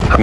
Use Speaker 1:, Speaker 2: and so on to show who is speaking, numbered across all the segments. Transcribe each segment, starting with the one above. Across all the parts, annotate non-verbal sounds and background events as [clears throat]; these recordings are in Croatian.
Speaker 1: I've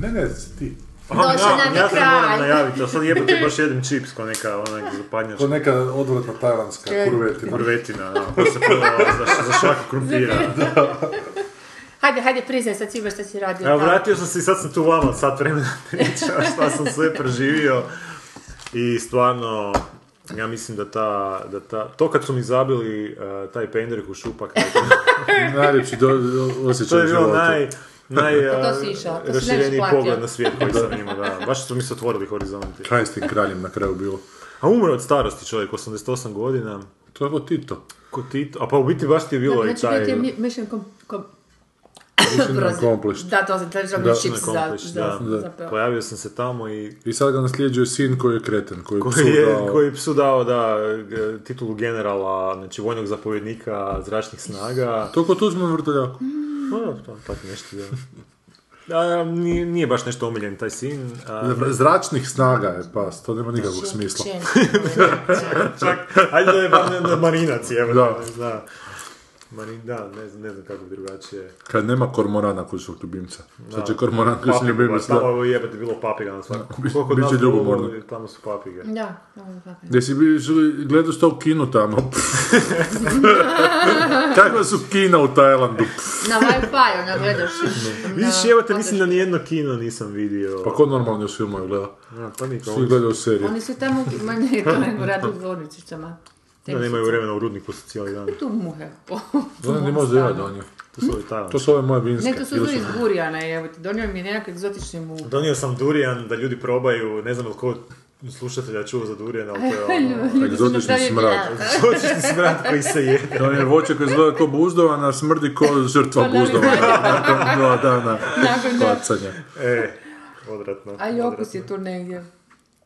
Speaker 2: Ne, ne, ti.
Speaker 3: Došli nam je
Speaker 4: ja sam moram
Speaker 3: kraj.
Speaker 4: najaviti, ali
Speaker 3: [laughs]
Speaker 4: sad jebate baš jedem čips ko neka onak zapadnjačka
Speaker 2: To je neka odvratna tajlanska ono, kurvetina.
Speaker 4: kurvetina, da, koja se prodava za, za šaku krumpira.
Speaker 3: Hajde, hajde, priznaj sad svima što si radio. pa-
Speaker 4: Evo,
Speaker 3: tamo.
Speaker 4: vratio sam se i sad sam tu vama sat vremena pričao šta sam sve preživio i stvarno ja mislim da ta, da ta, to kad su mi zabili eh, taj pendrek u
Speaker 3: [laughs]
Speaker 4: šupak,
Speaker 2: Najljepši do, do, osjećaj
Speaker 4: to je
Speaker 2: u
Speaker 4: bilo
Speaker 2: životu.
Speaker 4: naj, naj eh,
Speaker 3: Pa To si išao, to si
Speaker 4: rašireniji
Speaker 3: najviše
Speaker 4: pogled
Speaker 3: platio.
Speaker 4: na svijet koji
Speaker 3: [laughs]
Speaker 4: sam imao, da. Baš su mi se otvorili horizonti.
Speaker 2: Kaj je s tim kraljem na kraju bilo?
Speaker 4: A umro od starosti čovjek, 88 godina.
Speaker 2: To je bilo Tito.
Speaker 4: Ko Tito, a pa u biti baš ti je bilo i
Speaker 3: Znači,
Speaker 4: taj...
Speaker 3: bio ti je mi- mission kom... kom...
Speaker 2: Mission
Speaker 3: [laughs] Prosim.
Speaker 2: accomplished.
Speaker 3: Da, to za to je
Speaker 2: Da,
Speaker 3: žalno chips za,
Speaker 4: accomplished,
Speaker 3: za,
Speaker 4: da.
Speaker 3: za peo.
Speaker 4: Pojavio sam se tamo i
Speaker 2: I sad ga nasljeđuje sin koji je kreten, koji je psu
Speaker 4: koji je,
Speaker 2: dao-
Speaker 4: koji je psu dao da, g- titulu generala, znači vojnog zapovjednika zračnih snaga.
Speaker 2: To ko Tuđman vrtoljaku.
Speaker 3: Mm.
Speaker 4: No, to, tako nešto, da. A, nije, nije baš nešto omiljen taj sin. A,
Speaker 2: Zračnih snaga je pas, to nema nikakvog smisla.
Speaker 4: [laughs] [laughs] čak, ajde da je bar ne- da marinac, evo,
Speaker 2: Da.
Speaker 4: da. da. Marin, da, ne znam, ne znam kako bi drugačije.
Speaker 2: Kad nema kormorana kod svog ljubimca. Sad će kormoran koji se
Speaker 4: Papiga,
Speaker 2: ljubim
Speaker 4: baš, tamo je jebate bilo papiga na svakom.
Speaker 2: Bi-
Speaker 4: Koliko
Speaker 2: bit će
Speaker 4: nas bilo,
Speaker 2: ljubomorno.
Speaker 4: Tamo su papige.
Speaker 3: Da, ovo je kako.
Speaker 2: Gdje si bili, gledao što u kinu
Speaker 3: [laughs]
Speaker 2: tamo. Kakva su kina u Tajlandu?
Speaker 3: Na Wi-Fi, ona gledaš.
Speaker 4: Vidiš, evo te, mislim da nijedno kino nisam vidio.
Speaker 2: Pa ko normalno još filmove gleda?
Speaker 4: A, pa niko,
Speaker 2: Svi gledaju serije.
Speaker 3: Oni su tamo, ma ne, to nego radu u zvorničićama.
Speaker 4: da nemaju vremena u rudniku su cijeli dan.
Speaker 3: Tu muhe. po- po
Speaker 2: Oni
Speaker 3: mom
Speaker 2: ne može
Speaker 3: stanu.
Speaker 2: ja do njih.
Speaker 4: To su ovi Tajlanci.
Speaker 2: To su ove moje vinske.
Speaker 3: Ne, to su
Speaker 2: Ili
Speaker 3: zuri iz Burjana, evo ti. Donio mi je nekakve egzotične muhe.
Speaker 4: Donio sam durijan da ljudi probaju, ne znam jel ko od slušatelja čuo za durijan, ali to je ono...
Speaker 2: Egzotični smrad.
Speaker 4: Egzotični smrad koji se jede.
Speaker 2: Da on je voće koji izgleda ko buzdovana, smrdi ko žrtva
Speaker 3: Pa,
Speaker 2: buzdovana. Nakon dva dana
Speaker 3: Nakon da.
Speaker 2: bacanja.
Speaker 4: E, odvratno.
Speaker 3: A i okus
Speaker 4: odvratno.
Speaker 3: je tu negdje.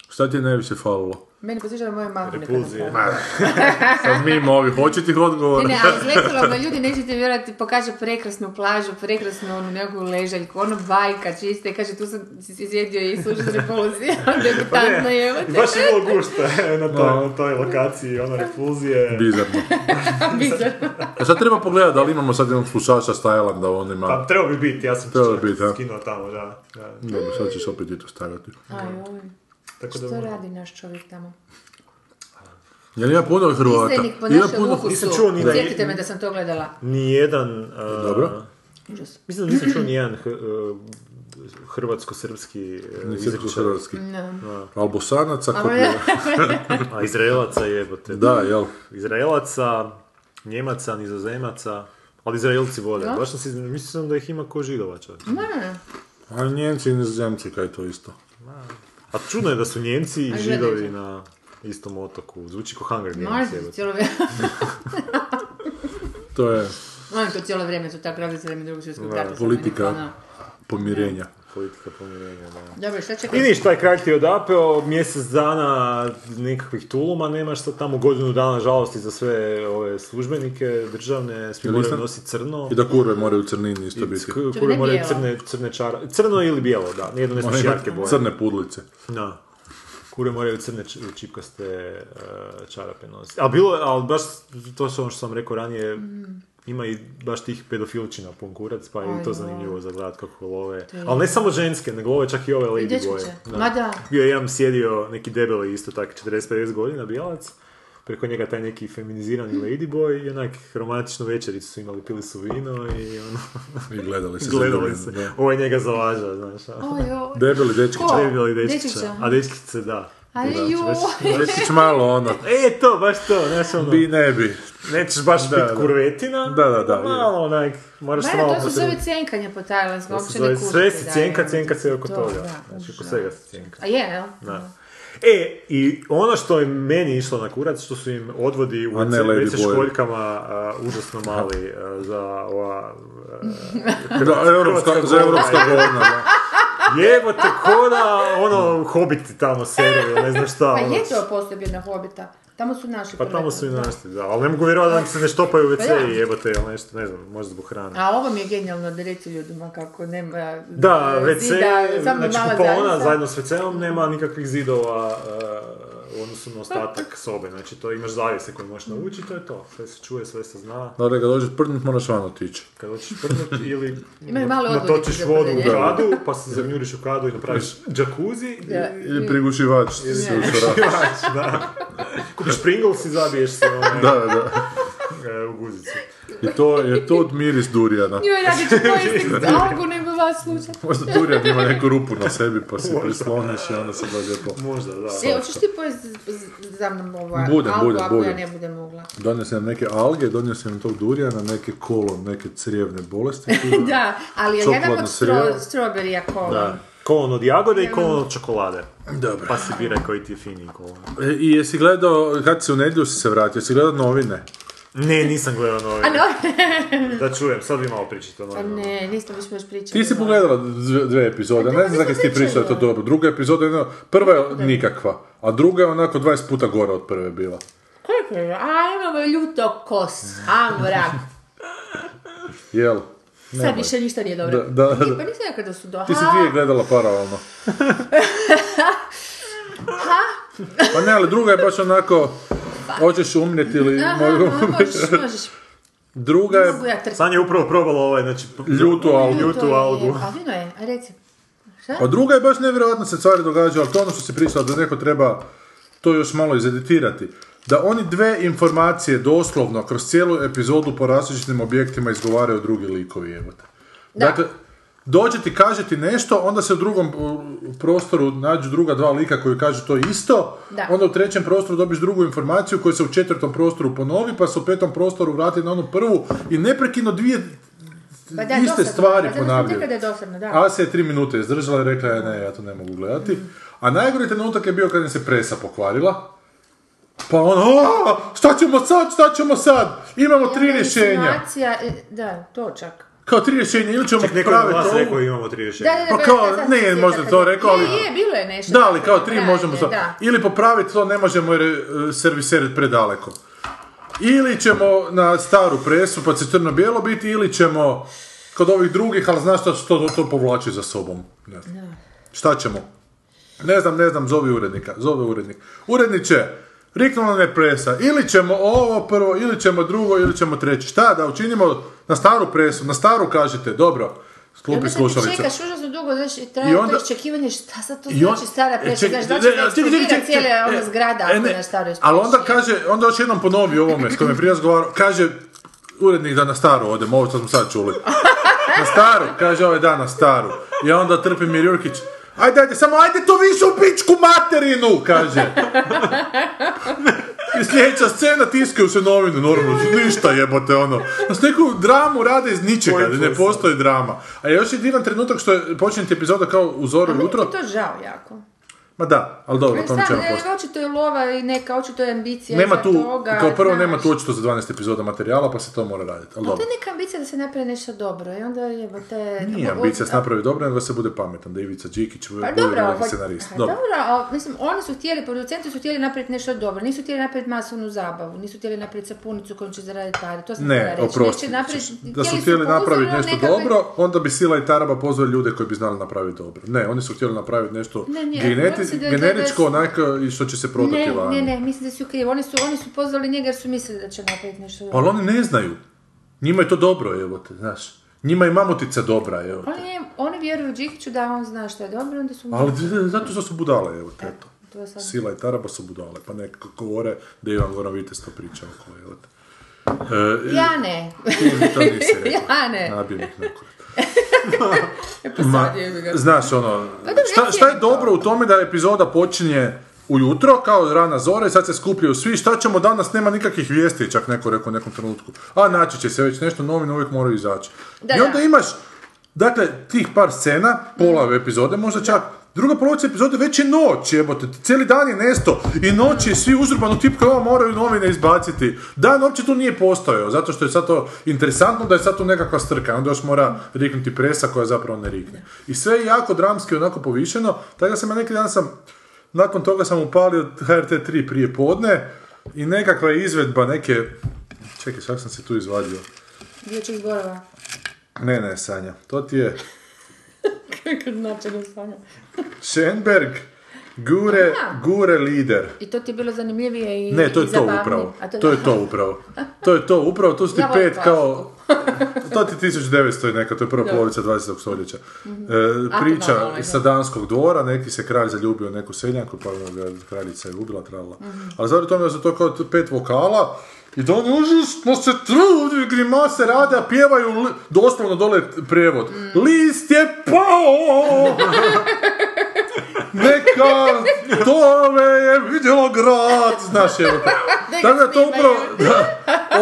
Speaker 2: Šta ti je najviše falilo?
Speaker 3: Meni posjeća na moje mamu. nekad
Speaker 4: Repulzije.
Speaker 3: napravi.
Speaker 4: [laughs]
Speaker 2: Sad mimo ovih očitih odgovora.
Speaker 3: Ne, ne, ali izletilo me, ljudi nećete vjerovati, pokaže prekrasnu plažu, prekrasnu onu neku ležaljku, ono bajka čiste, i kaže tu sam si sjedio i slušao se [laughs] polozio,
Speaker 4: Pa
Speaker 3: debitantno je, evo te,
Speaker 4: Baš je bilo gušta e, na toj, na toj lokaciji, ono refuzije.
Speaker 2: Bizarno.
Speaker 4: [laughs]
Speaker 3: bizarno.
Speaker 2: A sad treba pogledati da li imamo sad jednog slušača s Tajlanda, on
Speaker 4: Pa
Speaker 2: ima...
Speaker 4: trebao bi biti, ja sam
Speaker 2: Trebao
Speaker 4: čak
Speaker 2: bi biti, da.
Speaker 4: skinuo tamo, da. da.
Speaker 2: Dobro, sad ćeš opet i to stavljati.
Speaker 3: Aj, oj,
Speaker 4: Tako da, ono,
Speaker 3: što radi naš čovjek tamo?
Speaker 2: Jel ima puno Hrvata?
Speaker 3: Izdajnik po
Speaker 2: Ima
Speaker 3: našem
Speaker 2: puno...
Speaker 3: ukusu.
Speaker 4: Nisam čuo ni da je-
Speaker 3: Sjetite me da sam to gledala.
Speaker 4: nijedan... a,
Speaker 2: Dobro.
Speaker 3: Užas.
Speaker 4: Mislim da nisam čuo nijedan h- a, hrvatsko-srpski e,
Speaker 2: Ni
Speaker 4: izričaj.
Speaker 2: srpsko-hrvatski.
Speaker 3: No. Pa
Speaker 2: Albosanaca,
Speaker 3: Ovo
Speaker 2: kod...
Speaker 3: je- [laughs]
Speaker 4: A Izraelaca jebote.
Speaker 2: Da, jel?
Speaker 4: Izraelaca, Njemaca, Nizozemaca, ali Izraelci vole. Baš sam si, mislio sam da ih ima ko židova čovječe.
Speaker 3: Ne,
Speaker 2: A Njemci i Nizozemci, kaj je to isto?
Speaker 4: A čudno je da su Njemci i
Speaker 3: A
Speaker 4: židovi
Speaker 3: gledajte.
Speaker 4: na istom otoku. Zvuči ko Hunger
Speaker 3: Oni
Speaker 4: Games.
Speaker 3: su
Speaker 4: jebote.
Speaker 3: cijelo vrijeme, [laughs]
Speaker 2: To je
Speaker 3: oni to cijelo vrijeme su tako radili za vrijeme drugog svjetskog rata. samo
Speaker 2: politika.
Speaker 3: nikako, ono.
Speaker 2: pomirenja.
Speaker 4: Politika pomirenja, da.
Speaker 3: Dobro, šta će
Speaker 4: I niš, taj kralj ti je odapeo, mjesec dana nikakvih tuluma nemaš, sad tamo godinu dana žalosti za sve ove službenike državne, svi
Speaker 2: Jel
Speaker 4: moraju
Speaker 2: nisam?
Speaker 4: nositi crno.
Speaker 2: I da kurve moraju u crnini isto biti.
Speaker 4: K- kurve moraju
Speaker 3: bijelo.
Speaker 4: crne, crne čara. Crno ili bijelo, da, nijedno ne
Speaker 2: One
Speaker 4: smiješ
Speaker 2: imaju
Speaker 4: jarke boje.
Speaker 2: Crne pudlice.
Speaker 4: Da. Kure moraju crne č- čipkaste e, čarape nositi. A bilo je, ali baš to su ono što sam rekao ranije, ima i baš tih pedofilčina pun kurac, pa je i to
Speaker 3: Ajmo.
Speaker 4: zanimljivo za gledat kako love. Ali ne samo ženske, nego love čak i ove lady boje.
Speaker 3: dečkiće. Ma da.
Speaker 4: Bio je jedan sjedio neki debeli isto tak 40-50 godina bijelac, preko njega taj neki feminizirani ladyboy i onak romantičnu večericu su imali, pili su vino i ono, [laughs]
Speaker 2: I gledali se.
Speaker 4: gledali se.
Speaker 2: zadovoljni, da.
Speaker 4: Ovaj njega zavaža, znaš. a-
Speaker 3: Oj, oj.
Speaker 2: Debeli dečki.
Speaker 3: Ko?
Speaker 4: Debeli
Speaker 3: Dečkića.
Speaker 4: dečkića. A dečkice, da.
Speaker 3: Aj,
Speaker 4: Da,
Speaker 3: joj.
Speaker 4: baš-
Speaker 2: Dečkić malo ono.
Speaker 4: E, to, baš to, znaš ono,
Speaker 2: Bi ne bi.
Speaker 4: nećeš baš
Speaker 2: Da,
Speaker 4: biti
Speaker 2: da.
Speaker 4: kurvetina,
Speaker 2: Da, da, da,
Speaker 4: malo onak, moraš se
Speaker 3: Mene,
Speaker 4: malo
Speaker 3: to su
Speaker 4: potruditi.
Speaker 3: zove cjenkanje po tajlandskom,
Speaker 4: To se
Speaker 3: uopće
Speaker 4: zove-
Speaker 3: ne
Speaker 4: Sve
Speaker 3: kužite
Speaker 4: si
Speaker 3: da
Speaker 4: cijenka,
Speaker 3: je-
Speaker 4: cijenka se oko
Speaker 3: to,
Speaker 4: toga,
Speaker 3: da,
Speaker 4: znači oko
Speaker 3: užas.
Speaker 4: svega se cijenka.
Speaker 3: A je, jel?
Speaker 4: Da. E, i ono što je meni išlo na kurac, što su im odvodi u
Speaker 2: A ne
Speaker 4: WC
Speaker 2: Lady
Speaker 4: WC
Speaker 2: Boy.
Speaker 4: školjkama a, užasno mali a, za ova...
Speaker 2: Da, europska, za europska govna. da.
Speaker 4: Jebo te koda, ono, hobiti tamo seru, ne znam šta.
Speaker 3: Pa
Speaker 4: ono,
Speaker 3: je to posebijedna hobita. Tamo su naši.
Speaker 4: Pa tamo
Speaker 3: prvaci,
Speaker 4: su i
Speaker 3: da.
Speaker 4: našli, da. Ali ne mogu vjerovati da mi se ne štopaju
Speaker 3: Pa da.
Speaker 4: WC i jebote ili nešto, ne znam, možda zbog hrane.
Speaker 3: A ovo mi je genijalno da reći ljudima kako nema e,
Speaker 4: Da, WC,
Speaker 3: zida, samo
Speaker 4: znači
Speaker 3: mala
Speaker 4: kupaona
Speaker 3: zadnjica.
Speaker 4: zajedno s WC-om nema nikakvih zidova eh, u odnosu na ostatak sobe. Znači to imaš zavijese koje možeš naučiti, to je to. Sve se čuje, sve se zna.
Speaker 2: Da, da ga dođeš prdnut, moraš van otići.
Speaker 4: Kad hoćeš prdnuti ili
Speaker 3: [laughs] Imaju male odvode
Speaker 4: natočiš
Speaker 3: za
Speaker 4: vodu u
Speaker 3: prljanje.
Speaker 4: kadu, pa se zagnjuriš u kadu i napraviš jacuzzi.
Speaker 3: Da.
Speaker 2: Ili prigušivač ti se ušara.
Speaker 4: Znaš, da. [laughs] Kupiš Pringles i zabiješ se onaj,
Speaker 2: Da, da.
Speaker 4: eh, u guzicu.
Speaker 2: I to je to od miris Durijana.
Speaker 3: Joj, ja
Speaker 4: [laughs]
Speaker 3: ću koristiti algu nego vas E, slušati.
Speaker 2: Možda Durijan ima neku rupu na sebi pa se prisloniš i onda se baš lijepo.
Speaker 4: Možda, da.
Speaker 3: E, hoćeš ti pojesti z- z- za mnom ova
Speaker 2: Budem,
Speaker 3: algu
Speaker 2: budem,
Speaker 3: ako ja
Speaker 2: budem.
Speaker 3: ne budem mogla?
Speaker 2: Donio sam neke alge, donio sam tog Durijana, neke kolon, neke crijevne bolesti.
Speaker 3: Da, ali je
Speaker 2: Čokoladno
Speaker 3: jedan od
Speaker 2: srijevo.
Speaker 3: stro, strawberry ako...
Speaker 4: Da. Kolon od jagode
Speaker 3: Mm.
Speaker 4: i kolon od čokolade.
Speaker 2: Dobro.
Speaker 4: Pa si biraj koji ti je finiji ono. kolon.
Speaker 2: E, I jesi gledao, kad si u nedjelju si se vratio, jesi gledao novine?
Speaker 4: Ne, nisam gledao novine.
Speaker 3: A
Speaker 4: Da čujem, sad bi malo pričati o
Speaker 3: Pa
Speaker 4: novinama.
Speaker 3: ne, nismo više baš pričali.
Speaker 2: Ti si pogledala dv- dve epizode,
Speaker 3: Pa
Speaker 2: ne
Speaker 3: dobro,
Speaker 2: znam zakaj si ti
Speaker 3: nisam
Speaker 2: pričala to
Speaker 3: pričala.
Speaker 2: dobro. Druga epizoda, je ono- prva je nikakva, a druga je onako 20 puta gora od prve bila.
Speaker 3: Kako je? A, imamo ljuto kos. Ajmo, rak.
Speaker 2: Jel?
Speaker 3: Sad više ništa nije dobro.
Speaker 2: Da, da, da.
Speaker 3: Nije, Pa nisam rekao da su do...
Speaker 2: Ti si
Speaker 3: Ha,
Speaker 2: dvije gledala
Speaker 3: [laughs]
Speaker 2: paralelno. pa ne, ali druga je baš onako, hoćeš umrijeti ili...
Speaker 3: aha,
Speaker 2: mogu-
Speaker 3: ma, možeš, možeš.
Speaker 2: druga je
Speaker 3: Mogu ja trpiti.
Speaker 4: Sanja je upravo probala ovaj, znači...
Speaker 2: E, ljutu algu.
Speaker 4: Ljutu
Speaker 3: je-
Speaker 4: algu.
Speaker 3: A vino je, a reci.
Speaker 2: Pa druga je baš nevjerojatno se stvari događaju, ali to je ono što si pričala da neko treba to još malo izeditirati. Da oni dve informacije doslovno kroz cijelu epizodu po različitim objektima izgovaraju drugi likovi jebote.
Speaker 3: Da.
Speaker 2: Dakle, dođe ti, kaže ti nešto, onda se u drugom u, prostoru nađu druga dva lika koji kažu to isto,
Speaker 3: Da.
Speaker 2: onda u trećem prostoru dobiš drugu informaciju koja se u četvrtom prostoru ponovi, pa se u petom prostoru vrati na onu prvu i neprekidno dvije
Speaker 3: Pa da,
Speaker 2: iste
Speaker 3: dosadno,
Speaker 2: stvari
Speaker 3: pa zato sam
Speaker 2: ponavljaju.
Speaker 3: rekla da je dosadno, da.
Speaker 2: Asija je tri minute izdržala i rekla je ne, ja to ne mogu gledati. A najgori trenutak je bio kad je se presa pokvarila. Pa ono, "A, šta ćemo sad, šta ćemo sad? Imamo tri rješenja.
Speaker 3: Insinuacija, e, da, to čak.
Speaker 2: Kao tri rješenja, ili ćemo
Speaker 4: Čak neko je od
Speaker 2: praviti
Speaker 4: vas
Speaker 2: ovu...
Speaker 4: rekao imamo tri
Speaker 3: Da,
Speaker 4: rješenja.
Speaker 3: da, da,
Speaker 2: Pa
Speaker 3: da,
Speaker 2: kao,
Speaker 3: da, sad
Speaker 2: ne,
Speaker 3: se sjećam
Speaker 2: možda
Speaker 3: kad
Speaker 2: to
Speaker 3: je-
Speaker 2: rekao, ali-
Speaker 3: Je, je, bilo je nešto.
Speaker 2: Da, ali
Speaker 3: tako,
Speaker 2: kao tri
Speaker 3: da,
Speaker 2: možemo
Speaker 3: je,
Speaker 2: sad.
Speaker 3: Da.
Speaker 2: Ili popraviti to, ne možemo jer e, serviser predaleko. Ili ćemo na staru presu pa će crno-bijelo biti, ili ćemo kod ovih drugih, ali znaš šta što to povlači za sobom. Ne znam. Šta ćemo? Ne znam, ne znam, zovi urednika, zove urednik. Uredniče, riknula nam je presa, ili ćemo ovo prvo, ili ćemo drugo, ili ćemo treće. Šta da učinimo na staru presu, na staru kažete, dobro,
Speaker 3: I
Speaker 2: sklopi
Speaker 3: onda sad ti
Speaker 2: slušalice.
Speaker 3: Čekaš užasno dugo, znaš, i
Speaker 2: I
Speaker 3: traje
Speaker 2: onda-
Speaker 3: to iščekivanje, šta sad to
Speaker 2: I on-
Speaker 3: znači stara
Speaker 2: e,
Speaker 3: preša,
Speaker 2: čekaj,
Speaker 3: znaš, znači
Speaker 2: ne,
Speaker 3: da
Speaker 2: čekaj, čekaj,
Speaker 3: eksplodira
Speaker 2: čekaj, čekaj,
Speaker 3: cijela
Speaker 2: e,
Speaker 3: ona zgrada
Speaker 2: e,
Speaker 3: ako
Speaker 2: ne,
Speaker 3: je na staroj
Speaker 2: Ali onda
Speaker 3: preši.
Speaker 2: kaže, onda još jednom ponovi ovome s kojim je prije razgovarao, kaže urednik da na staru odem, ovo što smo sad
Speaker 3: [laughs]
Speaker 2: čuli. Na staru, kaže ovaj da na staru. I onda trpi Mirjurkić, ajde, ajde, samo ajde to više u pičku materinu, kaže. I sljedeća scena tiskaju se novine, normalno, ništa jebote, ono. Znači, neku dramu rade iz ničega,
Speaker 4: Pointless.
Speaker 2: ne postoji drama. A još je divan trenutak što je počinjeti epizoda kao u zoru
Speaker 3: Meni
Speaker 2: jutro. Pa
Speaker 3: je to žao jako.
Speaker 2: Ma da, ali dobro, o
Speaker 3: Ne
Speaker 2: tome
Speaker 3: znam,
Speaker 2: ćemo
Speaker 3: e,
Speaker 2: poslije.
Speaker 3: očito je lova i neka, očito je ambicija
Speaker 2: Nema
Speaker 3: iza
Speaker 2: tu,
Speaker 3: toga,
Speaker 2: kao prvo
Speaker 3: znaš.
Speaker 2: nema tu očito za 12 epizoda materijala, pa se to mora raditi. Ali
Speaker 3: Ali to
Speaker 2: dobro,
Speaker 3: je neka ambicija da se napravi nešto dobro i onda jebote...
Speaker 2: nije
Speaker 3: ako-
Speaker 2: ambicija se napravi dobro, nego da se bude pametan, da Ivica Đikić
Speaker 3: Pa
Speaker 2: bude
Speaker 3: dobro,
Speaker 2: veliki
Speaker 3: ali-
Speaker 2: scenarist.
Speaker 3: pa
Speaker 2: Dobro.
Speaker 3: dobro, ali, mislim, oni su htjeli, producenti su htjeli napraviti nešto dobro, nisu htjeli napraviti masovnu zabavu, nisu htjeli napraviti sapunicu kojom će zaraditi pare, to sam htjela
Speaker 2: Ne,
Speaker 3: reći.
Speaker 2: oprosti.
Speaker 3: Neće napraviti-
Speaker 2: Da su
Speaker 3: po
Speaker 2: htjeli
Speaker 3: uzoru
Speaker 2: napraviti
Speaker 3: na
Speaker 2: nešto
Speaker 3: nekakve-
Speaker 2: dobro, onda bi Sila i Taraba pozvali ljude koji bi znali napraviti dobro. Ne, oni su htjeli napraviti nešto
Speaker 3: Ne, ne,
Speaker 2: geneti-
Speaker 3: bojim se da- da- da-
Speaker 2: generičko, onako, i što će se prodati
Speaker 3: Ne,
Speaker 2: vani.
Speaker 3: ne, ne, mislim da si u krivu. Oni su, oni su pozvali njega jer su mislili da će napraviti nešto dobro.
Speaker 2: Ali oni ne znaju. Njima je to dobro, evo te, znaš. Njima je mamutica dobra, evo te.
Speaker 3: Oni, je- oni vjeruju Đikiću da on zna što je dobro, onda su mu...
Speaker 2: Ali z- zato što su budale, evo te, eto.
Speaker 3: To je sad-
Speaker 2: Sila i Taraba su budale, pa nekako govore da je Ivan Goran Vitez to pričao okolo, jel te. E,
Speaker 3: Ja ne.
Speaker 2: i- to nisi rekao.
Speaker 3: Ja ne. [laughs]
Speaker 2: Nabijem ih na kurac. Ma,
Speaker 3: Posadio bi ga.
Speaker 2: znaš, ono,
Speaker 3: Pa dobro,
Speaker 2: šta, šta
Speaker 3: ja
Speaker 2: je
Speaker 3: cijenim to.
Speaker 2: dobro u tome da epizoda počinje ujutro, kao rana zora i sad se skupljaju svi, šta ćemo danas, nema nikakvih vijesti, čak neko rekao u nekom trenutku. A naći će se već nešto, novine uvijek moraju izaći.
Speaker 3: Da,
Speaker 2: I onda
Speaker 3: da.
Speaker 2: imaš, dakle, tih par scena, pola ove epizode možda čak, Druga polovica epizode već je noć, jebote, cijeli dan je nesto i noć je svi uzrubano tipka, ovo moraju novine izbaciti. Dan uopće tu nije postojao, zato što je sad to interesantno da je sad tu nekakva strka, onda još mora riknuti presa koja zapravo ne rikne. I sve je jako dramski, onako povišeno, tako da sam ja neki dan sam, nakon toga sam upalio HRT3 prije podne, I nekakva je izvedba neke... Čekaj, sad sam se tu izvadio.
Speaker 3: Dječjih [laughs] zborova.
Speaker 2: Ne, ne, Sanja. To ti je
Speaker 3: Kako značajno stvarno.
Speaker 2: Schenberg, gure, gure lider.
Speaker 3: I to ti je bilo zanimljivije i
Speaker 2: Ne, to je
Speaker 3: i
Speaker 2: to
Speaker 3: zabavnije.
Speaker 2: upravo.
Speaker 3: A
Speaker 2: To je to upravo. To je to upravo, tu su ti
Speaker 3: Ja volim
Speaker 2: pet kao... To ti je 1900 i neka, to je prva polovica 20. stoljeća. E,
Speaker 3: Mhm. Ako
Speaker 2: priča
Speaker 3: malo,
Speaker 2: sa danskog dvora, neki se kralj zaljubio u neku seljanku, pa ga kraljica je ubila, trala.
Speaker 3: Mhm.
Speaker 2: Ali zato tome za to kao t- pet vokala, i da oni užasno se trudi, grimase rade, a pjevaju li- doslovno dole prijevod.
Speaker 3: Mhm.
Speaker 2: List je pao! Neka tome je vidjelo grad, znaš je. Tako da je to upravo da,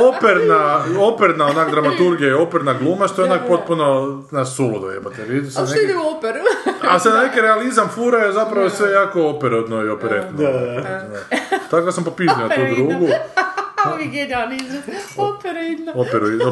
Speaker 2: operna, operna onak dramaturgija i operna gluma, što je onak potpuno na suludo jebate. Vidi
Speaker 3: [laughs]
Speaker 2: se
Speaker 3: A što
Speaker 2: neki-
Speaker 3: ide u operu?
Speaker 2: a sad neki realizam fura je zapravo sve jako operodno i operetno. Tako da sam popiznio tu
Speaker 3: Operidno.
Speaker 2: drugu.
Speaker 3: A ovi genijalni izraz. Operidno.
Speaker 2: Operoidno,
Speaker 3: Ne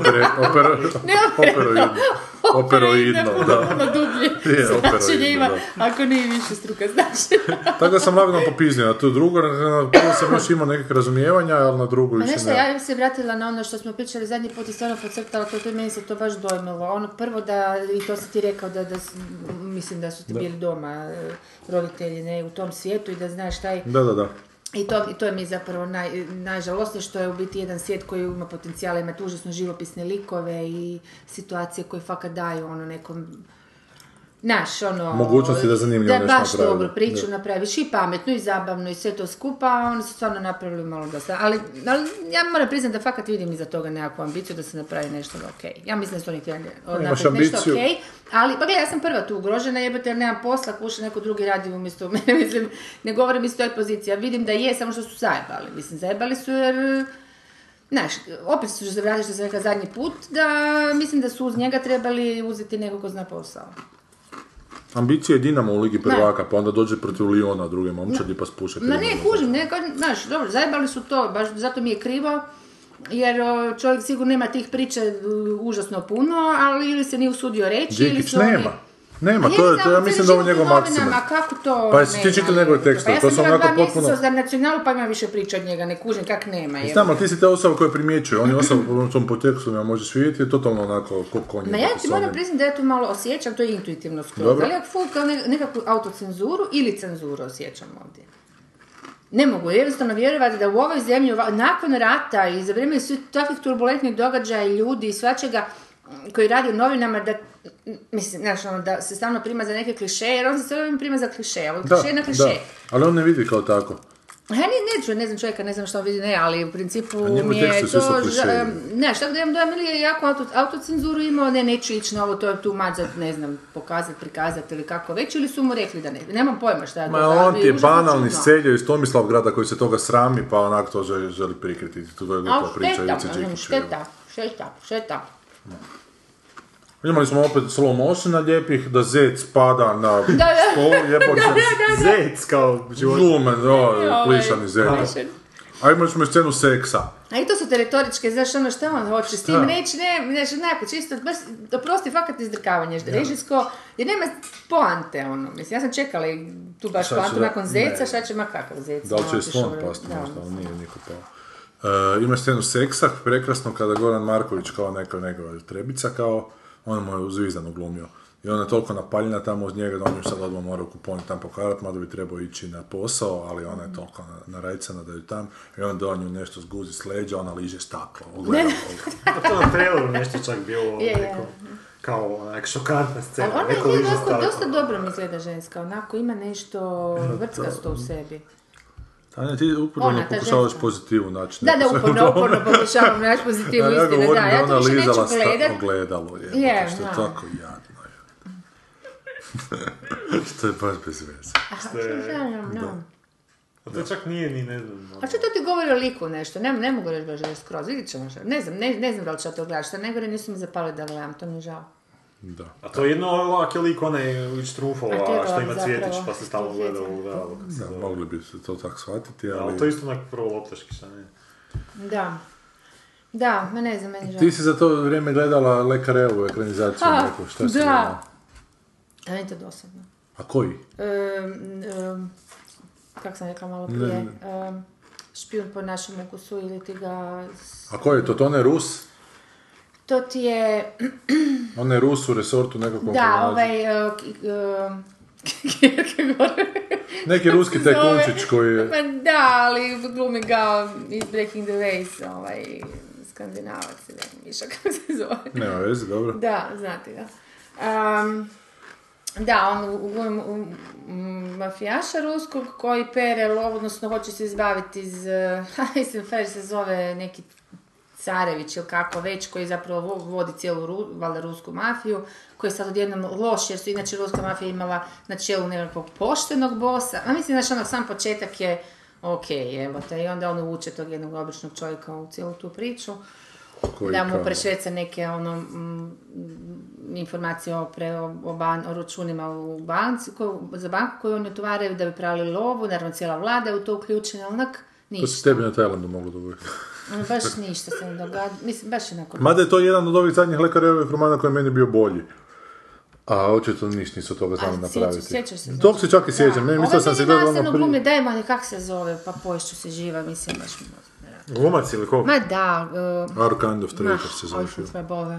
Speaker 3: operidno.
Speaker 2: operoidno, [laughs] operoidno, da.
Speaker 3: Potpuno dublje.
Speaker 2: [laughs] Je, operoidno,
Speaker 3: Znači ima,
Speaker 2: da.
Speaker 3: ako nije više struka,
Speaker 2: [laughs]
Speaker 3: znači.
Speaker 2: Tako da sam lagano popiznio na tu drugu, na na prvu sam još imao nekakve razumijevanja, ali na drugu
Speaker 3: Pa
Speaker 2: više
Speaker 3: nešto,
Speaker 2: ne.
Speaker 3: ja bih se vratila na ono što smo pričali zadnji put i stvarno podcrtala, to, to meni se to baš dojmilo. Ono prvo da, i to si ti rekao, da, da s- m, mislim da su ti bili doma e, roditelji ne, u tom svijetu i da znaš taj...
Speaker 2: Da, da, da.
Speaker 3: I to, i to je mi zapravo naj, najžalosnije što je u biti jedan svijet koji ima potencijala, ima tu užasno živopisne likove i situacije koje fakat daju ono nekom Naš, ono...
Speaker 2: Mogućnosti da zanimljivo
Speaker 3: da
Speaker 2: nešto
Speaker 3: baš
Speaker 2: naprave,
Speaker 3: dobru
Speaker 2: da.
Speaker 3: priču napraviš i pametnu i zabavnu i sve to skupa, a oni su stvarno napravili malo dosta. Ali, ali ja moram priznati da fakat vidim iza toga nekakvu ambiciju da se napravi nešto okej. Ja mislim da su oni htjeli napraviti nešto
Speaker 2: ambiciju.
Speaker 3: okej, ali, pa gledaj, ja sam prva tu ugrožena, jebate, jer nemam posla, kuša, neko drugi radi umjesto [laughs] mene, mislim, ne govorim iz toj pozicije, ja vidim da je, samo što su zajebali, mislim, zajebali su jer, znaš, opet ću se vratiti što sam rekla zadnji put, da mislim da su uz njega trebali uzeti nekog ko zna posao.
Speaker 2: Ambicije je Dinamo u Ligi prvaka, pa onda dođe protiv Liona druge momčadi pa spuše.
Speaker 3: Ma
Speaker 2: tri
Speaker 3: ne,
Speaker 2: nula.
Speaker 3: kužim, ne, kažem, znaš, dobro, zajebali su to, baš zato mi je krivo, jer o, čovjek sigurno nema tih priča e, užasno puno, ali ili se nije usudio reći, ili
Speaker 2: Đikić
Speaker 3: su oni-
Speaker 2: nema. Nema,
Speaker 3: Pa
Speaker 2: to je,
Speaker 3: znam,
Speaker 2: to ja
Speaker 3: cijeli
Speaker 2: mislim da je ovo
Speaker 3: život
Speaker 2: njegov
Speaker 3: u novinama,
Speaker 2: maksimum.
Speaker 3: kako to
Speaker 2: Pa jesi ti
Speaker 3: nema
Speaker 2: čitao njegove
Speaker 3: nikakve?
Speaker 2: tekstove?
Speaker 3: Pa
Speaker 2: To
Speaker 3: ja
Speaker 2: sam
Speaker 3: sam bila
Speaker 2: onako
Speaker 3: dva mjeseca
Speaker 2: potpuno-
Speaker 3: za nacionalu, pa imam više priča od njega, ne kužim kak nema. Je.
Speaker 2: Znam, ali ti si te osoba koja primjećuje, on je osoba u tom potekstu, ja možeš vidjeti, je totalno onako ko konj.
Speaker 3: Ma ja
Speaker 2: jebote,
Speaker 3: ti
Speaker 2: s
Speaker 3: moram
Speaker 2: onim.
Speaker 3: priznati da ja tu malo osjećam, to je intuitivno skroz,
Speaker 2: Dobro.
Speaker 3: ali ja ful kao ne- nekakvu autocenzuru ili cenzuru osjećam ovdje. Ne mogu jednostavno vjerovati da u ovoj zemlji, ova- nakon rata i za vrijeme svih takvih turbulentnih događaja i ljudi i svačega m, koji radi u novinama, da, m, mislim, znaš, ono, da se stalno prima za neke klišeje, jer on se sve vreme prima za klišeje, ali klišeje na klišeje.
Speaker 2: Ali on ne vidi kao tako.
Speaker 3: A Ja ne, ne, čujem, ne znam čovjeka, ne znam što on vidi, ne, ali u principu
Speaker 2: njegovi
Speaker 3: mi je
Speaker 2: tekstovi su
Speaker 3: to... ža-
Speaker 2: klišeji.
Speaker 3: em, Ne, šta da imam dojam, ili je jako auto, autocenzuru imao, ne, neću ići na ovo, to je tu mazat, ne znam, pokazat, prikazat ili kako već, ili su mu rekli da ne, nemam pojma šta je
Speaker 2: Ma
Speaker 3: to,
Speaker 2: on
Speaker 3: ali
Speaker 2: ti je
Speaker 3: užasno
Speaker 2: banalni
Speaker 3: čudno.
Speaker 2: seljo iz Tomislavgrada koji se toga srami, pa onak to želi, želi prikriti. To je
Speaker 3: A,
Speaker 2: gotova priča
Speaker 3: šteta,
Speaker 2: Ivice
Speaker 3: ono,
Speaker 2: Đikića.
Speaker 3: šteta, šteta, šteta.
Speaker 2: Imali smo opet slow motiona lijepih, da zec pada na stol,
Speaker 3: [laughs]
Speaker 2: jebote.
Speaker 4: Zec kao život.
Speaker 2: Lumen, da,
Speaker 3: Ovaj,
Speaker 2: plišani zec. A imali smo i scenu seksa.
Speaker 3: A i to su te retoričke, znaš, ono šta on hoće s tim reći, ne, znaš, onako, čisto, baš, oprosti, fakat izdrkavanje, što režijsko, jer nema poante, ono, mislim, ja sam čekala i tu baš
Speaker 2: Šta će
Speaker 3: poantu
Speaker 2: da-
Speaker 3: nakon zeca, šta će, ma kakav zec,
Speaker 2: Da li
Speaker 3: ono,
Speaker 2: će i
Speaker 3: otišao
Speaker 2: slon
Speaker 3: u-
Speaker 2: pasti
Speaker 3: da,
Speaker 2: možda, ono? ali nije niko pao. E, ima scenu seksa, prekrasno, kada Goran Marković kao neka njegova trebica, kao on mu je u Zvizdanu glumio. I ona je toliko napaljena tamo uz njega da on ju sad odmah mora u kuponi tam pokarat, mada bi trebao ići na posao, ali ona je toliko na, narajcana da ju tam, i onda on ju nešto zguzi s leđa, ona liže staklo,
Speaker 3: [laughs]
Speaker 2: ogledalo.
Speaker 4: Pa To na traileru nešto čak bilo ono,
Speaker 3: Je, je.
Speaker 4: neko, kao onak šokantna scena.
Speaker 3: Ali ona
Speaker 4: neko
Speaker 3: je
Speaker 4: liže
Speaker 3: dosta,
Speaker 4: staklo.
Speaker 3: dosta dobro mi izgleda ženska, onako, ima
Speaker 2: [laughs]
Speaker 3: nešto vrckasto u sebi.
Speaker 2: Tanja, ti uporno
Speaker 3: Ona, ta
Speaker 2: pokušavaš
Speaker 3: ženska.
Speaker 2: pozitivu naći.
Speaker 3: Da,
Speaker 2: neku
Speaker 3: da,
Speaker 2: scenu [laughs] tome.
Speaker 3: uporno, uporno pokušavam naš pozitiv
Speaker 2: Ja, ja
Speaker 3: istine,
Speaker 2: govorim
Speaker 3: da,
Speaker 2: da,
Speaker 3: ja
Speaker 2: ona
Speaker 3: to više neću
Speaker 2: lizala sta-
Speaker 3: gledat.
Speaker 2: ogledalo, je,
Speaker 3: Je,
Speaker 2: što je
Speaker 3: da.
Speaker 2: tako jadno. je. [laughs] što je baš bez veze.
Speaker 3: Da.
Speaker 4: A To čak nije ni, ne znam. ono,
Speaker 3: A Pa što to ti govori o liku nešto? Ne, ne mogu reći baš da je skroz, vidit ćemo što. Ne znam, ne, ne znam da li ću ja to gledati, što najgore nisu mi zapali da gledam, to mi je žao.
Speaker 2: Da.
Speaker 4: A to je jedno ovak je lik onaj iz
Speaker 3: A to je
Speaker 4: Trufova što
Speaker 3: on
Speaker 4: ima
Speaker 3: zapravo.
Speaker 4: cvjetić pa se stalno
Speaker 3: Cvjetić.
Speaker 4: gleda u ogledalo. kako se
Speaker 2: Da,
Speaker 4: zove.
Speaker 2: mogli bi se to tako shvatiti, ali...
Speaker 4: Ali to je isto onak prvo loptaški, šta ne?
Speaker 3: Da. Da, ma ne znam, meni je žao.
Speaker 2: Ti si za to vrijeme gledala Lekarevu ekranizaciju
Speaker 3: A,
Speaker 2: neku, šta si
Speaker 3: Ah, da.
Speaker 2: gledala?
Speaker 3: A meni je to dosadno.
Speaker 2: A koji?
Speaker 3: Um, um, kak sam rekla malo prije, um, špijun po našem ukusu ili ti ga... s-
Speaker 2: A ko je to? To ne Rus?
Speaker 3: To ti je... [clears throat]
Speaker 2: On je Rus u resortu nekakvom
Speaker 3: Da,
Speaker 2: prolazi.
Speaker 3: ovaj... e, k- e, kako gore?
Speaker 2: Neki ruski
Speaker 3: Zove-
Speaker 2: tajkunčić koji je...
Speaker 3: Pa da, ali glumi ga iz Breaking the Waves, ovaj... Skandinavac, ili Miša kako se zove.
Speaker 2: Nema veze, dobro.
Speaker 3: Da, znate ga. Am, da, on uglavnom um, mm, mafijaša ruskog koji pere lov, odnosno hoće se izbaviti iz, [laughs] eh, mislim, fer se zove neki Carević ili kako već, koji zapravo vo- vodi cijelu Ru, valjda rusku mafiju, koji je sad odjednom loš, jer su inače ruska mafija imala na čelu nekakvog poštenog bosa. A mislim, znaš, ono, sam početak je ok, evo te, i onda on uvuče tog jednog običnog čovjeka u cijelu tu priču
Speaker 2: Koji
Speaker 3: da mu
Speaker 2: kao-
Speaker 3: prešveca neke ono, mm, informacije o, pre, o, ban, o računima u banci, koju- za banku koju oni otvaraju da bi pravili lovu, naravno cijela vlada je u to uključena, ali onak
Speaker 2: To se
Speaker 3: ništa,
Speaker 2: tebi na Tajlandu moglo dogoditi.
Speaker 3: ono, baš ništa se ne događa, mislim baš onako.
Speaker 2: Mada je to jedan od ovih zadnjih lekarevih romana koji je meni bio bolji. A očito ništa nisu od toga znali
Speaker 3: Ali sjećaš-
Speaker 2: napraviti.
Speaker 3: Pa, sjećaš se,
Speaker 2: Tog se čak i sjećam.
Speaker 3: Da.
Speaker 2: Ne, mislio
Speaker 3: Ovaj
Speaker 2: sam se
Speaker 3: meni
Speaker 2: gledao ono
Speaker 3: nasljedno glumi,
Speaker 2: prije.
Speaker 3: daj mani, kak se zove, pa poješću se živa, mislim baš mi mozak ne radi.
Speaker 4: Glumac ili ko?
Speaker 3: Ma da, uh,
Speaker 2: Our Kind of Traitor se zove film.
Speaker 3: bove.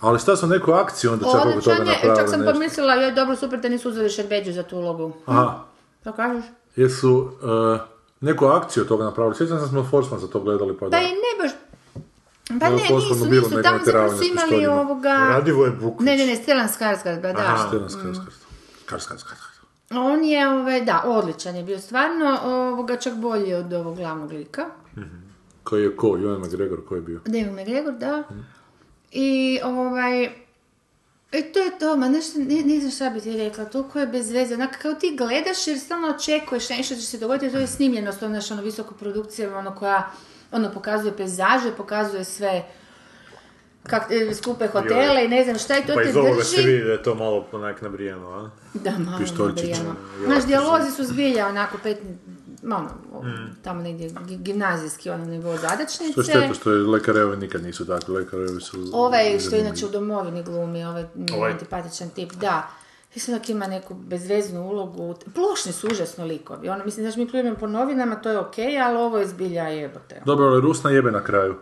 Speaker 2: Ali šta su neku akciju onda čak oko toga
Speaker 3: Odličan je, e, čak sam
Speaker 2: napravili nešto.
Speaker 3: pomislila, joj, dobro, super da nisu uzeli Šerbeđu za tu ulogu.
Speaker 2: Aha,
Speaker 3: To kažeš?
Speaker 2: jesu eh, neku akciju od toga napravili. Sjećam se da smo Forsman za to gledali pa
Speaker 3: Pa
Speaker 2: da.
Speaker 3: i ne baš... Pa
Speaker 2: Evo,
Speaker 3: ne,
Speaker 2: poslovno
Speaker 3: nisu,
Speaker 2: bilo
Speaker 3: nisu,
Speaker 2: neko
Speaker 3: tamo zapravo
Speaker 2: natjeravanje
Speaker 3: su
Speaker 2: s
Speaker 3: imali
Speaker 2: pištoljima.
Speaker 3: ovoga...
Speaker 4: Radivo je Bukvić.
Speaker 3: Ne, ne, ne, Stellan Skarsgård, ba da.
Speaker 2: Steven Skarsgård. Skarsgård, Skarsgård.
Speaker 3: On je, ovaj, da, odličan je bio, stvarno, ovoga, čak bolji od ovog glavnog lika.
Speaker 2: Koji je ko? Ivan McGregor koji je bio?
Speaker 3: David McGregor, da.
Speaker 4: Mhm.
Speaker 3: I, ovaj... I to je to, ma nešto, ne, ne znam šta bi ti rekla, toliko je bez veze, onak kao ti gledaš jer stalno očekuješ nešto će se dogoditi,
Speaker 4: Mhm.
Speaker 3: to je snimljeno, to je naša ono, visoko produkcija, ono koja, ono, pokazuje pejzaže, pokazuje sve, kak, e, skupe hotele i ne znam šta i to
Speaker 4: Pa
Speaker 3: te
Speaker 4: iz ovoga se
Speaker 3: drži.
Speaker 4: vidi da je to malo onak nabrijeno, a?
Speaker 3: Da, malo
Speaker 2: Pištoljčić.
Speaker 3: nabrijano. Znaš, dijalozi su zbilja onako pet, ono,
Speaker 4: Mhm.
Speaker 3: tamo negdje gi- gimnazijski ono nivo zadačnice.
Speaker 2: To je šteta što je lekarevi nikad nisu takvi. Lekarevi su...
Speaker 3: Ovaj što je
Speaker 2: zanimljivi.
Speaker 3: inače u domovini glumi, ovaj, mi je
Speaker 4: Ovaj?
Speaker 3: antipatičan tip, da. Mislim da ima neku bezveznu ulogu. Plošni su užasno likovi. Ono, mislim, znaš, mi pljujemo po novinama, to je okej, ali ovo je zbilja jebote.
Speaker 2: Dobro, ali Rusna jebe na kraju.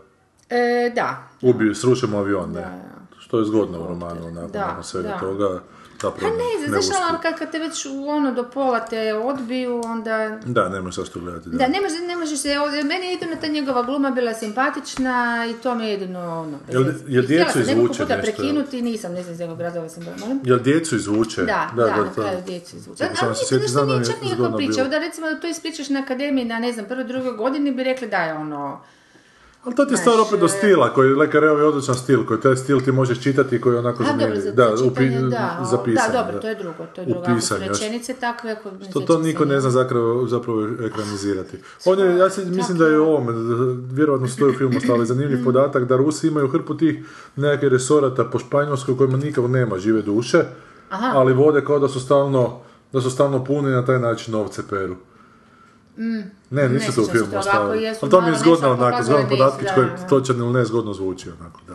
Speaker 3: E, da.
Speaker 2: Ubiju, srušimo avion, ne. Što je zgodno u romanu, nakon,
Speaker 3: Da,
Speaker 2: nakon svega
Speaker 3: da.
Speaker 2: toga.
Speaker 3: Pa
Speaker 2: Zapravo
Speaker 3: ne,
Speaker 2: ne
Speaker 3: znaš,
Speaker 2: uspiju.
Speaker 3: ali ono, kad, kad te već u ono do pola te odbiju, onda
Speaker 2: Da, nema sa što gledati. Da.
Speaker 3: Da, ne možeš, ne možeš se, ovdje- meni je jedino ta njegova gluma bila simpatična i to mi je jedino ono... bez
Speaker 2: Jel-
Speaker 3: veze.
Speaker 2: jel
Speaker 3: I htjela
Speaker 2: djecu
Speaker 3: sam nekoliko
Speaker 2: izvuče
Speaker 3: puta
Speaker 2: nešto, jel?
Speaker 3: prekinuti, nisam, ne znam iz nekog razloga sam bila, molim?
Speaker 2: Jel djecu izvuče?
Speaker 3: Da, da, na kraju djecu izvuče.
Speaker 2: Sad
Speaker 3: Ali
Speaker 2: se
Speaker 3: mislim,
Speaker 2: sjetim,
Speaker 3: nešto
Speaker 2: znam da
Speaker 3: nije
Speaker 2: mi je
Speaker 3: čak nikakva
Speaker 2: zgodno
Speaker 3: priča.
Speaker 2: bilo.
Speaker 3: Da recimo da to ispričaš na akademiji na, ne znam, prvoj, drugoj godini bi rekli da je ono...
Speaker 2: Ali to ti je stvar
Speaker 3: Znaš, e-
Speaker 2: opet do stila, koji Lekarev je odličan stil, koji taj stil ti možeš čitati i koji je onako
Speaker 3: A, dobro,
Speaker 2: zanimljiv.
Speaker 3: za
Speaker 2: Da,
Speaker 3: to čitanje,
Speaker 2: upi-
Speaker 3: da, ovo-
Speaker 2: zapisan,
Speaker 3: Da, dobro, to je drugo, to je drugo. Ako su
Speaker 2: Upisan još.
Speaker 3: rečenice takve, ako ne
Speaker 2: To, to
Speaker 3: sjećam se
Speaker 2: niko ne
Speaker 3: ja.
Speaker 2: zna zapravo, zapravo ekranizirati. On je, ja se, mislim da je u ovom, vjerojatno stoji u filmu stali
Speaker 3: Mm.
Speaker 2: zanimljiv podatak, da Rusi imaju hrpu tih nekakvih resorata po Španjolskoj kojima nikako nema žive duše, ali vode kao da su stalno, da su stalno puni i na taj način novce peru. Ne, nisu
Speaker 3: Mm. ne
Speaker 2: to u
Speaker 3: sjećam se
Speaker 2: filmu
Speaker 3: toga, ako
Speaker 2: ostavili.
Speaker 3: jesu,
Speaker 2: Ali to mi je
Speaker 3: malo
Speaker 2: zgodno
Speaker 3: nešto pa
Speaker 2: onako, zgodan
Speaker 3: pokazuje,
Speaker 2: podatkić
Speaker 3: nisu,
Speaker 2: koji
Speaker 3: da, da.
Speaker 2: točan ili nezgodno zvuči onako, da.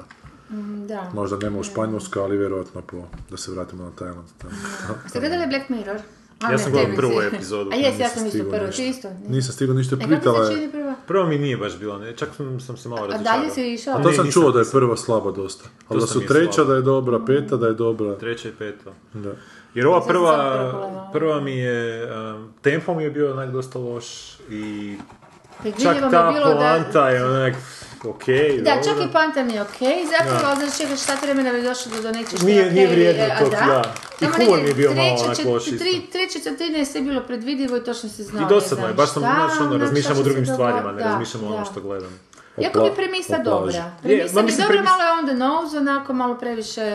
Speaker 3: Da.
Speaker 2: Možda nema
Speaker 3: Mm.
Speaker 2: u Španjolskoj, ali vjerojatno po, da se vratimo na Tajland. tamo.
Speaker 3: Ste gledali Black Mirror? A,
Speaker 4: Ja
Speaker 3: ne,
Speaker 4: sam gledao
Speaker 3: tebi
Speaker 4: prvu
Speaker 3: si.
Speaker 4: epizodu.
Speaker 3: A jes, ja
Speaker 2: Nisam
Speaker 3: sam isto
Speaker 2: stigao
Speaker 3: prvu,
Speaker 2: ništa.
Speaker 3: ti isto? Nisam.
Speaker 2: Nisam stigao ništa,
Speaker 3: E, kako
Speaker 2: pitala
Speaker 3: ti se
Speaker 2: je.
Speaker 3: čini prva?
Speaker 4: Prvo mi nije baš bilo, ne. čak sam, sam se malo
Speaker 3: A
Speaker 4: razočarao.
Speaker 3: dalje si išao?
Speaker 2: To
Speaker 4: Ne,
Speaker 2: sam
Speaker 4: nisam.
Speaker 2: čuo da je prva slaba dosta. Ali da
Speaker 4: sam
Speaker 2: su
Speaker 4: i
Speaker 2: treća,
Speaker 4: slaba.
Speaker 2: da je dobra, peta, da je dobra.
Speaker 4: Treće i peto.
Speaker 2: Da.
Speaker 4: Jer ova
Speaker 3: sam
Speaker 4: prva,
Speaker 3: probala.
Speaker 4: prva mi je, um, tempo mi je bio onak dosta loš i čak
Speaker 3: Predvidljivo mi je
Speaker 4: ta
Speaker 3: bilo da...
Speaker 4: poanta je onak, ok,
Speaker 3: Da,
Speaker 4: dobro.
Speaker 3: čak i panta mi je okej, zapravo, ali znači čekaš sat vremena bi došlo do, do nečeg što
Speaker 4: Nije-
Speaker 3: je okej,
Speaker 4: nije vrijedno
Speaker 3: e, a
Speaker 4: tog, da. I
Speaker 3: Tamo
Speaker 4: humor
Speaker 3: negdje
Speaker 4: mi je bio malo
Speaker 3: treća,
Speaker 4: onak
Speaker 3: čet-
Speaker 4: loš isto.
Speaker 3: tri- Treća, četvrtina je sve bilo predvidivo i točno se znao.
Speaker 4: I
Speaker 3: ne
Speaker 4: dosadno je,
Speaker 3: znam
Speaker 4: baš sam,
Speaker 3: šta,
Speaker 4: znaš, ono,
Speaker 3: onak,
Speaker 4: razmišljam
Speaker 3: šta
Speaker 4: o
Speaker 3: će
Speaker 4: drugim
Speaker 3: se
Speaker 4: stvarima,
Speaker 3: dogoditi,
Speaker 4: ne
Speaker 3: da,
Speaker 4: razmišljam o
Speaker 3: da.
Speaker 4: ono što gledam.
Speaker 3: Jako mi je
Speaker 2: pla-
Speaker 3: premisa
Speaker 2: o plaži.
Speaker 3: dobra.
Speaker 4: Je,
Speaker 3: Premisa
Speaker 4: ma
Speaker 3: mi je
Speaker 4: mislim,
Speaker 3: dobra,
Speaker 4: premis-
Speaker 3: malo je on the nose, onako malo previše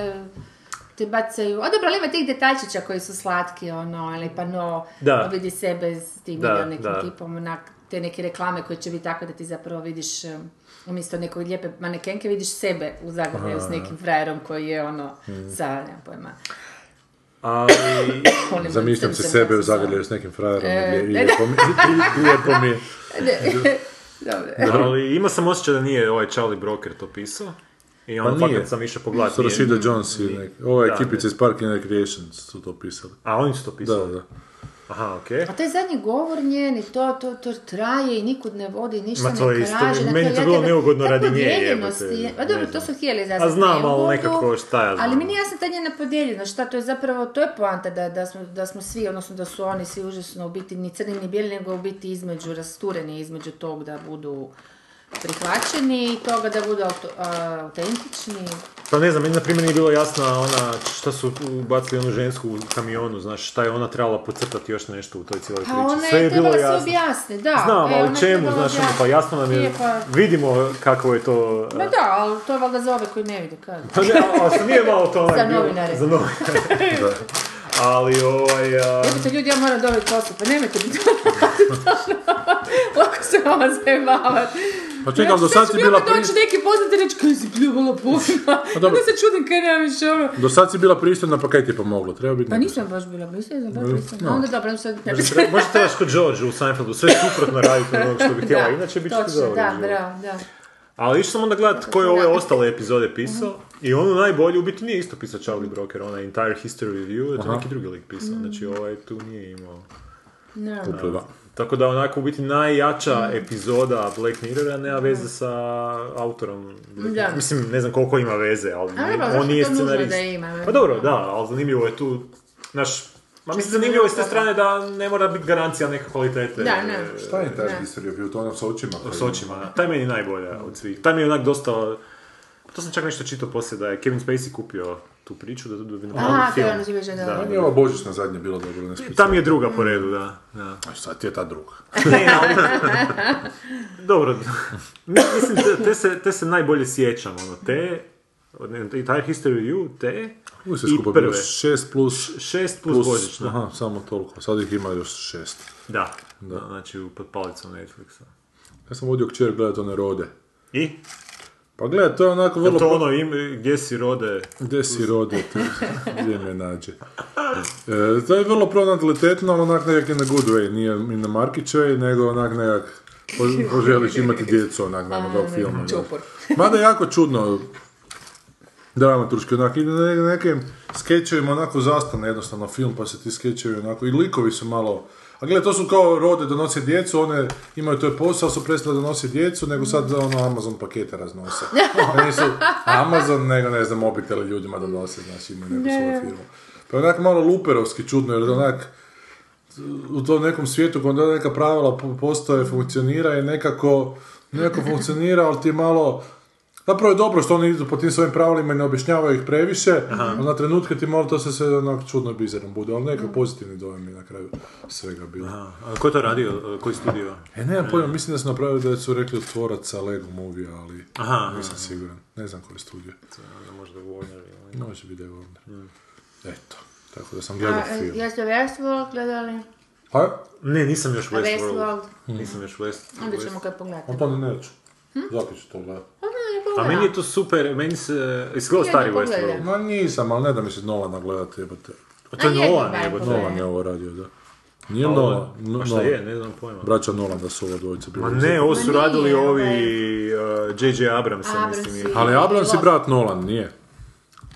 Speaker 3: te bacaju. A dobro, ali ima tih detaljčića koji su slatki, ono, ali pa no,
Speaker 4: Da.
Speaker 3: vidi sebe s tim
Speaker 4: Da,
Speaker 3: da, nekim
Speaker 4: da.
Speaker 3: tipom, onak, te neke reklame koje će biti tako da ti zapravo vidiš um, umjesto nekog lijepe manekenke vidiš sebe u zagrljaju s nekim frajerom koji je ono,
Speaker 4: Mm.
Speaker 3: sa, nemam pojma.
Speaker 4: Ali,
Speaker 3: Hollywood
Speaker 2: Zamišljam se
Speaker 3: crncem,
Speaker 2: sebe
Speaker 3: kako
Speaker 2: u
Speaker 3: se zove.
Speaker 2: zagrljaju s nekim frajerom
Speaker 3: E,
Speaker 2: i
Speaker 3: [laughs] ne,
Speaker 2: lijepo mi- i- i lijepo mi je.
Speaker 3: Dobro.
Speaker 4: ali ima sam osjećaj da nije ovaj Charlie Broker to pisao. I
Speaker 2: Pa
Speaker 4: onda pa
Speaker 2: nije.
Speaker 4: fakat sam išao pogledati.
Speaker 2: Sa Rashida Jones i nek- ova
Speaker 4: Da,
Speaker 2: ekipica
Speaker 4: ne.
Speaker 2: iz Park and Recreation su to pisali.
Speaker 4: A oni su to pisali.
Speaker 2: Da, da.
Speaker 4: Aha, okej.
Speaker 3: A Pa taj zadnji govor njen i to, to, to traje i nikud ne vodi, ništa
Speaker 4: Ma to je
Speaker 3: ne
Speaker 4: isto,
Speaker 3: traže. Na
Speaker 4: meni
Speaker 3: kraju
Speaker 4: to
Speaker 3: ja
Speaker 4: bilo
Speaker 3: tebe-
Speaker 4: neugodno
Speaker 3: ta
Speaker 4: radi nje,
Speaker 3: podijeljenost
Speaker 4: jebote,
Speaker 3: je- Ma
Speaker 4: ne
Speaker 3: dobro, to
Speaker 4: znam.
Speaker 3: su htjeli
Speaker 4: A
Speaker 3: izazvati.
Speaker 4: znam,
Speaker 3: nevolju,
Speaker 4: ali nekako, šta ja znam.
Speaker 3: Ali mi nije jasna ta njena podijeljenost, šta to je zapravo, to je poanta da, da, smo, da smo svi, odnosno da su oni svi užasno u biti ni crni ni bijeli, nego u biti između, rastureni između tog da budu prihvaćeni i toga da budu auto- a, autentični.
Speaker 4: Pa ne znam, meni na primjer nije bilo jasna ona šta su bacili onu žensku u kamionu, znaš, šta je ona trebala pocrtati još nešto u toj cijeloj
Speaker 3: Pa
Speaker 4: priči.
Speaker 3: ona
Speaker 4: Sve
Speaker 3: je
Speaker 4: je bilo
Speaker 3: trebala se
Speaker 4: jasno.
Speaker 3: objasniti, da.
Speaker 4: Znam,
Speaker 3: E, ona
Speaker 4: ali
Speaker 3: je
Speaker 4: čemu,
Speaker 3: trebala
Speaker 4: znaš, ono, pa
Speaker 3: objasniti.
Speaker 4: jasno nam je,
Speaker 3: Je, pa-
Speaker 4: vidimo kako je to...
Speaker 3: Ma
Speaker 4: eh,
Speaker 3: da, ali to je valjda za ove koji ne vide kad.
Speaker 4: Pa ne, ali
Speaker 3: [laughs]
Speaker 4: se nije malo to onaj
Speaker 3: Za
Speaker 4: bio-
Speaker 3: novinare.
Speaker 4: Za novinare. Da. [laughs] Ali ovaj... a,
Speaker 3: Jebite ljudi, ja moram dobiti posao, pa nemojte mi to raditi. [laughs] Lako se vama zajebavati.
Speaker 2: Pa čekam, do sad si bila
Speaker 3: doći
Speaker 2: pristojna.
Speaker 3: neki poznati i reći, kaj si pljuvala puna. Onda
Speaker 2: dobro.
Speaker 3: se čudim kaj nemam više ono.
Speaker 2: Do sad si bila pristojna, pa kaj ti je pomoglo? Treba biti...
Speaker 3: Pa nisam baš bila pristojna, nisam baš pristojna. A Onda dobro, onda sad ne bi
Speaker 4: tre-
Speaker 3: [laughs]
Speaker 4: Možda trebaš kod George u Seinfeldu sve suprotno raditi od onog što bi htjela, inače bit će ti
Speaker 3: Točno,
Speaker 4: dobro. znači.
Speaker 3: da,
Speaker 4: u životu.
Speaker 3: bravo, da.
Speaker 4: Ali išao sam onda gledat koje je ove
Speaker 3: Da.
Speaker 4: ostale
Speaker 3: Mhm.
Speaker 4: epizode pisao i onu najbolju u biti nije isto pisao Charlie Broker, onaj Entire History Review, je to neki drugi lik pisao,
Speaker 3: Mhm.
Speaker 4: znači ovaj tu nije imao.
Speaker 3: Ne.
Speaker 2: Upleva.
Speaker 4: Tako da onako u biti najjača
Speaker 3: Mhm.
Speaker 4: epizoda Black Mirrora nema veze sa autorom. Black
Speaker 3: Da.
Speaker 4: Mirrora. Mislim, ne znam koliko ima veze, ali
Speaker 3: A
Speaker 4: ni-
Speaker 3: dobro, zašto
Speaker 4: on nije
Speaker 3: je to nužno
Speaker 4: scenarist.
Speaker 3: da ima?
Speaker 4: Pa dobro, da, ali zanimljivo je tu, znaš, Ma mislim, zanimljivo je s te strane da ne mora biti garancija neke kvalitete.
Speaker 3: Da, ne.
Speaker 4: e,
Speaker 2: Šta je taj
Speaker 3: Ne.
Speaker 2: History of You? To ono s očima?
Speaker 4: s očima. da. Taj meni je najbolja od svih. Taj mi je onak dosta... To sam čak nešto čitao poslije da je Kevin Spacey kupio tu priču da, da bi napravio
Speaker 3: Aha, to
Speaker 4: film.
Speaker 3: je ono žive žene, da.
Speaker 2: Nije ova božićna zadnja bila dobro, ne smisla.
Speaker 4: Tam je druga po redu, da.
Speaker 3: [laughs]
Speaker 4: da.
Speaker 2: A Sad ti je E, ta druga.
Speaker 4: Dobro, Mi- mislim, te, te se, te se najbolje sjećam, ono, te, ne, i taj History You, te,
Speaker 2: Uvijek se
Speaker 4: i
Speaker 2: skupa bilo
Speaker 4: prve.
Speaker 2: 6 plus...
Speaker 4: Šest plus,
Speaker 2: Plus,
Speaker 4: božićna.
Speaker 2: aha, samo toliko. Sad ih ima još šest.
Speaker 4: Da. da, znači u pod palicom Netflixa.
Speaker 2: Ja sam vodio kćer gledat one rode.
Speaker 4: I?
Speaker 2: Pa gledaj, to je onako vrlo...
Speaker 4: To ono im, gdje si rode,
Speaker 2: Gdje si rode, tu, [laughs] gdje me nađe. E, to je vrlo pronatalitetno, ali onak nekak in a good way, nije in a Markić way, nego onak nekak po- poželiš imati djecu onak nama tog filma. znaš.
Speaker 3: Čupor.
Speaker 2: Mada je jako čudno dramaturški, onak ide na ne- nekim skečevima onako zastane jednostavno film, pa se ti skečevi onako, i likovi su malo a gle, to su kao rode donose djecu, one imaju to posao, ali su prestale donose djecu, nego sad ono Amazon pakete raznose. Da nisu Amazon, nego ne znam, mobitele ljudima donose, znači imaju neku svoju firmu. Pa je onak malo luperovski čudno, jer onak u tom nekom svijetu onda neka pravila po- postoje, funkcionira i nekako, nekako funkcionira, ali ti malo... Zapravo je dobro što oni idu po tim svojim pravilima i ne objašnjavaju ih previše, ali na trenutke ti malo to se sve onak čudno i bizarno bude, ali nekakav pozitivni dojam je na kraju svega bilo.
Speaker 4: A, a ko je to radio, koji studio?
Speaker 2: E, nemam pojma, mislim da su napravili da su rekli od tvoraca Lego Movie, ali
Speaker 4: Aha,
Speaker 2: nisam siguran. Ne znam koji je studio.
Speaker 4: možda Warner ili...
Speaker 2: Može biti da je Warner. Eto, tako da sam gledao
Speaker 3: A, e,
Speaker 2: film.
Speaker 3: Jeste Westworld gledali?
Speaker 2: Pa,
Speaker 4: Ne, nisam još Westworld.
Speaker 3: Westworld.
Speaker 4: Nisam još Westworld.
Speaker 3: Onda ćemo kad Pa pogledati.
Speaker 2: on to ni neću. Zato ću to gledati.
Speaker 4: A meni je to super, meni se... Jesi gledao
Speaker 3: Ja
Speaker 4: stari
Speaker 3: ne pogledam.
Speaker 4: Westworld?
Speaker 2: Ma nisam, ali ne da mi se Nolan gledati, jebate.
Speaker 4: A to je
Speaker 3: A je,
Speaker 4: Nolan,
Speaker 3: da,
Speaker 4: jebote.
Speaker 3: je.
Speaker 2: Nolan je ovo radio, da. Nije Nolan,
Speaker 4: Pa
Speaker 2: no-
Speaker 4: šta je,
Speaker 2: Nolan.
Speaker 4: ne znam pojma.
Speaker 2: Braća Nolan da su ovo dvojice bili.
Speaker 4: Ma ne, ovo su
Speaker 3: Ma nije,
Speaker 4: radili ovi
Speaker 3: ovaj.
Speaker 4: uh, J.J. Abramsa,
Speaker 3: Abramsi.
Speaker 4: mislim. je.
Speaker 2: Ali Abrams je brat Nolan, nije.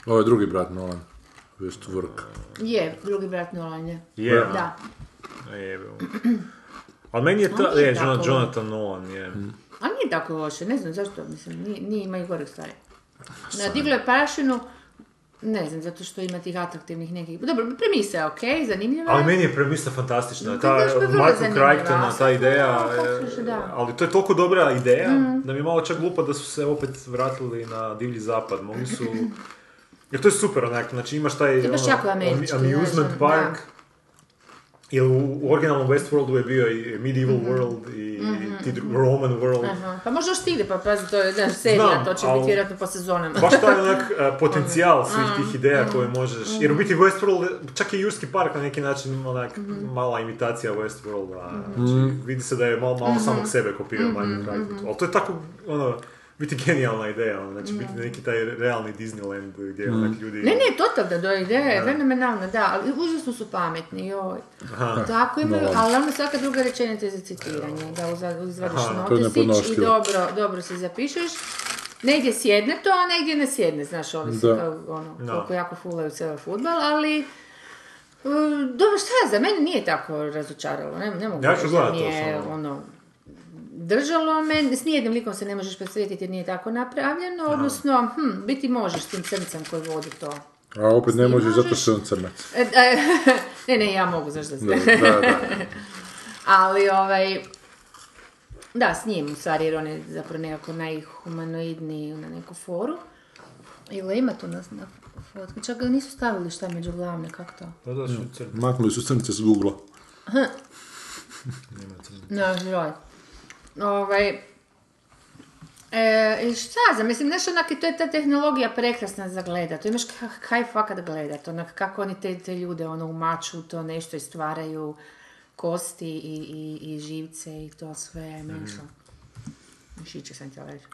Speaker 2: Ovo je drugi brat Nolan. Westwork.
Speaker 3: Je, drugi brat Nolan je.
Speaker 4: Je, a?
Speaker 3: Da.
Speaker 4: A jebe mu. Ali meni je ta,
Speaker 3: On nije
Speaker 4: je,
Speaker 3: tako
Speaker 4: Jonathan,
Speaker 3: loš.
Speaker 4: Jonathan Nolan, je.
Speaker 3: A nije tako loše, ne znam zašto, mislim, nije, nije ima i gore stvari. Na diglo je prašinu, ne znam, zato što ima tih atraktivnih nekih... Dobro, premisa je okej, zanimljiva
Speaker 4: Ali
Speaker 3: je.
Speaker 4: meni je premisla fantastična,
Speaker 3: to je
Speaker 4: ta
Speaker 3: baš bilo
Speaker 4: Michael
Speaker 3: zanimljivo,
Speaker 4: Crichtona,
Speaker 3: a
Speaker 4: ta
Speaker 3: sad
Speaker 4: ideja,
Speaker 3: to je baš,
Speaker 4: e,
Speaker 3: da. Mm.
Speaker 4: ali to je toliko dobra ideja, da mi je malo čak glupo da su se opet vratili na divlji zapad, mogli su... [laughs] Jer to je super onak, znači imaš taj
Speaker 3: je baš jako američki, znaš,
Speaker 4: amusement
Speaker 3: ono,
Speaker 4: park,
Speaker 3: da.
Speaker 4: jer u, u originalnom Westworldu je bio i Medieval World i ti dru- Roman World,
Speaker 3: Mhm. Aha. Pa možda još stigne, pa pazi, to je jedna serija,
Speaker 4: Znam,
Speaker 3: to će
Speaker 4: ali-
Speaker 3: biti vjerojatno po sezonama.
Speaker 4: baš taj onak e, potencijal svih
Speaker 3: Mm,
Speaker 4: tih ideja koje možeš, jer u biti Westworld, čak i Jurski park na neki način onak
Speaker 3: Mhm.
Speaker 4: mala imitacija Westworlda, znači vidi se da je malo,
Speaker 3: Mhm.
Speaker 4: malo samog sebe kopirao Michael Crichton, ali to je tako ono, biti genijalna ideja, ono, znači biti neki taj realni Disneyland gdje onak ljudi...
Speaker 3: Mhm. E, Ne, ne, totalna do ideja je fenomenalna, da, ali užasno su pametni, joj. Tako imaju, ali onda svaka druga rečenica je za citiranje, da uza- izvadiš
Speaker 2: to je
Speaker 3: notisić i
Speaker 2: nepodnošljivo.
Speaker 3: dobro, dobro si zapišeš. Negdje sjedne to, a negdje ne sjedne, znaš, ovisi
Speaker 2: Da.
Speaker 3: kao, ono, koliko jako fulaju cijeli futbal, ali... Mm, Dobro, šta ja za mene nije tako razočaralo, ne, ne mogu
Speaker 4: Ja ću
Speaker 3: reći da
Speaker 4: gledat
Speaker 3: mi
Speaker 4: to
Speaker 3: je,
Speaker 4: samo.
Speaker 3: ono, držalo me, s nijednim likom se ne možeš presvetiti jer nije tako napravljeno, odnosno, hm, biti možeš s tim crncem koji vodi to.
Speaker 2: A opet ne može zato
Speaker 3: možeš?
Speaker 2: što je on crnac.
Speaker 3: E, e, [laughs] ne, ne, ja mogu, znaš da znam.
Speaker 2: Da, [laughs] da, da.
Speaker 3: Ali, ovaj, da, s njim, u stvari, jer on je zapravo nekako najhumanoidniji na neku foru. Ili ima tu na, na fotku, čak ga nisu stavili šta među glavne, kako to?
Speaker 4: Da, da, šucer.
Speaker 2: Maknuli su crnice s Google-a.
Speaker 3: Na, žoj. Ovaj, e, i šta znam, mislim, znaš, onak, i to je ta tehnologija prekrasna za gledat. To imaš ka- kaj fakat gledat, onak, kako oni te, te ljude, ono, umaču u to nešto i stvaraju kosti i, i, i živce i to sve, nešto. Mišiće sam htjela reći.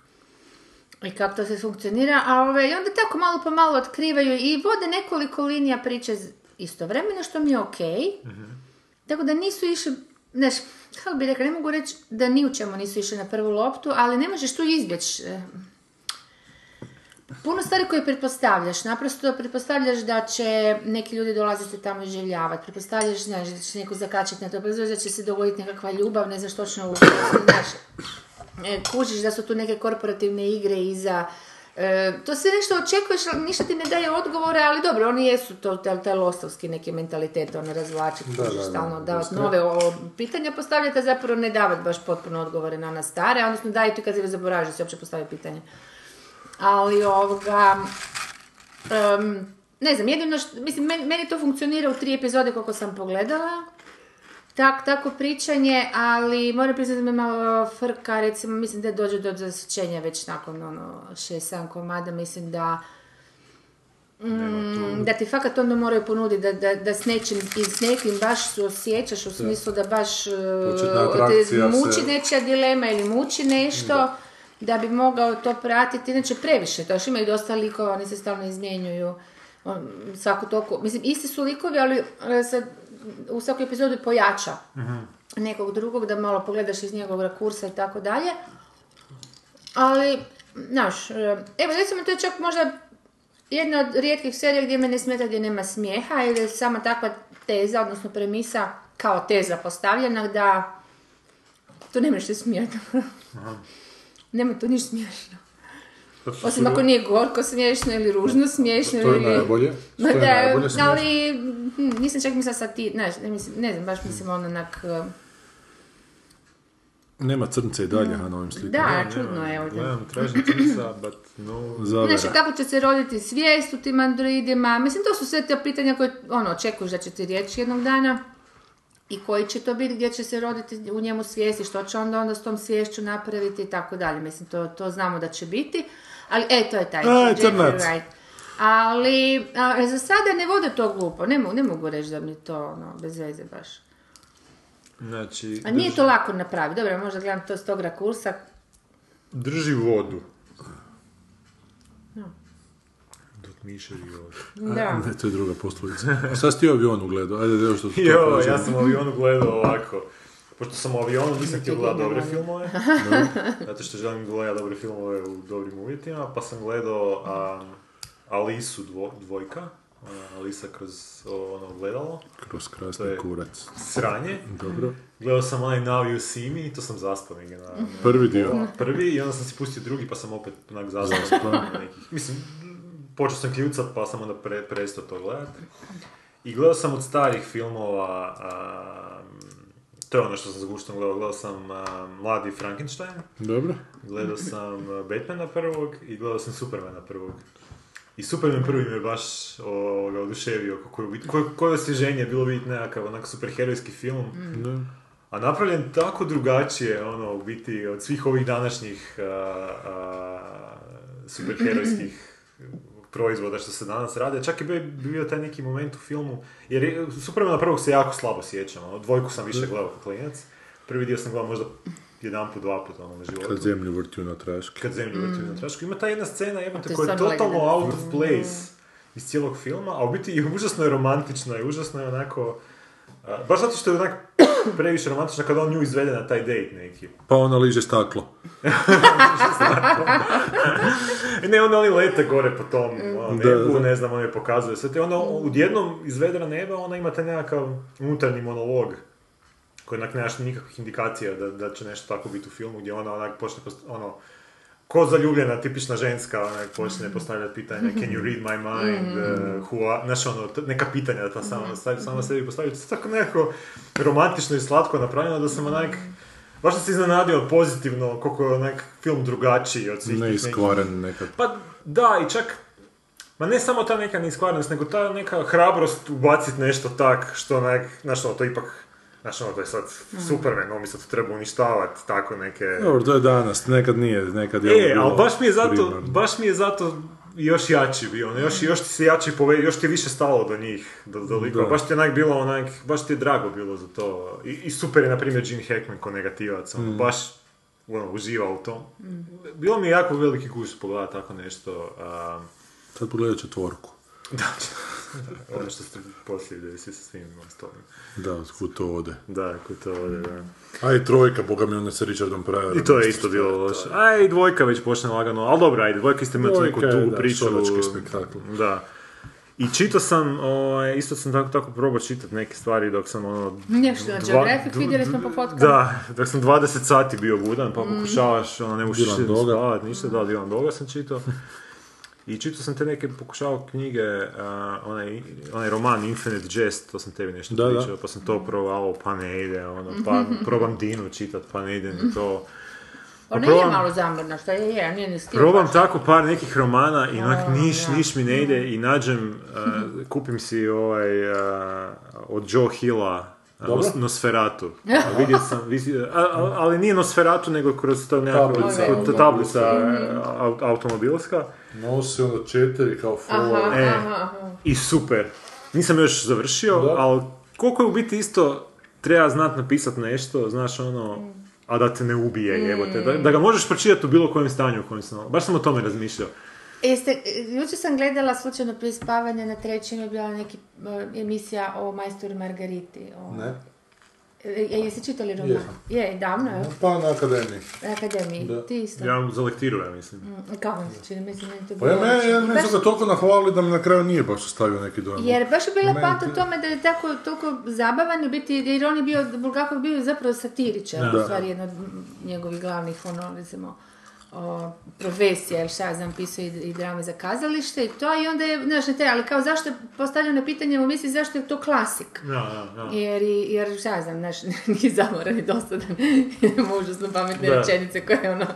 Speaker 3: I kako to se funkcionira, a ove, i onda tako malo po malo otkrivaju i vode nekoliko linija priče z- istovremeno, što mi je okej. Tako da nisu išli, znaš, kako bi rekla, ne mogu reći da ni u čemu nisu išli na prvu loptu, ali ne možeš tu izbjeći. e, Puno stvari koje pretpostavljaš, naprosto pretpostavljaš da će neki ljudi dolaziti tamo i življavati, pretpostavljaš znaš, da će se neko zakačiti na to, pretpostavljaš da će se dogoditi nekakva ljubav, ne znaš točno, u- znaš, e, kužiš da su tu neke korporativne igre iza, e, to se nešto očekuješ, ali ništa ti ne daje odgovore, ali dobro, oni jesu to, taj, taj lostovski neki mentalitet, ono razvlačiti,
Speaker 2: Da,
Speaker 3: kužiš,
Speaker 2: da, da,
Speaker 3: stalno davati nove o- pitanja postavljati, a zapravo ne davati baš potpuno odgovore na ona stare, odnosno daju ti kad se zaboraviš da se uopće postavi pitanje. Ali ovoga, em, ne znam, jedino što, mislim, meni, meni to funkcionira u tri epizode koliko sam pogledala. Tak, tako pričanje, ali moram priznati da me malo frka, recimo, mislim da dođe do zasićenja već nakon ono, šest, sedam komada, mislim da Mm, da ti fakat onda moraju ponuditi da, da, da s nečim i s nekim baš se osjećaš u smislu da baš e,
Speaker 2: Početna
Speaker 3: te
Speaker 2: atrakcija se-
Speaker 3: muči nečija dilema ili muči nešto da. bi mogao to pratiti, inače previše, to još ima i dosta likova, oni se stalno izmjenjuju on, svaku toliko, mislim isti su likovi, ali e, sad u svakoj epizodi pojača nekog drugog da malo pogledaš iz njegovog rakursa i tako dalje. Ali, znaš, e, evo recimo to je čak možda jedna od rijetkih serija gdje me ne smeta gdje nema smijeha ili je sama takva teza, odnosno premisa kao teza postavljena da tu ne možeš se smijati. [laughs] Nema tu ništa smiješno. Osim ako nije gorko smiješno ili ružno smiješno.
Speaker 2: To je
Speaker 3: ili-
Speaker 2: najbolje.
Speaker 3: Ma
Speaker 2: To je
Speaker 3: da,
Speaker 2: najbolje smiješno.
Speaker 3: ali hm, nisam čak mislila sad ti, znaš, ne, mislim, ne znam, baš mislim ono onak... eh,
Speaker 2: Nema crnce i dalje, ha, na ovim slikama.
Speaker 3: Da, čudno je ovdje.
Speaker 4: Gledam, tražim crca, but no...
Speaker 2: Zavera.
Speaker 3: Znači, kako će se roditi svijest u tim androidima, mislim, to su sve te pitanja koje, ono, očekuješ da će ti riječ jednog dana i koji će to biti, gdje će se roditi u njemu svijest i što će onda onda s tom sviješću napraviti i tako dalje, mislim, to, to znamo da će biti, ali, e, to je taj
Speaker 2: Aj,
Speaker 3: Jeffrey
Speaker 2: crnac.
Speaker 3: Wright. Ali, a, za sada ne vode to glupo, ne, mo- ne mogu reći da mi je to, ono, bez veze baš.
Speaker 4: Znači,
Speaker 3: A nije to lako napraviti, dobro, možda gledam to s tog rakursa,
Speaker 4: drži vodu. Dok miševi vodu.
Speaker 3: da.
Speaker 2: Ne, to je druga poslovica. Sad si ti u avionu gledao, ajde, evo što
Speaker 4: Jo, ja sam u avionu gledao ovako. Pošto sam u avionu, nisam htio gledati dobre filmove. Zato što želim gledati dobre filmove u dobrim uvjetima, pa sam gledao um, Alisu dvo, dvojka. ona Alisa kroz o, ono gledalo.
Speaker 2: Kroz
Speaker 4: To
Speaker 2: krasni
Speaker 4: je-
Speaker 2: kurac.
Speaker 4: Sranje.
Speaker 2: Dobro.
Speaker 4: Gledao sam onaj Now You See Me, to sam zaspao negdje na, na
Speaker 2: Prvi dio.
Speaker 4: pola prvi i onda sam si pustio drugi pa sam opet onak zaspao. na nekih- Mislim, počeo sam kljucat pa sam onda pre, prestao to gledati. I gledao sam od starih filmova, a, to je ono što sam s guštom gledao, gledao sam a, Mladi Frankenstein,
Speaker 2: Dobro.
Speaker 4: gledao sam a, Batmana prvog i gledao sam Supermana prvog. I Superman prvi me baš ovoga, oduševio, koje, koje, koje osvježenje je bilo vidjeti nekakav onak superherojski film.
Speaker 2: Da.
Speaker 4: A napravljen tako drugačije, ono, u biti, od svih ovih današnjih eh, a, a, superherojskih proizvoda što se danas rade. Čak je bio, bio taj neki moment u filmu, jer je, Supermana prvog se jako slabo sjećam, ono, dvojku sam više gledao kao klinac. Prvi dio sam gledao možda jedan put, dva put, ono, na životu.
Speaker 2: Kad zemlju vrti na traške.
Speaker 4: Kad zemlju vrti na trašku. Ima ta jedna scena,
Speaker 3: Mm. To
Speaker 4: jebate,
Speaker 3: je
Speaker 4: koja je
Speaker 3: stvarno
Speaker 4: totalno
Speaker 3: legendarna.
Speaker 4: out of place iz cijelog filma, a u biti i užasno je romantična i užasno je onako... a, baš zato što je onak [coughs] previše romantična kada on nju izvede na taj date neki.
Speaker 2: Pa ona liže staklo.
Speaker 4: I E, ne, onda oni lete gore po tom ono,
Speaker 2: Da,
Speaker 4: nebu,
Speaker 2: da.
Speaker 4: ne znam, on je pokazuje sve te. ono Onda odjednom iz vedra neba ona ima taj nekakav unutarnji monolog koji onak nemaš nikakvih indikacija da, da će nešto tako biti u filmu gdje ona onak počne post- ono ko zaljubljena, tipična ženska, onak počne postavljati pitanja can you read my mind, uh, who are, znaš ono, t- neka pitanja da ta sama, stavi- sama sebi postavlja, to je tako nekako romantično i slatko napravljeno da sam onak, baš sam se iznenadio pozitivno koliko je onak film drugačiji od svih tih nekih
Speaker 2: Neiskvaren nekad.
Speaker 4: pa da, i čak... Ma ne samo ta neka neiskvarenost, nego ta neka hrabrost ubaciti nešto tak, što nek, znaš ono, to ipak, znaš ono, to je sad Superman, on mi sad to treba uništavati, tako neke...
Speaker 2: Dobro, to je danas, nekad nije, nekad je
Speaker 4: E, ali baš mi je zato,
Speaker 2: primarno. Mm.
Speaker 4: baš mi je zato još jači bio, ono, još, još ti se jači pove, još ti je više stalo do njih, do, do likova.
Speaker 2: Da.
Speaker 4: baš ti je onak bilo onak, baš ti je drago bilo za to. I, i super je, na primjer, Gene Hackman ko negativac, ono,
Speaker 2: Mm.
Speaker 4: baš ono, uživa u tom. Bilo mi je jako veliki guš pogledati tako nešto. a,
Speaker 2: Sad pogledat četvorku.
Speaker 4: da, [laughs] ono što ste poslije vidjeli svi sa svim ostalim.
Speaker 2: Da, otkud to ode.
Speaker 4: Da, ako to ovdje, da.
Speaker 2: A i trojka, boga mi, ona sa Richardom Pryorom.
Speaker 4: Mm. I to je isto bilo loše. A i dvojka već počne lagano, ali dobro, ajde, dvojka isto ima tu neku
Speaker 2: Dvojka je,
Speaker 4: dugu
Speaker 2: da,
Speaker 4: priču.
Speaker 2: sobački spektakl.
Speaker 4: Da. I čitao sam, ovaj, isto sam tako, tako probao čitati neke stvari dok sam ono...
Speaker 3: Nešto na
Speaker 4: dva-
Speaker 3: Geographic
Speaker 4: du-
Speaker 3: vidjeli smo po fotkama.
Speaker 4: Da, dok sam 20 sati bio budan, pa pokušavaš, ono, ne možeš
Speaker 2: Dylan
Speaker 4: se
Speaker 2: Doga.
Speaker 4: spavat, ništa, da, Dylan Doga sam čitao. I čitao sam te neke, pokušavao knjige, a, onaj, onaj roman Infinite Jest, to sam tebi nešto
Speaker 2: Da, da.
Speaker 4: pričao, pa sam to provao, pa ne ide, ono, pa probam Dinu čitat, pa ne ide ni to. Pa
Speaker 3: Ona je
Speaker 4: probam-
Speaker 3: malo zamorna, što je, je, nije ni stil.
Speaker 4: Probam tako par nekih romana i onak niš,
Speaker 3: da.
Speaker 4: niš mi ne ide i
Speaker 3: [laughs]
Speaker 4: nađem, eh, kupim si ovaj, eh, od Joe Hilla eh,
Speaker 2: Dobro.
Speaker 4: Nos-
Speaker 3: [laughs]
Speaker 4: Nosferatu. A Vidio sam, vidio- a- a- ali nije Nosferatu, nego kroz to nekako,
Speaker 2: Tablica.
Speaker 4: kod- ta tablica eh,
Speaker 3: Mhm.
Speaker 4: au- automobilska.
Speaker 2: Nosi ono četiri kao
Speaker 3: Aha,
Speaker 2: follow.
Speaker 4: E,
Speaker 3: aha, aha.
Speaker 4: I super. Nisam još završio,
Speaker 2: Da.
Speaker 4: ali koliko je u biti isto treba znat napisat nešto, znaš ono, a da te ne ubije, evo te. Da,
Speaker 3: Mm.
Speaker 4: da ga možeš pročitati u bilo kojem stanju u kojem sam, baš sam o tome razmišljao.
Speaker 3: Jeste, e, jučer sam gledala slučajno prije spavanja na trećem je bila neki e, emisija o majstoru Margariti. O...
Speaker 2: Ne?
Speaker 3: E, e, jesi čitali roman?
Speaker 2: Jesam.
Speaker 3: Je, davno je,
Speaker 2: Pa na akademiji.
Speaker 3: na akademiji,
Speaker 2: Da.
Speaker 3: ti isto. Mm,
Speaker 4: Ja za lektiru, ja mislim.
Speaker 3: Kao vam se čini, mislim, meni to
Speaker 2: Pa ja,
Speaker 3: bilo
Speaker 2: me, ja
Speaker 3: očito.
Speaker 2: meni
Speaker 3: Baš-
Speaker 2: su ga toliko nahvalili da mi na kraju nije baš ostavio neki dojam.
Speaker 3: Jer baš je bila
Speaker 2: Meni
Speaker 3: pata
Speaker 2: to-
Speaker 3: u tome da je tako, toliko zabavan, u biti, jer on je bio, Bulgakov bio zapravo satiričar,
Speaker 2: Da.
Speaker 3: u stvari jedna od njegovih glavnih, ono, recimo, o, profesija, ili šta ja znam, pisao i, i drame za kazalište i to, i onda je, znaš, ne treba, ali kao zašto, postavljeno je pitanje u misli zašto je to klasik?
Speaker 4: Da, da, da.
Speaker 3: Jer, i- jer šta ja znam, znaš, [laughs] nije zamoran i dosadan, [laughs] ima užasno pametne
Speaker 4: Da.
Speaker 3: rečenice koje, ono,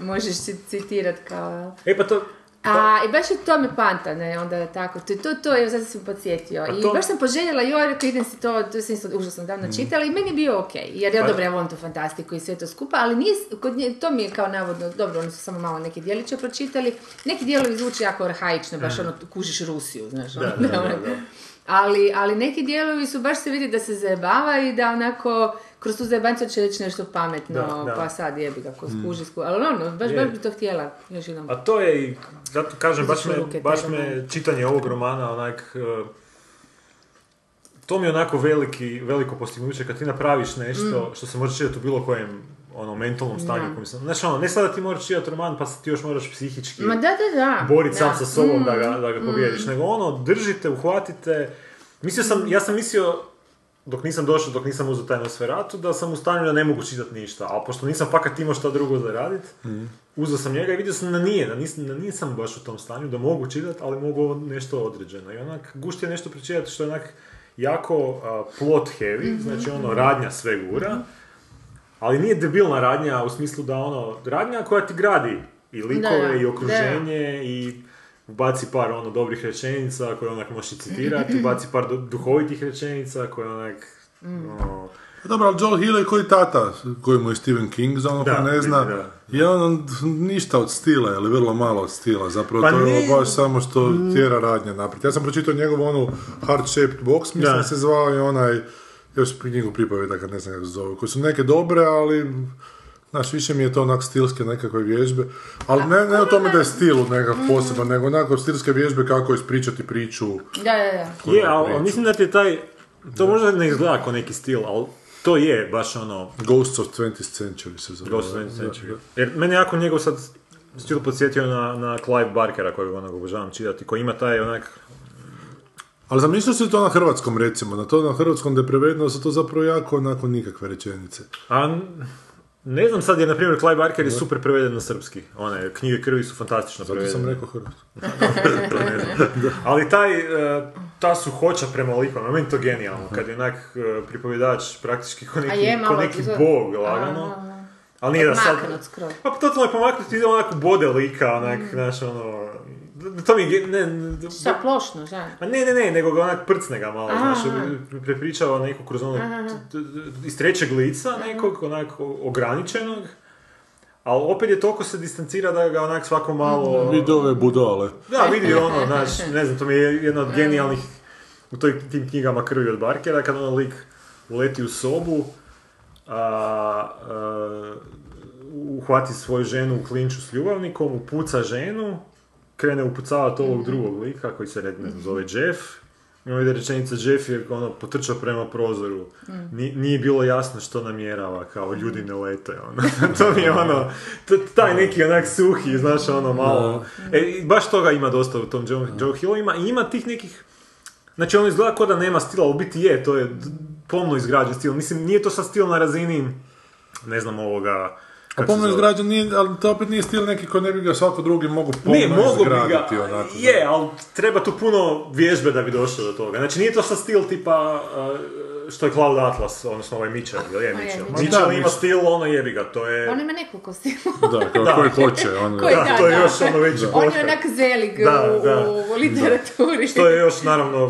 Speaker 3: možeš citirat kao, jel?
Speaker 4: E pa to...
Speaker 3: A, i baš je to me panta, ne, onda je tako, to, to, to, evo, sad sam podsjetio.
Speaker 4: A
Speaker 3: I
Speaker 4: to- Mhm.
Speaker 3: baš sam poželjela, joj, rekao, idem si to, to sam isto užasno davno čitala i meni je bio okej, jer ja
Speaker 4: Pa-
Speaker 3: dobro, ja volim tu fantastiku i sve to skupa, ali nije, kod nje, to mi je kao navodno, dobro, oni su samo malo neke dijeliće pročitali, neki dijelovi zvuče jako arhaično, baš ono, kužiš Rusiju, znaš, ono,
Speaker 4: Mhm. da, da, da.
Speaker 3: Ali, ali neki dijelovi su, baš se vidi da se zajebava i da onako, kroz tu zajebancu će reći nešto pametno,
Speaker 4: Da, da.
Speaker 3: pa sad jebi ga, ko skuži, sku- ali ono, baš,
Speaker 4: Je.
Speaker 3: baš bi to htjela, još jednom.
Speaker 4: A to je i... Zato kažem, baš me,
Speaker 3: Uzet ću ruke,
Speaker 4: baš
Speaker 3: taj
Speaker 4: me
Speaker 3: roman.
Speaker 4: čitanje ovog romana onak... eh, To mi je onako veliki, veliko postignuće kad ti napraviš
Speaker 3: Mm.
Speaker 4: nešto što se može čitati u bilo kojem ono, mentalnom stanju. u kojem sam- Znaš ono, ne sada ti moraš čitati roman pa se ti još moraš psihički...
Speaker 3: Ma da, da, da.
Speaker 4: borit sam
Speaker 3: Da. Mm,
Speaker 4: sa sobom da ga, da ga pobijediš, nego ono, držite, uhvatite. Mislio
Speaker 3: Mm.
Speaker 4: sam, ja sam mislio, dok nisam došao, dok nisam uzeo taj Nosferatu, da sam u stanju da ne mogu čitati ništa, a pošto nisam fakat imao šta drugo za radit, uzeo sam njega i vidio sam da nije, da nisam, da nisam baš u tom stanju, da mogu čitati, ali mogu ovo nešto određeno. I onak, gušt je nešto pročitati što je onak jako a, plot heavy,
Speaker 3: Mhm,
Speaker 4: znači ono, radnja sve gura, ali nije debilna radnja u smislu da ono, radnja koja ti gradi i likove
Speaker 3: Da,
Speaker 4: i okruženje i baci par ono dobrih rečenica koje onak možeš i
Speaker 3: [laughs]
Speaker 4: citirati, baci par du- duhovitih rečenica koje onak
Speaker 3: Mm.
Speaker 4: ono,
Speaker 2: Pa Dobro, ali Joel Hill je koji tata, koji mu je Stephen King, za ono
Speaker 4: Da,
Speaker 2: ko ne zna.
Speaker 4: da.
Speaker 2: I on, on ništa od stila, ili vrlo malo od stila. Zapravo
Speaker 4: Pa
Speaker 2: to je ono
Speaker 4: ne-
Speaker 2: baš samo što tjera radnja naprijed. Ja sam pročitao njegovu onu Hard Shaped Box, mislim
Speaker 4: Da.
Speaker 2: da se zvao i onaj, još knjigu pripovjeda, kad ne znam kako se zove, koje su neke dobre, ali... Znaš, više mi je to onak stilske nekakve vježbe, ali ne, ne o tome da je stilu nekak poseban, nego onako stilske vježbe kako ispričati priču.
Speaker 3: Da, da, da.
Speaker 4: Je, ali
Speaker 2: priču.
Speaker 4: mislim da ti je taj, to možda ne izgleda kao neki stil, ali To je baš ono,
Speaker 2: Ghosts of 20th Century se zove.
Speaker 4: Ghost
Speaker 2: Da,
Speaker 4: of the Century.
Speaker 2: da.
Speaker 4: Jer mene jako njegov sad stil podsjetio na, na Clive Barkera kojeg onak obožavam čitati, koji ima taj onak...
Speaker 2: Ali zamislio si to na hrvatskom recimo, na to na hrvatskom da je prevedeno su to zapravo jako onako nikakve rečenice.
Speaker 4: A, n- ne znam sad, jer na primjer Clive Barker je super preveden na srpski. One, knjige krvi su fantastično
Speaker 2: Zato
Speaker 4: prevedene.
Speaker 2: sam rekao hrvatsko.
Speaker 4: Ali taj, e, ta suhoća prema likovima, meni je to genijalno, kad je onak e, pripovjedač praktički ko neki,
Speaker 3: je
Speaker 4: ko
Speaker 3: malo
Speaker 4: neki
Speaker 3: za-
Speaker 4: bog lagano. Ali nije da sad...
Speaker 3: Maknut skroz.
Speaker 4: Pa totalno je pomaknuti ide onako bode lika, onak,
Speaker 3: Mm.
Speaker 4: znaš, ono... To mi je... ge- Ne, ne-
Speaker 3: Šta, plošno, žal.
Speaker 4: Ma ne, ne, ne, nego ga onak prcne ga malo, znaš, prepričava neko kroz ono, t- t- iz trećeg lica nekog, onak o- ograničenog, ali opet je toliko se distancira da ga onak svako malo...
Speaker 2: Mhm. Vidi ove budale.
Speaker 4: Da, vidi ono, znaš, ne znam, to mi je jedna od genijalnih u toj, tim knjigama Krvi od Barkera, kad ono lik uleti u sobu, a, a, uhvati svoju ženu u klinču s ljubavnikom, upuca ženu, krene upucavati ovog
Speaker 2: Mhm.
Speaker 4: drugog lika koji se ne znam, zove Jeff, i onda ide rečenica Jeff je ono potrčao prema prozoru.
Speaker 2: Mhm.
Speaker 4: Ni- nije bilo jasno što namjerava, kao ljudi ne lete. Ono. [laughs] to mi je ono, t- taj neki onak suhi, znaš, ono malo. E, i baš toga ima dosta u tom Joe, Joe Hillovima. I ima tih nekih Znači ono izgleda kao da nema stila, ali u biti je, to je d- pomno izgrađen stil. Mislim, nije to sad stil na razini, ne znam, ovoga...
Speaker 2: A
Speaker 4: kako se
Speaker 2: pomno
Speaker 4: zove.
Speaker 2: izgrađen nije, ali to opet nije stil neki ko ne bi ga svako drugi mogu pomno
Speaker 4: Ne, mogo bi ga,
Speaker 2: izgraditi. onako, da.
Speaker 4: je, ali treba tu puno vježbe da bi došlo do toga. Znači nije to sad stil tipa uh, što je Cloud Atlas, odnosno ovaj Mitchell, jel je Mitchell?
Speaker 3: Mitchell.
Speaker 2: Ma da,
Speaker 4: Mitchell ima
Speaker 2: Mitchell.
Speaker 4: stil, ono jebi ga, to je...
Speaker 3: On ima nekoliko stilova.
Speaker 2: Da, kao koji hoće. On,
Speaker 3: [laughs] Koji
Speaker 4: Da,
Speaker 3: da,
Speaker 4: to je
Speaker 3: da.
Speaker 4: još ono veći
Speaker 3: On je
Speaker 4: pothvat.
Speaker 3: onak zelig
Speaker 4: Da,
Speaker 3: u,
Speaker 4: da.
Speaker 3: u literaturi.
Speaker 4: To je još, naravno,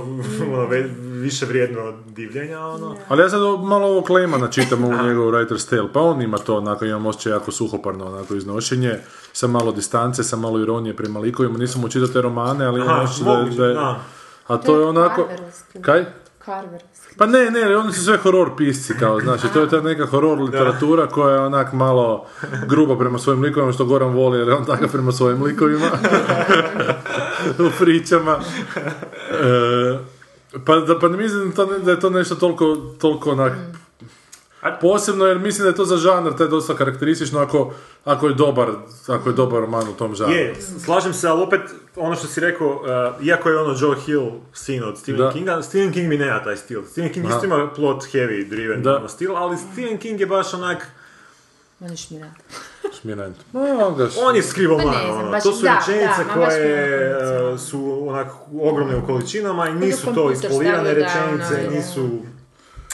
Speaker 4: ono, ve- više vrijedno od divljenja, ono.
Speaker 2: Ali ja sad o- malo ovog Klejmana čitam u njegov Writer's Tale, pa on ima to, onako imam osjećaj jako suhoparno onako iznošenje, sa malo distance, sa malo ironije prema likovima, nisam mu čitao te romane, ali imam
Speaker 4: Aha,
Speaker 2: osjećaj da, je-
Speaker 4: moguće,
Speaker 2: da je-
Speaker 4: da.
Speaker 2: A to je onako...
Speaker 3: Carverovski.
Speaker 2: Kaj?
Speaker 3: Carverovski.
Speaker 2: Pa ne, ne, oni su sve horor pisci, kao, znači, to je ta neka horor literatura koja je onak malo gruba prema svojim likovima, što Goran voli, jer je on takav prema svojim
Speaker 4: [laughs]
Speaker 2: likovima, u pričama. E, pa, da, pa ne mislim da, to ne- da je to nešto toliko, toliko onak, posebno, jer mislim da je to za žanr, to je dosta karakteristično, ako, ako je dobar, ako je dobar roman u tom žanru.
Speaker 4: Je, slažem se, ali opet ono što si rekao, uh, iako je ono Joe Hill sin od Stephen
Speaker 2: Da.
Speaker 4: Kinga, Stephen King mi nema taj stil. Stephen King isto ima plot heavy driven
Speaker 2: Da.
Speaker 4: ono stil, ali Stephen King je baš onak,
Speaker 3: Maniš mi rad.
Speaker 2: Šmirant. Ma, on ga š-
Speaker 4: on je skrivo
Speaker 3: Pa ne znam,
Speaker 4: ono.
Speaker 3: baš-
Speaker 4: To su
Speaker 3: da,
Speaker 4: rečenice
Speaker 3: da, ma baš
Speaker 4: koje
Speaker 3: mi ono,
Speaker 4: uh, su onak ogromne u količinama i nisu to
Speaker 3: Pa kompjuter
Speaker 4: ispolirane
Speaker 3: stavio da, ono,
Speaker 4: rečenice,
Speaker 3: da.
Speaker 4: nisu...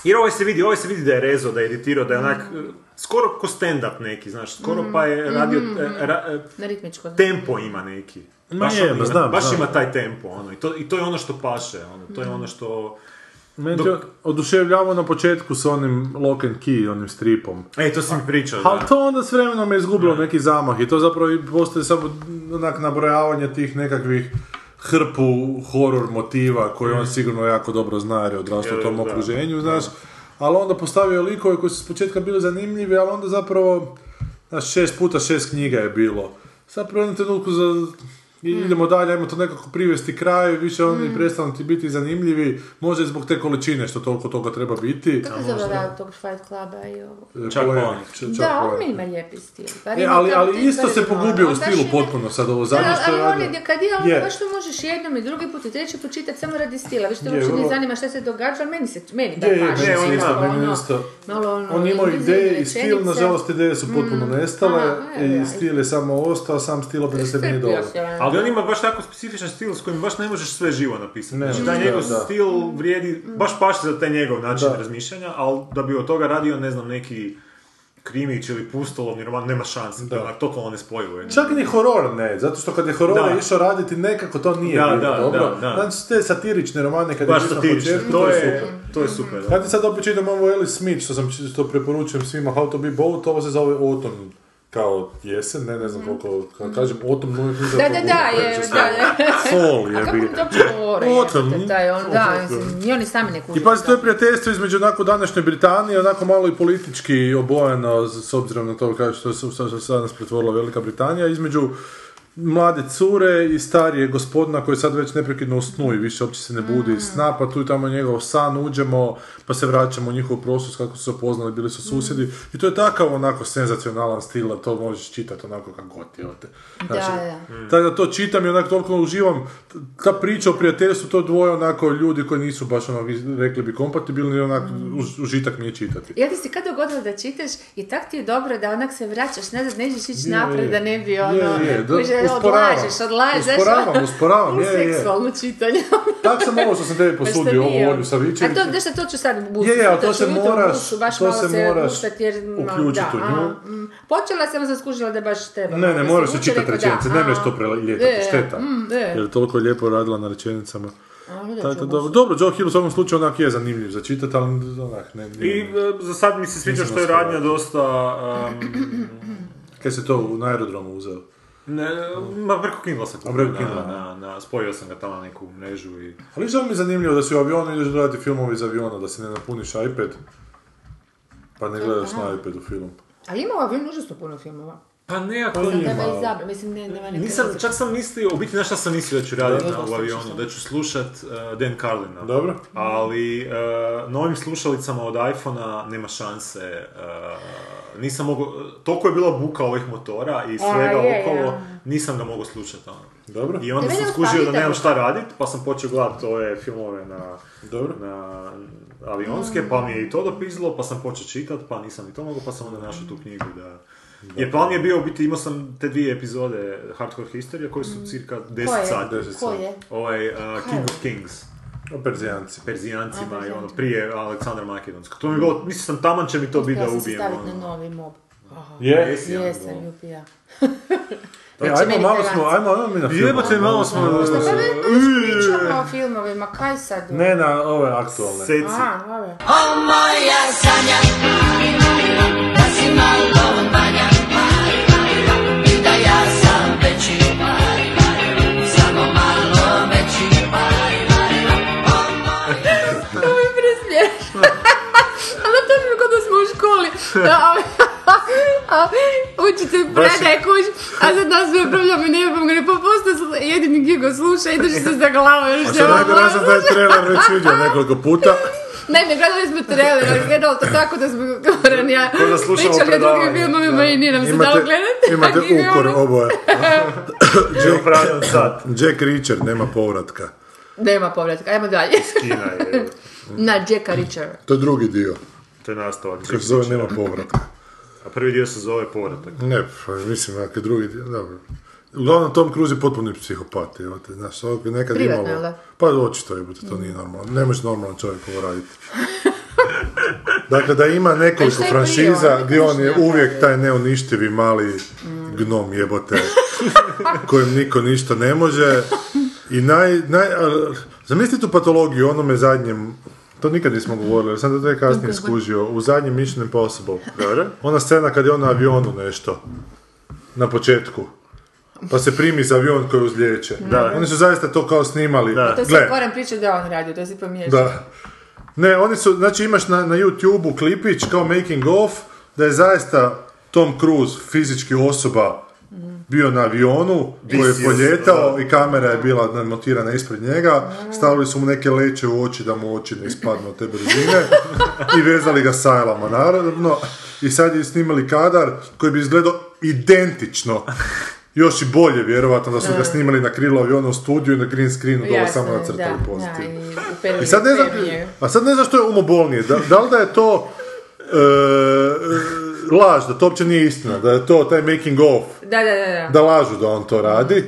Speaker 4: Jer ovaj se vidi, ovaj se vidi da je rezo, da je editirao, da je onak,
Speaker 3: Mhm.
Speaker 4: uh, skoro ko stand-up neki, znaš, skoro pa je radio,
Speaker 3: mhm,
Speaker 4: eh, ra- eh,
Speaker 3: Na ritmičko.
Speaker 4: tempo ima neki.
Speaker 2: Ma
Speaker 4: baš
Speaker 2: je,
Speaker 4: ono
Speaker 2: ma
Speaker 4: ima,
Speaker 2: znam,
Speaker 4: baš
Speaker 2: znam.
Speaker 4: ima taj tempo, ono, i to, i to je ono što paše, ono, to
Speaker 3: Mhm.
Speaker 4: je ono što...
Speaker 2: Meni
Speaker 4: Dok-
Speaker 2: je oduševljavao na početku s onim Lock and Key, onim stripom.
Speaker 4: E, to si mi pričao,
Speaker 2: Ali
Speaker 4: da.
Speaker 2: to onda s vremenom je izgubilo neki zamah i to zapravo i postoje samo onak nabrojavanje tih nekakvih hrpu horor motiva koje on sigurno jako dobro zna jer je odrastao u tom
Speaker 4: Je, da.
Speaker 2: okruženju, znaš. Ali onda postavio je likove koji su s početka bili zanimljivi, ali onda zapravo znaš, šest puta šest knjiga je bilo. Zapravo u jednom trenutku za... i idemo dalje, ajmo to nekako privesti kraju, više oni prestanu ti biti zanimljivi, možda i zbog te količine što toliko toga treba biti.
Speaker 3: Kako se zove autor Fight Cluba i ovo?
Speaker 4: Chuck
Speaker 2: Poen-
Speaker 4: Palahniuk.
Speaker 2: Ch- Chuck
Speaker 3: Da, on
Speaker 2: Palahniuk.
Speaker 3: mi ima lijepi stil. Bar
Speaker 2: E,
Speaker 3: ima ono,
Speaker 2: ali,
Speaker 3: tamo
Speaker 2: ali
Speaker 3: te
Speaker 2: isto se
Speaker 3: crveno,
Speaker 2: pogubio u
Speaker 3: ali baš
Speaker 2: stilu
Speaker 3: ima-
Speaker 2: potpuno sad ovo zadnje
Speaker 3: Da,
Speaker 2: što je
Speaker 3: ali on
Speaker 2: radio.
Speaker 3: je, kad je on
Speaker 2: Je.
Speaker 3: baš to možeš jednom i drugi put i treći put čitati samo radi stila, viš te
Speaker 2: Je,
Speaker 3: uopće ne
Speaker 2: vrlo-
Speaker 3: zanima šta se događa, ali meni se, meni
Speaker 2: Je, je,
Speaker 3: da paše.
Speaker 2: meni
Speaker 4: on
Speaker 2: se
Speaker 4: ima,
Speaker 2: isto,
Speaker 3: ono,
Speaker 2: meni isto.
Speaker 3: malo ono,
Speaker 2: On je imao
Speaker 3: improvizirane
Speaker 2: ideje i stil,
Speaker 3: rečenice. Mm.
Speaker 2: nažalost ideje su potpuno nestale
Speaker 3: Aha, je, da.
Speaker 2: i stil je samo ostao, a sam stil opet za sebe nije
Speaker 3: Strpio
Speaker 2: dovoljno.
Speaker 3: se, ono.
Speaker 4: Ali on ima baš tako specifičan stil s kojim baš ne možeš sve živo napisati.
Speaker 2: Ne,
Speaker 4: znači, taj
Speaker 2: da,
Speaker 4: njegov
Speaker 2: da.
Speaker 4: stil vrijedi, baš paše za taj njegov način
Speaker 2: Da.
Speaker 4: razmišljanja, ali da bi od toga radio, ne znam, neki krimić ili pustolovni roman, nema šanse.
Speaker 2: Da.
Speaker 4: Onak, totalno ne spojuje.
Speaker 2: Čak ni horor ne, zato što kad je horor
Speaker 4: Da.
Speaker 2: išao raditi nekako to nije
Speaker 4: Da,
Speaker 2: bilo
Speaker 4: da,
Speaker 2: dobro.
Speaker 4: da, da.
Speaker 2: Znači te satirične romane kad
Speaker 4: Baš
Speaker 2: je išao na
Speaker 4: satirično,
Speaker 2: početku,
Speaker 4: to je,
Speaker 2: super.
Speaker 3: Mm.
Speaker 4: to je super. da.
Speaker 2: Kad sad opet čitam ovo Ellie Smith, što, sam, čit- što preporučujem svima, How to be bold, ovo se zove Autumn, kao jesen, ne, ne znam koliko, kad kažem Autumn, uvijek mislim
Speaker 3: Mhm. Da,
Speaker 2: to
Speaker 3: da,
Speaker 2: bude
Speaker 3: da, je,
Speaker 2: previše
Speaker 3: da, je.
Speaker 2: Fall je
Speaker 3: Kako mi to uopće govore?
Speaker 2: Otom,
Speaker 3: jebote, taj on, da,
Speaker 2: otom.
Speaker 3: mislim, i oni sami ne kuže.
Speaker 2: I pazi, to je prijateljstvo između onako današnje Britanije, onako malo i politički obojeno s s obzirom na to kao što se što se danas pretvorila Velika Britanija, između mlade cure i starije gospodina koji je sad već neprekidno u snu i više uopće se ne
Speaker 3: Mm.
Speaker 2: budi iz sna, pa tu i tamo njegov san uđemo, pa se vraćamo u njihov prostor kako su se upoznali, bili
Speaker 3: Mm.
Speaker 2: su susjedi i to je takav onako senzacionalan stil da to možeš čitati onako kako god ti hote. Znači,
Speaker 3: da.
Speaker 2: Mm. Tako da to čitam i onako toliko uživam. Ta priča o prijateljstvu, to dvoje onako ljudi koji nisu baš ono, rekli bi kompatibilni, onako už- užitak mi je čitati.
Speaker 3: Mm. Ja ti se kad dogodilo da čitaš i tak ti je dobro da onak se vraćaš nazad, nećeš ići
Speaker 2: Je,
Speaker 3: naprijed
Speaker 2: je.
Speaker 3: da ne bi
Speaker 2: Je,
Speaker 3: ono...
Speaker 2: je, da,
Speaker 3: kužiš,
Speaker 2: usporavam.
Speaker 3: odlažeš, odlažeš. ono,
Speaker 2: Usporavam, usporavam,
Speaker 3: U
Speaker 2: je, je.
Speaker 3: seksualno čitanje. ono,
Speaker 2: Tak sam ovo što sam
Speaker 3: Pa
Speaker 2: tebi posudio, ovu volju sa
Speaker 3: A to,
Speaker 2: Vičevićem.
Speaker 3: znaš šta, to ću sad bušiti.
Speaker 2: Je, je, ali to se
Speaker 3: ću jutro
Speaker 2: moraš-
Speaker 3: bušu, baš
Speaker 2: to
Speaker 3: malo
Speaker 2: se
Speaker 3: se
Speaker 2: moraš
Speaker 3: puštati jer, ma,
Speaker 2: uključiti
Speaker 3: da,
Speaker 2: u
Speaker 3: a,
Speaker 2: nju.
Speaker 3: mm. Počela sam, onda smkužila da baš treba.
Speaker 2: Ne, ne,
Speaker 3: Da
Speaker 2: moraš
Speaker 3: se
Speaker 2: se
Speaker 3: vuče,
Speaker 2: čitati
Speaker 3: rekao da,
Speaker 2: rečenice, ne
Speaker 3: a.
Speaker 2: možeš to
Speaker 3: Je,
Speaker 2: prelijetati,
Speaker 3: je,
Speaker 2: šteta.
Speaker 3: mm, je.
Speaker 2: Jer toliko je lijepo radila na rečenicama.
Speaker 3: Ajde da
Speaker 2: Tako
Speaker 3: ću
Speaker 2: da dobro, dobro, Joe Hill u svakom slučaju onak je zanimljiv za čitati, ali onak ne... ne-
Speaker 4: I e, za sad mi se sviđa
Speaker 2: Nisam
Speaker 4: što je
Speaker 2: uspio.
Speaker 4: radnja dosta... em,
Speaker 2: Kaj se to u- na aerodromu uzeo?
Speaker 4: ne, ma preko Kindla sam
Speaker 2: A, preko
Speaker 4: kupio,
Speaker 2: Kindla,
Speaker 4: na, na, na, spojio sam ga tamo na neku mrežu i...
Speaker 2: Ali što mi je zanimljivo da si u avionu ideš gledati filmove iz aviona, da se ne napuniš iPad, pa ne gledaš na iPadu film.
Speaker 3: Ali ima u avionu užasno puno filmova.
Speaker 4: Pa nekako...
Speaker 3: Treba izabrati, mislim, ne, nema neke...
Speaker 4: Nisam, čak sam mislio, u biti znaš šta sam mislio da ću raditi
Speaker 2: Da, da,
Speaker 4: u avionu, da ću slušat uh, Dan Carlina.
Speaker 2: Dobro.
Speaker 4: Ali uh, novim slušalicama od iPhone-a nema šanse. uh, nisam mogao, toliko je bila buka ovih motora i svega
Speaker 3: je,
Speaker 4: okolo,
Speaker 3: je.
Speaker 4: nisam ga mogao slušati. Ono.
Speaker 2: Dobro.
Speaker 4: I onda
Speaker 3: Ne,
Speaker 4: sam
Speaker 3: meni
Speaker 4: skužio da
Speaker 3: ostavite
Speaker 4: nemam
Speaker 3: buka.
Speaker 4: šta radit, pa sam počeo gledati ove filmove na,
Speaker 2: Dobro.
Speaker 4: na avionske, pa mi je i to dopizlo, pa sam počeo čitat, pa nisam ni to mogao, pa sam onda našao tu knjigu da... Jer plan mi je bio, u biti imao sam te dvije epizode Hardcore History, koje su cirka 10
Speaker 3: Mm. Koje?
Speaker 4: sati.
Speaker 2: Koje?
Speaker 3: Koje?
Speaker 4: Ovaj, uh, King of Kings,
Speaker 2: O Perzijanci.
Speaker 4: Perzijancima i ono, prije Aleksandra Makedonska. To mi je bilo, mislio sam taman će mi to biti da
Speaker 3: Ja sam se
Speaker 4: ubijem.
Speaker 3: staviti na
Speaker 4: ono.
Speaker 3: novi mob.
Speaker 2: Je?
Speaker 4: Jesi, ono,
Speaker 3: Jesam,
Speaker 2: [laughs]
Speaker 3: [laughs] jupija.
Speaker 2: E,
Speaker 3: Znači,
Speaker 2: Pa ajmo
Speaker 3: meni
Speaker 2: malo
Speaker 3: te
Speaker 2: smo,
Speaker 3: rance.
Speaker 2: ajmo, ajmo mi na film.
Speaker 4: Jebote, malo smo-
Speaker 2: Ajmo,
Speaker 3: Pa
Speaker 2: ajmo.
Speaker 3: mi već pričamo o filmovima, kaj sad?
Speaker 2: Ne na ove aktualne.
Speaker 4: Seci.
Speaker 3: A, dobro. To mi je
Speaker 2: [laughs]
Speaker 3: presmiješno. Ali to mi je kao da smo u školi. A, [laughs] a, učite predaj kuć, a sad nas sve upravljamo i ne vam ga ne popusti, jedini gigo sluša i drži se za glavu. Još
Speaker 2: A što najgore, ja sam taj trailer već vidio nekoliko puta.
Speaker 3: Naime, gledali smo trailer, ali gledalo to tako da smo Goran i ja
Speaker 4: Ko da slušamo
Speaker 3: pričali o drugim
Speaker 4: predavanje.
Speaker 3: filmovima i nije nam se dalo gledati.
Speaker 2: [laughs] imate
Speaker 3: [laughs] A Gigo je
Speaker 2: ukor
Speaker 3: ono-
Speaker 2: oboje.
Speaker 4: Joe Frazier sad.
Speaker 2: Jack Reacher, nema povratka.
Speaker 3: Nema povratka, ajmo
Speaker 2: [laughs]
Speaker 3: dalje.
Speaker 4: Kina je,
Speaker 3: Na Jacka Richera.
Speaker 2: To je drugi dio,
Speaker 4: to je nastavak.
Speaker 2: koji se zove Nema povratka.
Speaker 4: A prvi dio se zove Povratak.
Speaker 2: Ne, pa mislim, ako je drugi dio, dobro. Uglavnom, Tom Cruise je potpuni psihopat, evo te, znaš, ovo je nekad
Speaker 3: Privatno,
Speaker 2: imalo...
Speaker 3: jel da?
Speaker 2: Pa očito je, to nije normalno, ne može normalan čovjek ovo raditi. [laughs] Dakle, da ima nekoliko
Speaker 3: A šta je prije,
Speaker 2: franšiza
Speaker 3: ono,
Speaker 2: gdje on je
Speaker 3: kućnjak,
Speaker 2: uvijek
Speaker 3: ali?
Speaker 2: taj neuništivi mali
Speaker 3: Mm.
Speaker 2: gnom jebote, kojem niko ništa ne
Speaker 3: [laughs]
Speaker 2: može. I naj... naj a, zamisli tu patologiju, onome zadnjem, to nikad nismo govorili, ali sam da to je kasnije skužio, u zadnjem Mission Impossible. Ona scena kad je on na avionu nešto, na početku. Pa se primi za avion koji uzliječe. Da. Oni su zaista to kao snimali. Da.
Speaker 3: To se Goran pričao da je on radio, to si pomiješao.
Speaker 2: Da. Ne, oni su, znači imaš na, na YouTube-u klipić kao making of, da je zaista Tom Cruise fizički osoba bio na avionu koji je
Speaker 4: This is-
Speaker 2: poljetao i kamera je bila namontirana ispred njega,
Speaker 3: Mm.
Speaker 2: stavili su mu neke leće u oči da mu oči ne ispadnu od te brzine i vezali ga sajlama naravno i sad je snimali kadar koji bi izgledao identično još i bolje vjerovatno da su ga snimali na krilo aviona u studiju i na green screenu dole
Speaker 3: Jasno,
Speaker 2: samo nacrtali
Speaker 3: da,
Speaker 2: pozitivno.
Speaker 3: da, i uperili
Speaker 2: I sad ne znam,
Speaker 3: premije.
Speaker 2: a sad ne znam što je umobolnije. Da, da li da je to e, e, laž, da to uopće nije istina, da je to taj making of,
Speaker 3: Da, da, da, da.
Speaker 2: da lažu da on to radi.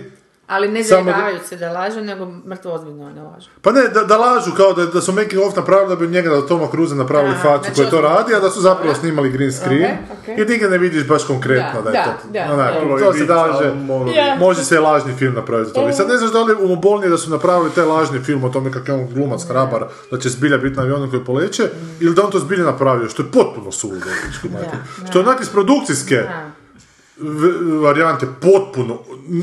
Speaker 3: Ali ne
Speaker 2: Samo da-
Speaker 3: zajebavaju se da lažu, nego mrtvo ozbiljno ne lažu.
Speaker 2: Pa ne, da, da lažu kao da, da su making of napravili da bi od njega da od Toma Cruza napravili
Speaker 3: Aha,
Speaker 2: facu
Speaker 3: znači
Speaker 2: koja to
Speaker 3: od-
Speaker 2: radi, a da su zapravo snimali green screen.
Speaker 3: okej.
Speaker 2: Jer nikad ne vidiš baš konkretno da,
Speaker 3: Da,
Speaker 2: je
Speaker 3: da,
Speaker 2: to.
Speaker 3: da.
Speaker 2: onak,
Speaker 3: Moglo
Speaker 2: to se daže,
Speaker 3: Ja.
Speaker 2: može se lažni film napraviti od toga. I sad ne znaš da li je umobolnije da su napravili taj lažni film o tome kako je on glumac hrabar, da će zbilja biti na avionu koji poleće, ili da on to zbilja napravio, što je potpuno suludo. pičku mater. Što je onak iz produkcijske
Speaker 3: Da.
Speaker 2: v- varijante potpuno n- n-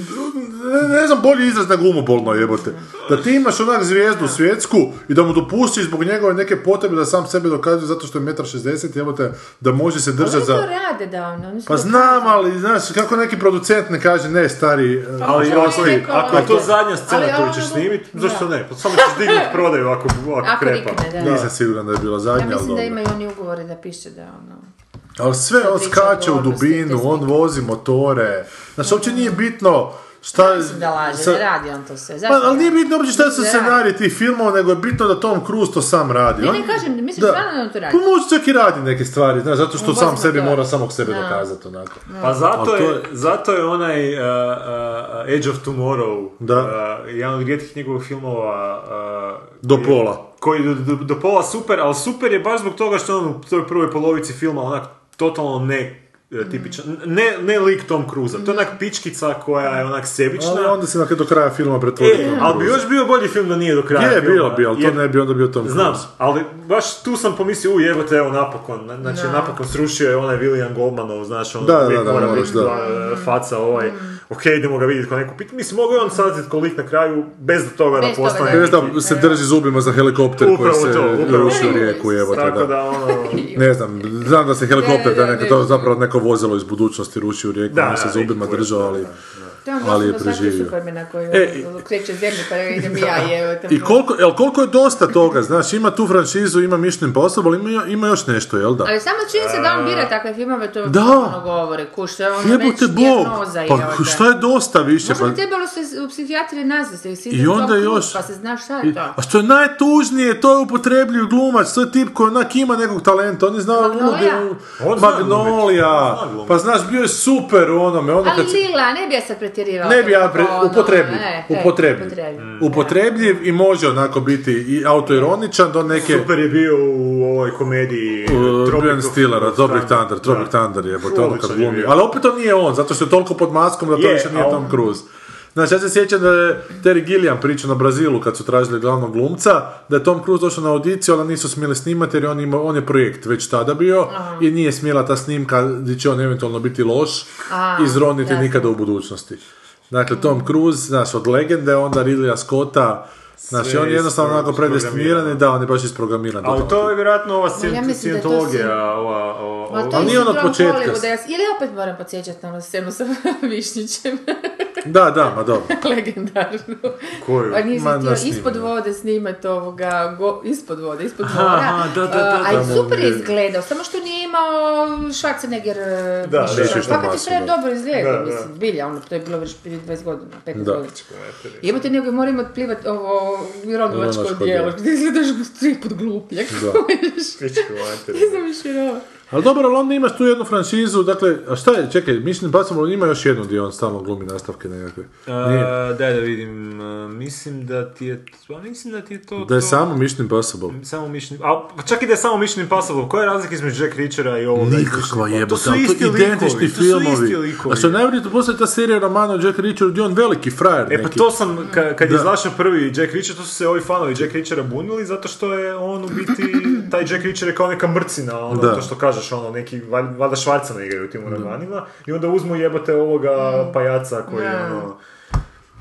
Speaker 2: ne, ne znam bolji izraz nego umobolno jebote. Da ti imaš onak zvijezdu svjetsku i da mu dopusti zbog njegove neke potrebe da sam sebe dokazuje zato što je metar 60 jebote da može se
Speaker 3: Oni
Speaker 2: držati
Speaker 3: to
Speaker 2: za...
Speaker 3: rade da ono, oni su
Speaker 2: Pa
Speaker 3: to-
Speaker 2: znam, ali znaš, kako neki producent ne kaže, ne, stari, e,
Speaker 4: Ali
Speaker 3: Možda
Speaker 4: ako,
Speaker 3: bi
Speaker 4: je,
Speaker 3: rekao
Speaker 4: ako je to
Speaker 3: ovdje.
Speaker 4: zadnja scena
Speaker 3: Ali
Speaker 4: koju
Speaker 3: ovo
Speaker 4: ćeš
Speaker 3: bi-
Speaker 4: snimit,
Speaker 3: da.
Speaker 4: zašto ne? Pa samo ćeš
Speaker 3: [laughs]
Speaker 4: dignut prodaju ako, ako,
Speaker 3: Ako
Speaker 4: krepa.
Speaker 3: nikne, da.
Speaker 2: nisam siguran da je bila zadnja,
Speaker 3: Ja
Speaker 2: ali
Speaker 3: mislim da
Speaker 2: dobro.
Speaker 3: imaju oni ugovore da piše da ono...
Speaker 2: Ali sve, on
Speaker 3: priča
Speaker 2: skače u
Speaker 3: odgovornosti,
Speaker 2: dubinu,
Speaker 3: te
Speaker 2: on
Speaker 3: slike.
Speaker 2: vozi motore. Znači, uopće nije bitno šta...
Speaker 3: Mislim da laže,
Speaker 2: sa-
Speaker 3: ne radi on to sve.
Speaker 2: Pa,
Speaker 3: Zašto
Speaker 2: ali nije
Speaker 3: radi?
Speaker 2: bitno uopće šta su
Speaker 3: Da.
Speaker 2: scenariji tih filmova, nego je bitno da Tom Cruise to sam radi.
Speaker 3: Ne,
Speaker 2: On-
Speaker 3: ne, kažem, mislim, stvarno da on to radi.
Speaker 2: Pa možda čak i radi neke stvari, znaš, zato što
Speaker 3: On
Speaker 2: sam
Speaker 3: vozi
Speaker 2: sebi
Speaker 3: motor.
Speaker 2: mora samog sebe
Speaker 3: Da.
Speaker 2: dokazati, onako.
Speaker 4: Pa zato
Speaker 2: Ali to
Speaker 4: je,
Speaker 2: je-
Speaker 4: zato je onaj uh, uh, Edge of Tomorrow,
Speaker 2: Da.
Speaker 4: uh, jedan od rijetkih njegovih filmova... uh,
Speaker 2: Do
Speaker 4: koji-
Speaker 2: pola.
Speaker 4: Koji do, do- do pola super, ali super je baš zbog toga što je on u toj prvoj polovici filma onak totalno ne e, tipičan, ne, ne lik Tom Cruise, to je onak pičkica koja je onak sebična.
Speaker 2: Ali onda se nakon do kraja filma pretvorio
Speaker 4: E,
Speaker 2: Tom
Speaker 4: ali bi
Speaker 2: Cruise.
Speaker 4: još bio bolji film da nije do kraja
Speaker 2: Je,
Speaker 4: filma,
Speaker 2: bilo bi, ali to
Speaker 4: jer-
Speaker 2: ne bi onda bio Tom Cruise.
Speaker 4: Znam, ali baš tu sam pomislio, u evo te, evo napokon, na- znači
Speaker 3: Da.
Speaker 4: napokon srušio je onaj William Goldmanov, znaš, on
Speaker 2: Da, da,
Speaker 4: uvijek
Speaker 2: da,
Speaker 4: mora
Speaker 2: moraš,
Speaker 4: biti
Speaker 2: da.
Speaker 4: e, faca ovaj,
Speaker 3: Mm.
Speaker 4: ok, idemo ga vidjeti ko neku pitanju, mislim, mogao je on sazit kolik na kraju, bez da toga
Speaker 3: Bez
Speaker 4: da postane
Speaker 3: toga
Speaker 2: Bez
Speaker 4: neki-
Speaker 2: da se
Speaker 3: Znači,
Speaker 2: drži zubima za helikopter
Speaker 4: Upravo
Speaker 2: koji se
Speaker 4: to, upravo
Speaker 2: ruši u
Speaker 4: to.
Speaker 2: rijeku, jebote,
Speaker 4: Tako da, ono,
Speaker 2: Ne znam, znam da se helikopter,
Speaker 3: Da,
Speaker 2: da,
Speaker 3: da,
Speaker 2: je
Speaker 3: da,
Speaker 2: neko,
Speaker 3: da.
Speaker 2: to zapravo neko vozilo iz budućnosti ruši u rijeku,
Speaker 4: Da,
Speaker 2: on se
Speaker 4: da,
Speaker 2: zubima
Speaker 4: neki
Speaker 2: držao, ali...
Speaker 4: kurac,
Speaker 3: To je
Speaker 2: ali je
Speaker 3: ono što
Speaker 2: preživio.
Speaker 3: Supermana koji
Speaker 2: E, i-
Speaker 3: ono, kreće zemlju pa joj idem i
Speaker 2: [laughs]
Speaker 3: ja i evo tamo.
Speaker 2: I koliko, jel koliko je dosta toga, znaš, ima tu franšizu, ima Mission Impossible, ali ima, ima još nešto, jel da?
Speaker 3: Ali samo čini se da on bira takve filmove, to
Speaker 2: Da.
Speaker 3: ono govore, kuš, to je ono
Speaker 2: Jebote
Speaker 3: već
Speaker 2: Bog,
Speaker 3: dijagnoza i
Speaker 2: pa
Speaker 3: ovo,
Speaker 2: šta je dosta više,
Speaker 3: Možda
Speaker 2: pa...
Speaker 3: bi trebalo se u psihijatrije nazvati, se
Speaker 2: I onda još...
Speaker 3: pa se zna šta
Speaker 2: I-
Speaker 3: je to.
Speaker 2: A što je najtužnije, to je upotrebljiv glumac, to je tip koji onak ima nekog talenta, on je znao
Speaker 3: Magnolia?
Speaker 2: uloge u-
Speaker 4: On zna
Speaker 2: Magnolia,
Speaker 4: glumiti, on zna glumiti.
Speaker 2: pa znaš, bio je super u onome, ono
Speaker 3: Ali
Speaker 2: kad se-
Speaker 3: Lila, ne bi ja sad pretjerivala.
Speaker 2: Ne bi ja
Speaker 3: toliko,
Speaker 2: pre... Mm.
Speaker 3: ono,
Speaker 2: upotrebljiv,
Speaker 3: e, e,
Speaker 2: upotrebljiv,
Speaker 3: upotrebljiv.
Speaker 2: upotrebljiv i može onako biti i autoironičan do neke...
Speaker 4: super je bio u ovoj komediji
Speaker 2: Uh,
Speaker 4: Tropic
Speaker 2: Ben
Speaker 4: of
Speaker 2: Stillera, Tropic Thunder, Tropic
Speaker 4: Da.
Speaker 2: Thunder je, to ono kad
Speaker 4: Odličan je
Speaker 2: glumi.
Speaker 4: bio.
Speaker 2: Ali opet to nije on, zato što je toliko pod maskom da to
Speaker 4: Je,
Speaker 2: više nije
Speaker 4: a on-
Speaker 2: Tom Cruise. Znači, ja se sjećam da je Terry Gilliam pričao na Brazilu kad su tražili glavnog glumca, da je Tom Cruise došao na audiciju, ali nisu smjeli snimati jer je on, imao, on je projekt već tada bio i nije smjela ta snimka gdje će on eventualno biti loš izroniti
Speaker 3: jasno.
Speaker 2: nikada u budućnosti. Dakle, Tom Cruise, znaš, od legende, onda Ridleya Scotta, znači,
Speaker 4: Sve
Speaker 2: on je jednostavno onako
Speaker 4: isprogramiran.
Speaker 2: predestiniran i da, on je baš isprogramiran. do
Speaker 4: Ali
Speaker 2: toga.
Speaker 4: to je vjerojatno ova
Speaker 3: Ma ja
Speaker 4: scien-
Speaker 3: mislim da je to sve-
Speaker 4: scientologija, ova... o-
Speaker 3: Ma
Speaker 4: o-
Speaker 3: to je
Speaker 2: ali nije ono od
Speaker 3: sindrom
Speaker 2: početka.
Speaker 3: Hollywooda, ja s- Ili opet moram podsjećati na onu scenu sa [laughs] Višnjićem,
Speaker 2: Da, da, ma dobro.
Speaker 3: [laughs] legendarnu.
Speaker 4: Koju?
Speaker 3: Pa nisi
Speaker 2: Ma, na
Speaker 3: htio
Speaker 2: snimanje.
Speaker 3: ispod vode snimat ovoga, go- ispod vode, ispod
Speaker 4: Aha,
Speaker 3: mora.
Speaker 4: aha, da, da, da,
Speaker 3: A, a i
Speaker 2: da,
Speaker 3: super
Speaker 2: mogu
Speaker 3: je
Speaker 2: vidjeti.
Speaker 3: izgledao, samo što nije imao Schwarzenegger e,
Speaker 4: Da,
Speaker 3: više.
Speaker 4: da,
Speaker 2: više što
Speaker 3: Fakat je
Speaker 2: masu,
Speaker 3: sve
Speaker 2: da.
Speaker 3: dobro
Speaker 4: Da,
Speaker 3: izgledao,
Speaker 4: da.
Speaker 3: mislim, bilja, ono, to je bilo već prije 20 godina, 15
Speaker 2: Da.
Speaker 3: godina. Jebate, nego moram imat plivat ovo rodovačko
Speaker 2: Rodovačko
Speaker 3: odijelo,
Speaker 2: odijelo.
Speaker 3: gdje izgledaš tri put glupljak.
Speaker 2: Da.
Speaker 4: Pičku materinu.
Speaker 3: Ne znam više rova.
Speaker 2: Ali dobro, ali onda imaš tu jednu franšizu, dakle, a šta je, čekaj, Mission Impossible ima još jednu gdje on stalno glumi nastavke nekakve. Nije.
Speaker 4: E, daj da vidim, e, mislim da ti je, pa mislim da ti je to...
Speaker 2: Da je
Speaker 4: to-
Speaker 2: samo Mission Impossible.
Speaker 4: Samo Mission, a pa čak i da je samo Mission Impossible, koja je razlika između Jack Reachera i ovoga? iz Mission
Speaker 2: Nikakva
Speaker 4: Impossible?
Speaker 2: jebota,
Speaker 4: to su
Speaker 2: ali
Speaker 4: isti
Speaker 2: identični
Speaker 4: likovi, to su isti
Speaker 2: filmovi.
Speaker 4: likovi.
Speaker 2: A što je najvjerojatno postoje ta serija romana o Jack Reacheru gdje je on veliki frajer
Speaker 4: E pa
Speaker 2: neki.
Speaker 4: to sam, ka- kad
Speaker 2: Da.
Speaker 4: je izašao prvi Jack Reacher, to su se ovi fanovi Jack Reachera bunili, zato što je on u biti, taj Jack Reacher je kao neka mrcina, ono,
Speaker 2: Da.
Speaker 4: to što kažeš, ono, neki, valj- valjda Švarcena igraju u tim uraganima, i onda uzmu jebate ovoga pajaca koji je, ono,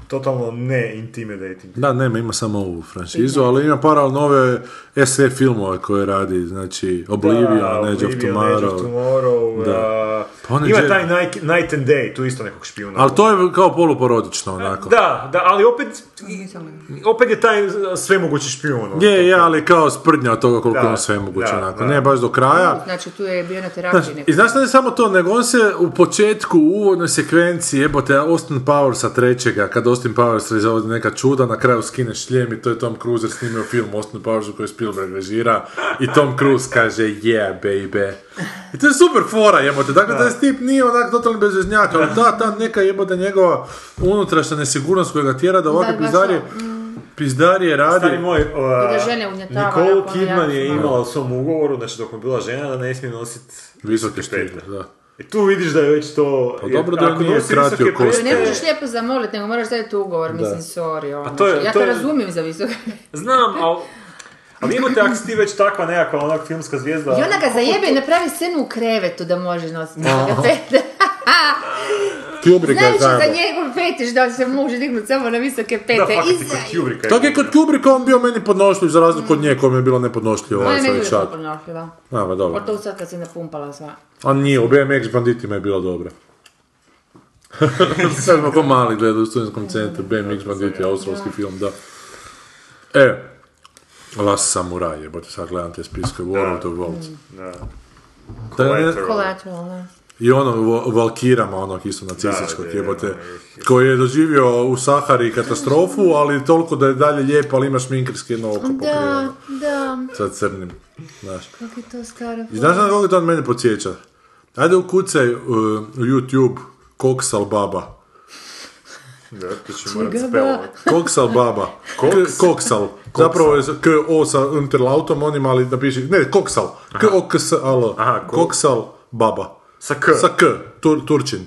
Speaker 4: totalno ne intimidating.
Speaker 2: Da, nema, ima samo ovu franšizu, ali ima par ali nove SF filmove koje radi, znači Oblivion, Edge of
Speaker 4: Oblivion, Edge of
Speaker 2: Tomorrow.
Speaker 4: Tomorrow,
Speaker 2: Da.
Speaker 4: a,
Speaker 2: Pa onaj
Speaker 4: ima
Speaker 2: Jack-
Speaker 4: taj Night, Night and Day, tu isto nekog špijuna. ono.
Speaker 2: Ali to je kao poluporodično onako.
Speaker 4: Da, da, ali opet, opet je taj uh, svemogući špijun. ono.
Speaker 2: Je, je, ali kao sprdnja od toga koliko
Speaker 4: Da,
Speaker 2: je on sve moguće
Speaker 4: da,
Speaker 2: onako.
Speaker 4: da.
Speaker 2: Ne baš do kraja.
Speaker 3: Znači, tu je bio na
Speaker 2: Znaš,
Speaker 3: terapiji neko.
Speaker 2: I znaš ne samo to, nego on se u početku, u uvodnoj sekvenciji, jebote, Austin Powersa trećega, kad Austin Powers izvodi neka čuda, na kraju skine šljem i to je Tom Cruise jer snimio film Austin Powersu koji Spielberg režira i Tom Cruise kaže yeah baby. I to je super fora jebote, dakle taj tip nije onak totalni bezveznjak, ali ta, ta neka jebote njegova unutrašnja nesigurnost koja ga tjera da ovakve
Speaker 3: Da, mm. baš
Speaker 2: pizdarije, pizdarije radi.
Speaker 4: Stari moj, uh,
Speaker 3: I da žene ugnjetavaju,
Speaker 4: Nicole
Speaker 3: ako ono
Speaker 4: Kidman
Speaker 3: jako
Speaker 4: je
Speaker 3: su malo.
Speaker 4: imala u svom ugovoru, znači dok mu je bila žena, da ne smije nositi
Speaker 2: Visoke štite, da.
Speaker 4: I tu vidiš da je već to...
Speaker 2: Pa
Speaker 4: jer
Speaker 2: dobro da
Speaker 4: ako
Speaker 2: nije
Speaker 4: nosi
Speaker 2: kratio
Speaker 4: visoke
Speaker 2: kosti.
Speaker 4: prste-
Speaker 3: Ne možeš lijepo zamolit, nego moraš dati ugovor, mislim, sorry, ono.
Speaker 4: to je-
Speaker 3: ja
Speaker 4: to
Speaker 3: to,
Speaker 4: je-
Speaker 3: razumijem za visoko.
Speaker 4: Znam, ali... Ali imate ako si ti već takva nekakva onak filmska zvijezda...
Speaker 3: I ona ga zajebe i napravi scenu u krevetu da može nositi. Da.
Speaker 2: [laughs] Kubrick ga je
Speaker 3: Znajući znači za
Speaker 2: zajebao.
Speaker 3: njegov imam fetiš da se može dignuti samo na visoke
Speaker 4: Da,
Speaker 3: pete.
Speaker 4: fakat je
Speaker 3: Iza...
Speaker 4: kod Kubricka.
Speaker 2: Tako je E, kod Kubrika on bio meni podnošljiv, za razliku od nje kome je bilo nepodnošljivo
Speaker 3: Ona
Speaker 2: ovaj
Speaker 3: je meni
Speaker 2: sad
Speaker 3: uvijek
Speaker 2: čak.
Speaker 3: oponošljiva.
Speaker 2: Nama, pa dobro.
Speaker 3: Pogotovo sad kad sam napumpala sva.
Speaker 2: A nije, u BMX banditima je bila dobra. [laughs] Sad smo ko mali gledali u studentskom centru, BMX banditi, australski film, da. E, Las Samurai, jebote, sad gledam te spiske, War of the Worlds.
Speaker 4: Mm, Da.
Speaker 2: Da, ne-
Speaker 3: Kolateralna.
Speaker 2: I ono, vo- Valkirama, onog isto nacističkog
Speaker 4: Da, da,
Speaker 2: jebote,
Speaker 4: da, da.
Speaker 2: koji je doživio u Sahari katastrofu, ali toliko da je dalje lijep, ali imaš minkerski jedno oko
Speaker 3: Da,
Speaker 2: pokriveno
Speaker 3: da,
Speaker 2: sa crnim, znaš.
Speaker 3: kako je to staro.
Speaker 2: I znaš na koga to od mene podsjeća? Ajde ukucaj uh, u YouTube Koksal baba.
Speaker 4: Da, to ću morat
Speaker 3: Čega
Speaker 4: spelovat.
Speaker 2: Koksal baba. K- Koksal. Zapravo je k o sa interlautom onim, ali napiši, ne, koksal. K o k s a l.
Speaker 4: Aha, ko-
Speaker 2: Koksal baba.
Speaker 4: Sa K.
Speaker 2: Sa k, Tur- Turčin.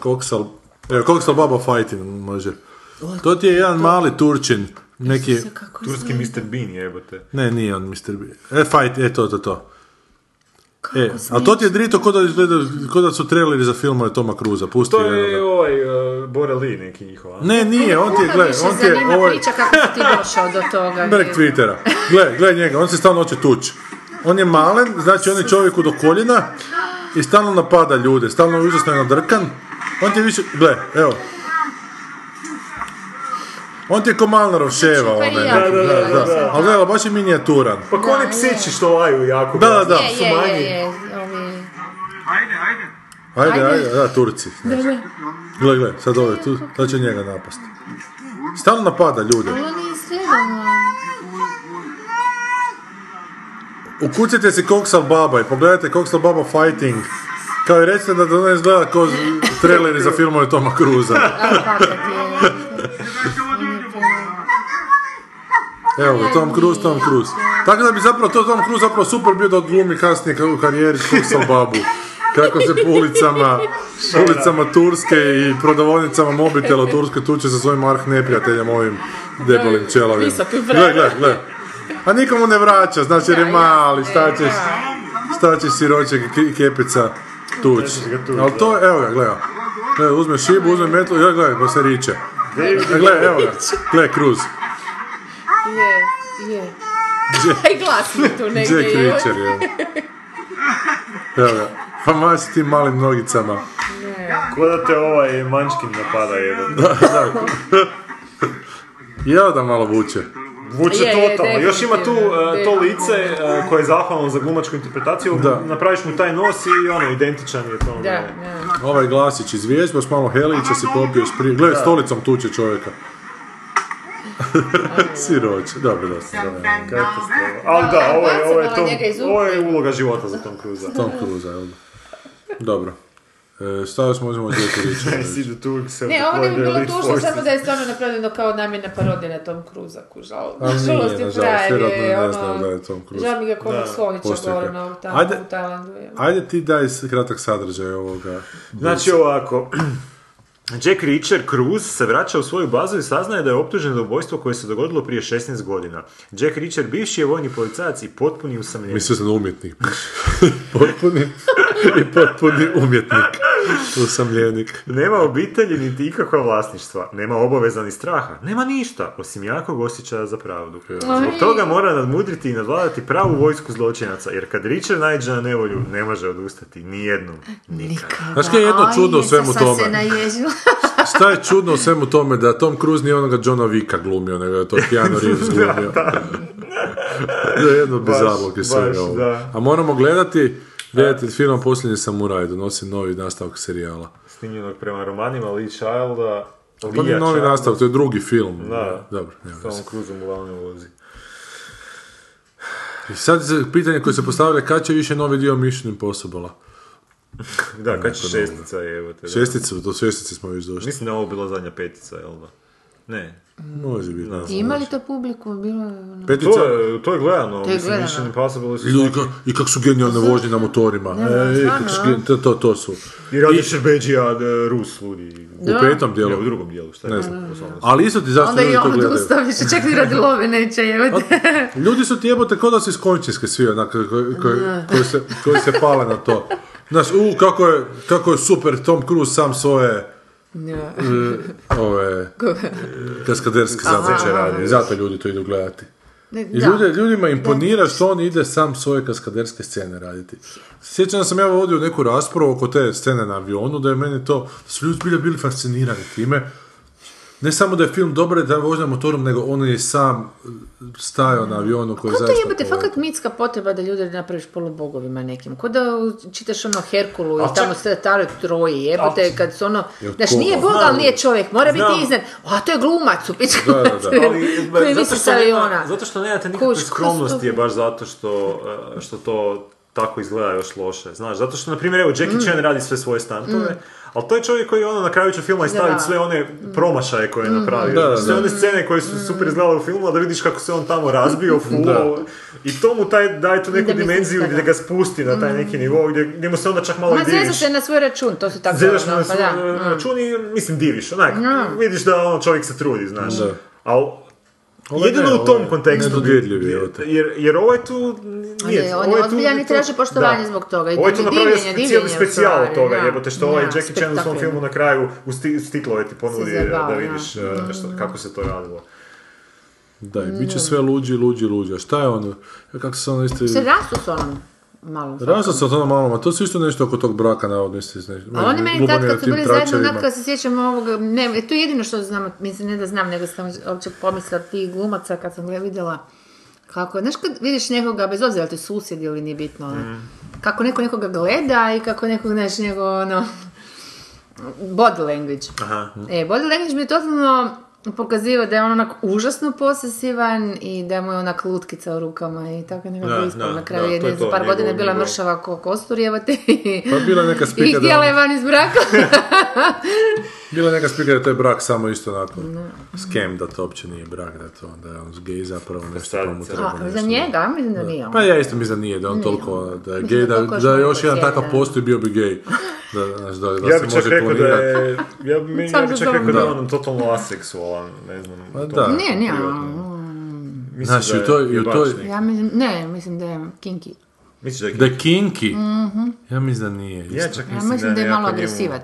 Speaker 2: Koksal, evo, Koksal baba fighting može. To ti je jedan mali Turčin, neki,
Speaker 3: Kako
Speaker 4: Turski Mr. Bean jebote.
Speaker 2: ne, nije on Mr. B. E, fight, e, to, to, to. E, ali to ti je drito ko da, izgleda, ko da su traileri za filmove Toma Cruza, pusti
Speaker 4: To je
Speaker 2: jednoga.
Speaker 4: ovaj uh, Borelli neki njihova.
Speaker 2: Ne, nije, on ti je, gle, on ti je, ovaj,
Speaker 3: priča kako si ti došao do toga.
Speaker 2: Berg Twittera. Gle, gle njega, on se stalno hoće tući. On je malen, znači on je čovjeku do koljena i stalno napada ljude, stalno je užasno je nadrkan. On ti je više, gle, evo. On ti je ko Malnarov ševa,
Speaker 3: Znači, pa i
Speaker 2: onaj,
Speaker 3: ja
Speaker 2: neki,
Speaker 3: bi
Speaker 2: da,
Speaker 3: bila
Speaker 2: da,
Speaker 3: za to.
Speaker 2: ali gle, ali baš je minijaturan.
Speaker 4: Pa ko oni psići što laju jako.
Speaker 2: Da, da, da.
Speaker 3: Je,
Speaker 4: Su
Speaker 3: je, je,
Speaker 4: manji.
Speaker 3: je, ovi...
Speaker 2: Ajde,
Speaker 3: Ajde.
Speaker 2: ajde, da, Turci. znači. Gle, gle, sad ove, tu, sad će njega napast. Stalno napada ljude.
Speaker 3: Ali on je izgledano.
Speaker 2: Ukucite si Koksal Baba i pogledajte Koksal Baba Fighting. Kao i recite da to ne izgleda kao z- traileri za filmove Toma Cruza.
Speaker 3: Fakat
Speaker 2: [laughs]
Speaker 3: je.
Speaker 2: Evo ga, Tom Cruise, Tom Cruise. Tako da bi zapravo to Tom Cruise zapravo super bio da odglumi kasnije kao u karijeri Koksal Babu. Kako se po ulicama, ulicama Turske i prodavonicama mobitela u Turskoj tuče sa svojim arh neprijateljem ovim debelim čelavim.
Speaker 3: Visokim
Speaker 2: Gle, gle, gle. A nikomu ne vraća, znači jer je mali, šta ćeš, šta ćeš siročeg i ki- kepica tuć.
Speaker 4: ga tuć,
Speaker 2: Ali to, evo ga, gle. Gle, uzme šibu, uzme metlu, ja gle, pa se riče. E, Gle, evo ga, gle, Cruz.
Speaker 3: Je, je. [laughs] Taj glas mi tu negdje
Speaker 2: Jack
Speaker 3: je.
Speaker 2: Reacher, je. [laughs] Evo ga. Pa maši tim malim nogicama. [laughs]
Speaker 4: Ko da te ovaj mančkin napada jebote.
Speaker 2: Jel da malo vuče.
Speaker 4: Vuče
Speaker 3: Je, je,
Speaker 4: totalno. Još ima tu
Speaker 3: definitivno,
Speaker 4: uh, to lice uh, koje je zahvalno za glumačku interpretaciju.
Speaker 2: Da.
Speaker 4: Napraviš mu taj nos i ono, identičan je to.
Speaker 3: Da, da.
Speaker 2: Ovaj glasić iz vježbe, s malo helića si popio sprije. Gle, stolicom tuče čovjeka. [laughs] Siroće, dobro da se zove.
Speaker 4: Katastrofa. Ali da, ovo je, ovo je,
Speaker 3: Bacovala
Speaker 4: Tom-
Speaker 3: njega iz
Speaker 4: ovo je uloga života za Tom Cruise.
Speaker 2: Tom Cruise, jel da? Dobro. E, šta još možemo od Jack
Speaker 4: [laughs]
Speaker 2: Reachera reći?
Speaker 4: Sidu tu se
Speaker 3: Ne, ovo ne bi bilo
Speaker 4: Elite
Speaker 3: tužno,
Speaker 4: Forces.
Speaker 3: samo da je stvarno napravljeno kao namjerna parodija na Tom Cruza, kužal.
Speaker 2: A nije,
Speaker 3: Nažalost i
Speaker 2: nažalost,
Speaker 3: pravi
Speaker 2: vjerojatno
Speaker 3: je,
Speaker 2: ne znaju da
Speaker 3: ono...
Speaker 2: je Tom Cruise.
Speaker 3: Žao mi ga kod Slonića
Speaker 2: Postoji
Speaker 3: gore
Speaker 2: ga.
Speaker 3: na tamo
Speaker 2: Ajde.
Speaker 3: u Tajlandu. je.
Speaker 2: Ajde ti daj s- kratak sadržaj ovoga.
Speaker 4: Znači ovako, [clears throat] Jack Reacher Cruz se vraća u svoju bazu i saznaje da je optužen za ubojstvo koje se dogodilo prije 16 godina. Jack Reacher bivši je vojni policajac i potpuni usamljenik.
Speaker 2: Mislio sam da umjetnik. [laughs] potpuni i potpuni umjetnik. Usamljenik.
Speaker 4: Nema obitelji niti ikakva vlasništva, nema obaveza ni straha, nema ništa, osim jakog osjećaja za pravdu. Zbog toga mora nadmudriti i nadvladati pravu vojsku zločinaca, jer kad Reacher naiđe na nevolju, ne može odustati nijednom, nikad.
Speaker 2: Znaš kaj je jedno
Speaker 3: Aj,
Speaker 2: čudno u
Speaker 3: sad
Speaker 2: svemu
Speaker 3: sam se
Speaker 2: tome? [laughs]
Speaker 3: naježila.
Speaker 2: Šta je čudno u svemu tome da Tom Cruise nije onoga Johna Vicka glumio, nego je to
Speaker 4: [laughs]
Speaker 2: Keanu Reeves glumio. to je jedno bez
Speaker 4: Baš,
Speaker 2: zabluke svega
Speaker 4: baš,
Speaker 2: ovo.
Speaker 4: da.
Speaker 2: A moramo gledati, gledati film Posljednji samuraj, donosi novi nastavak serijala.
Speaker 4: Snimljenog prema romanima Lee Childa,
Speaker 2: To nije
Speaker 4: Lea
Speaker 2: Pa novi
Speaker 4: Childa.
Speaker 2: nastavak, to je drugi film.
Speaker 4: Da.
Speaker 2: Dobro, nema veze.
Speaker 4: Tom Cruiseom u glavnoj ulozi.
Speaker 2: I sad se pitanje koje se postavlja, kad će više novi dio Mission Impossible-a?
Speaker 4: Da, kad će
Speaker 2: ono.
Speaker 4: šestica je, evo te. da.
Speaker 2: Šesticu, do šestice smo još došli.
Speaker 4: Mislim da je ovo bila zadnja petica, jel da? Ne.
Speaker 2: Može biti, ne znam.
Speaker 3: Ima li to publiku? Bilo je ono...
Speaker 2: Petica,
Speaker 4: To je, to je gledano, to
Speaker 3: je
Speaker 4: mislim,
Speaker 3: gledano.
Speaker 4: Mission Impossible su
Speaker 2: Ljudi, ka- i kako su genijalne vožnje na motorima. E, i kako su
Speaker 3: stvarno,
Speaker 2: gen- to, to, to su.
Speaker 4: I radi Šerbeđija, e, Rus, ludi.
Speaker 2: U petom
Speaker 4: Ne, u
Speaker 2: dijelu.
Speaker 4: drugom dijelu, šta je?
Speaker 2: Ne
Speaker 4: Ne
Speaker 2: znam.
Speaker 4: znam.
Speaker 2: Ali isto ti zašto
Speaker 3: Onda
Speaker 2: ljudi
Speaker 3: i
Speaker 2: to
Speaker 3: on
Speaker 2: gledaju.
Speaker 3: odustao više, čak ni radi love neće jebati.
Speaker 2: Ljudi su ti jebote kao da su iz končinske svi, onak, koji, koji, koji se,
Speaker 3: [laughs]
Speaker 2: koji se pale na to. Znaš, u, kako je, kako je super Tom Cruise sam svoje
Speaker 3: Ne.
Speaker 2: ove kaskaderske zameće radi. Zato ljudi to idu gledati.
Speaker 3: Ne,
Speaker 2: I
Speaker 3: da.
Speaker 2: ljude, ljudima imponira što on ide sam svoje kaskaderske scene raditi. Sjećam da sam ja vodio neku raspravu oko te scene na avionu, da je meni to, da su ljudi bili, bili fascinirani time. Ne samo da je film dobar da je vožnja motorom, nego on je sam eh, stajao na avionu koji je
Speaker 3: Ko to
Speaker 2: zaista
Speaker 3: jebate,
Speaker 2: poveo.
Speaker 3: fakat mitska potreba da ljude napraviš polubogovima nekim. Ko da čitaš ono Herkulu i
Speaker 4: čak-
Speaker 3: tamo sve tare troje jebate, kad su ono,
Speaker 2: od
Speaker 3: znaš,
Speaker 2: koga?
Speaker 3: nije Bog, ali nije čovjek, mora biti
Speaker 4: Znam.
Speaker 3: iznad. A to je glumac u pičku
Speaker 2: Da, da,
Speaker 3: [laughs]
Speaker 2: da.
Speaker 3: materinu,
Speaker 4: [laughs] Ali,
Speaker 3: koji
Speaker 4: zato
Speaker 3: misli
Speaker 4: što
Speaker 3: sad i
Speaker 4: nema-
Speaker 3: ona.
Speaker 4: Zato što nemate nikakve
Speaker 3: Kuš, kuš,
Speaker 4: skromnosti
Speaker 3: kuš.
Speaker 4: je baš zato što, eh, što to tako izgleda još loše. Znaš, zato što, na primjer, evo,
Speaker 3: Mm.
Speaker 4: Jackie Chan radi sve svoje stantove, ali to je čovjek koji ono na kraju će filma
Speaker 3: Da. Mm.
Speaker 4: staviti sve one promašaje koje je napravio.
Speaker 2: Da, da,
Speaker 4: sve
Speaker 2: da.
Speaker 4: one scene koje su super izgledale u filmu, a da vidiš kako se on tamo razbio, fulao. I to mu taj, daje tu neku
Speaker 3: Da misliš
Speaker 4: dimenziju
Speaker 3: da
Speaker 4: gdje
Speaker 3: da.
Speaker 4: ga spusti na taj neki nivo, gdje, gdje mu se onda čak malo
Speaker 3: Ma
Speaker 4: i
Speaker 3: zvezda
Speaker 4: diviš.
Speaker 3: se na svoj račun, to su tako
Speaker 4: Zezaš mu
Speaker 3: ono,
Speaker 4: na
Speaker 3: pa da.
Speaker 4: svoj račun i, mislim, diviš, onak, vidiš da ono, čovjek se trudi, znaš.
Speaker 2: Da.
Speaker 4: Al,
Speaker 2: Ovo
Speaker 4: jedino
Speaker 2: ne,
Speaker 4: u tom
Speaker 2: ovo je
Speaker 4: kontekstu.
Speaker 2: nedodirljiv, evo te.
Speaker 4: jer, jer ovaj tu... Nije,
Speaker 3: On je- on
Speaker 4: ovaj
Speaker 3: je
Speaker 4: tu-
Speaker 3: ozbiljan i traži
Speaker 4: to-
Speaker 3: poštovanje zog toga. I
Speaker 4: Ovaj tu
Speaker 3: divljenje,
Speaker 4: napravio
Speaker 3: divljenje
Speaker 4: cijeli
Speaker 3: u
Speaker 4: specijal
Speaker 3: stvari,
Speaker 4: od toga,
Speaker 3: da.
Speaker 4: jebote, što ovaj
Speaker 3: Da,
Speaker 4: Jackie Chan u svom
Speaker 3: spektakularno.
Speaker 4: filmu na kraju u sti, stiklove ti ponudi
Speaker 3: Se zajebava,
Speaker 4: da
Speaker 3: da.
Speaker 4: vidiš eh, što, kako se to radilo.
Speaker 2: Da, i bit će sve luđi, luđi, luđi. A šta je ono? Kako se ono isto...
Speaker 3: Se rastu s onom, malo.
Speaker 2: Razlaz sa to malo, a to su isto nešto oko tog braka, navodno isto iz nešto.
Speaker 3: A oni meni
Speaker 2: Lubomira
Speaker 3: tad kad su
Speaker 2: tim
Speaker 3: bili zajedno,
Speaker 2: tračevima.
Speaker 3: onak kad se sjećam ovoga, ne, e, to je jedino što znam, mislim ne da znam, nego sam uopće pomislila tih glumaca kad sam ga vidjela. Kako, znaš kad vidiš nekoga, bez obzira je li ti susjed ili nije bitno, ono,
Speaker 4: Mm.
Speaker 3: kako neko nekoga gleda i kako nekog, znaš, njegov, ono, body language. E, body language mi je totalno pokazivao da je on onak užasno posesivan i da mu je onak lutkica u rukama i tako nekako
Speaker 4: Da,
Speaker 3: ispalo
Speaker 4: da,
Speaker 3: na kraju.
Speaker 4: da,
Speaker 3: je,
Speaker 4: to je
Speaker 3: ne znam,
Speaker 4: to,
Speaker 3: par godina je
Speaker 4: njegov-
Speaker 3: bila
Speaker 4: njegov-
Speaker 3: mršava ko kostur, evo te.
Speaker 2: Pa bila je neka
Speaker 3: I
Speaker 2: spika da,
Speaker 3: htjela je van iz braka.
Speaker 2: bila je neka spika da je to je brak samo isto onako skem, da to uopće nije brak, da je to onda je on gej zapravo nešto [laughs] pa mu
Speaker 3: [laughs]
Speaker 4: Starica.
Speaker 2: treba
Speaker 3: A,
Speaker 2: nešto.
Speaker 3: za njega, mislim da nije on.
Speaker 2: Pa ja isto mislim da nije, da on toliko, da je
Speaker 3: Mislim
Speaker 2: gej,
Speaker 3: da
Speaker 2: da,
Speaker 3: koliko
Speaker 2: da
Speaker 3: još
Speaker 2: još jedan
Speaker 3: može,
Speaker 2: takav
Speaker 3: da.
Speaker 2: postoji bio bi gej. Da, znaš, da, da
Speaker 4: Ja
Speaker 2: se
Speaker 4: bi čak
Speaker 2: može
Speaker 4: rekao da
Speaker 2: klonirati.
Speaker 4: je, ja bi, ja
Speaker 3: Sam
Speaker 4: bi
Speaker 3: se
Speaker 4: čak rekao
Speaker 3: zovem.
Speaker 4: da je on totalno aseksualan, ne znam.
Speaker 2: Pa
Speaker 4: u tom
Speaker 2: da.
Speaker 3: Ne, ne,
Speaker 4: periodu. Mislim
Speaker 2: Znaš,
Speaker 4: da
Speaker 2: i
Speaker 4: je
Speaker 2: to- i u toj-
Speaker 4: jebačnik.
Speaker 3: ja mislim, ne, mislim da je kinky.
Speaker 4: Misliš da je
Speaker 2: Da je kinky?
Speaker 3: Mhm.
Speaker 2: Ja mislim da nije.
Speaker 4: Ja
Speaker 2: isto.
Speaker 4: čak
Speaker 3: Ja
Speaker 4: mislim,
Speaker 3: mislim da je
Speaker 4: jako
Speaker 3: malo
Speaker 4: njemu-
Speaker 3: agresivac.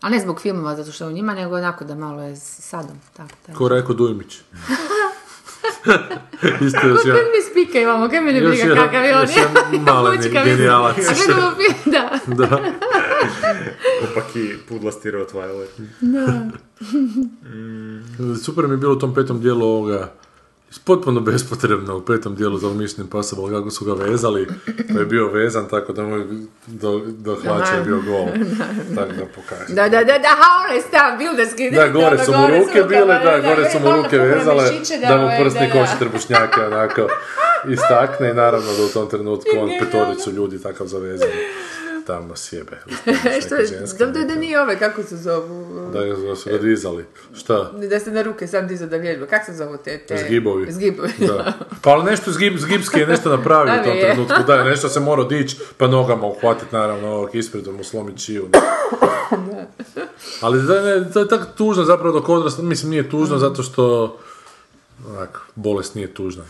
Speaker 3: A ne zbog filmova, zato što je u njima, nego onako da malo je s- sadom. Tako, tako.
Speaker 2: Ko Rajko
Speaker 3: [laughs]
Speaker 2: Dujmić. isto još
Speaker 3: Kod
Speaker 2: jedan.
Speaker 3: mi spika imamo, kaj mi ne
Speaker 2: Još
Speaker 3: briga
Speaker 2: jedan,
Speaker 3: kakav je on.
Speaker 2: još
Speaker 3: [laughs]
Speaker 2: jedan malen
Speaker 3: Mučka mi se.
Speaker 2: genijalac.
Speaker 3: A gledamo film,
Speaker 2: [laughs]
Speaker 3: da.
Speaker 2: Da.
Speaker 4: Opaki pudlasti rod Violet.
Speaker 2: Super mi je bilo u tom petom dijelu ovoga, potpuno bespotrebno u petom dijelu za umišljenim pasom, ali kako su ga vezali, pa je bio vezan tako da mu je do, do hlača je bio gol. Tako da pokaže.
Speaker 3: Da, da, da, da, ha, ono onaj stav, bilderski.
Speaker 2: Da, gore
Speaker 3: ono,
Speaker 2: su mu ruke
Speaker 3: rukama,
Speaker 2: bile, da, gore su mu
Speaker 3: malo
Speaker 2: ruke
Speaker 3: pukle
Speaker 2: vezale,
Speaker 3: mišiće,
Speaker 2: da mu
Speaker 3: ovaj,
Speaker 2: prsni
Speaker 3: da, da.
Speaker 2: koši trbušnjake onako istakne i naravno da u tom trenutku [laughs] on
Speaker 3: Genijalno.
Speaker 2: petoricu ljudi takav zavezan tamo [laughs] sjebe.
Speaker 3: E, Što je, dobro da nije ove, kako se zovu?
Speaker 2: Da, je- da su ga dizali. Šta?
Speaker 3: Da se na ruke sam dizao da vježba. Kako se zovu te? te...
Speaker 2: Zgibovi.
Speaker 3: E, Zgibovi. [laughs]
Speaker 2: Da. Pa ali nešto zgib, zgibski je nešto napravio u
Speaker 3: Ali
Speaker 2: tom
Speaker 3: je.
Speaker 2: trenutku. Da, nešto se morao dići, pa nogama uhvatiti naravno ovog ispred, da mu slomi čiju. ne. Ali da, ne, to je tako tužno zapravo dok odrasla, mislim nije tužno zato što onak, bolest nije tužna.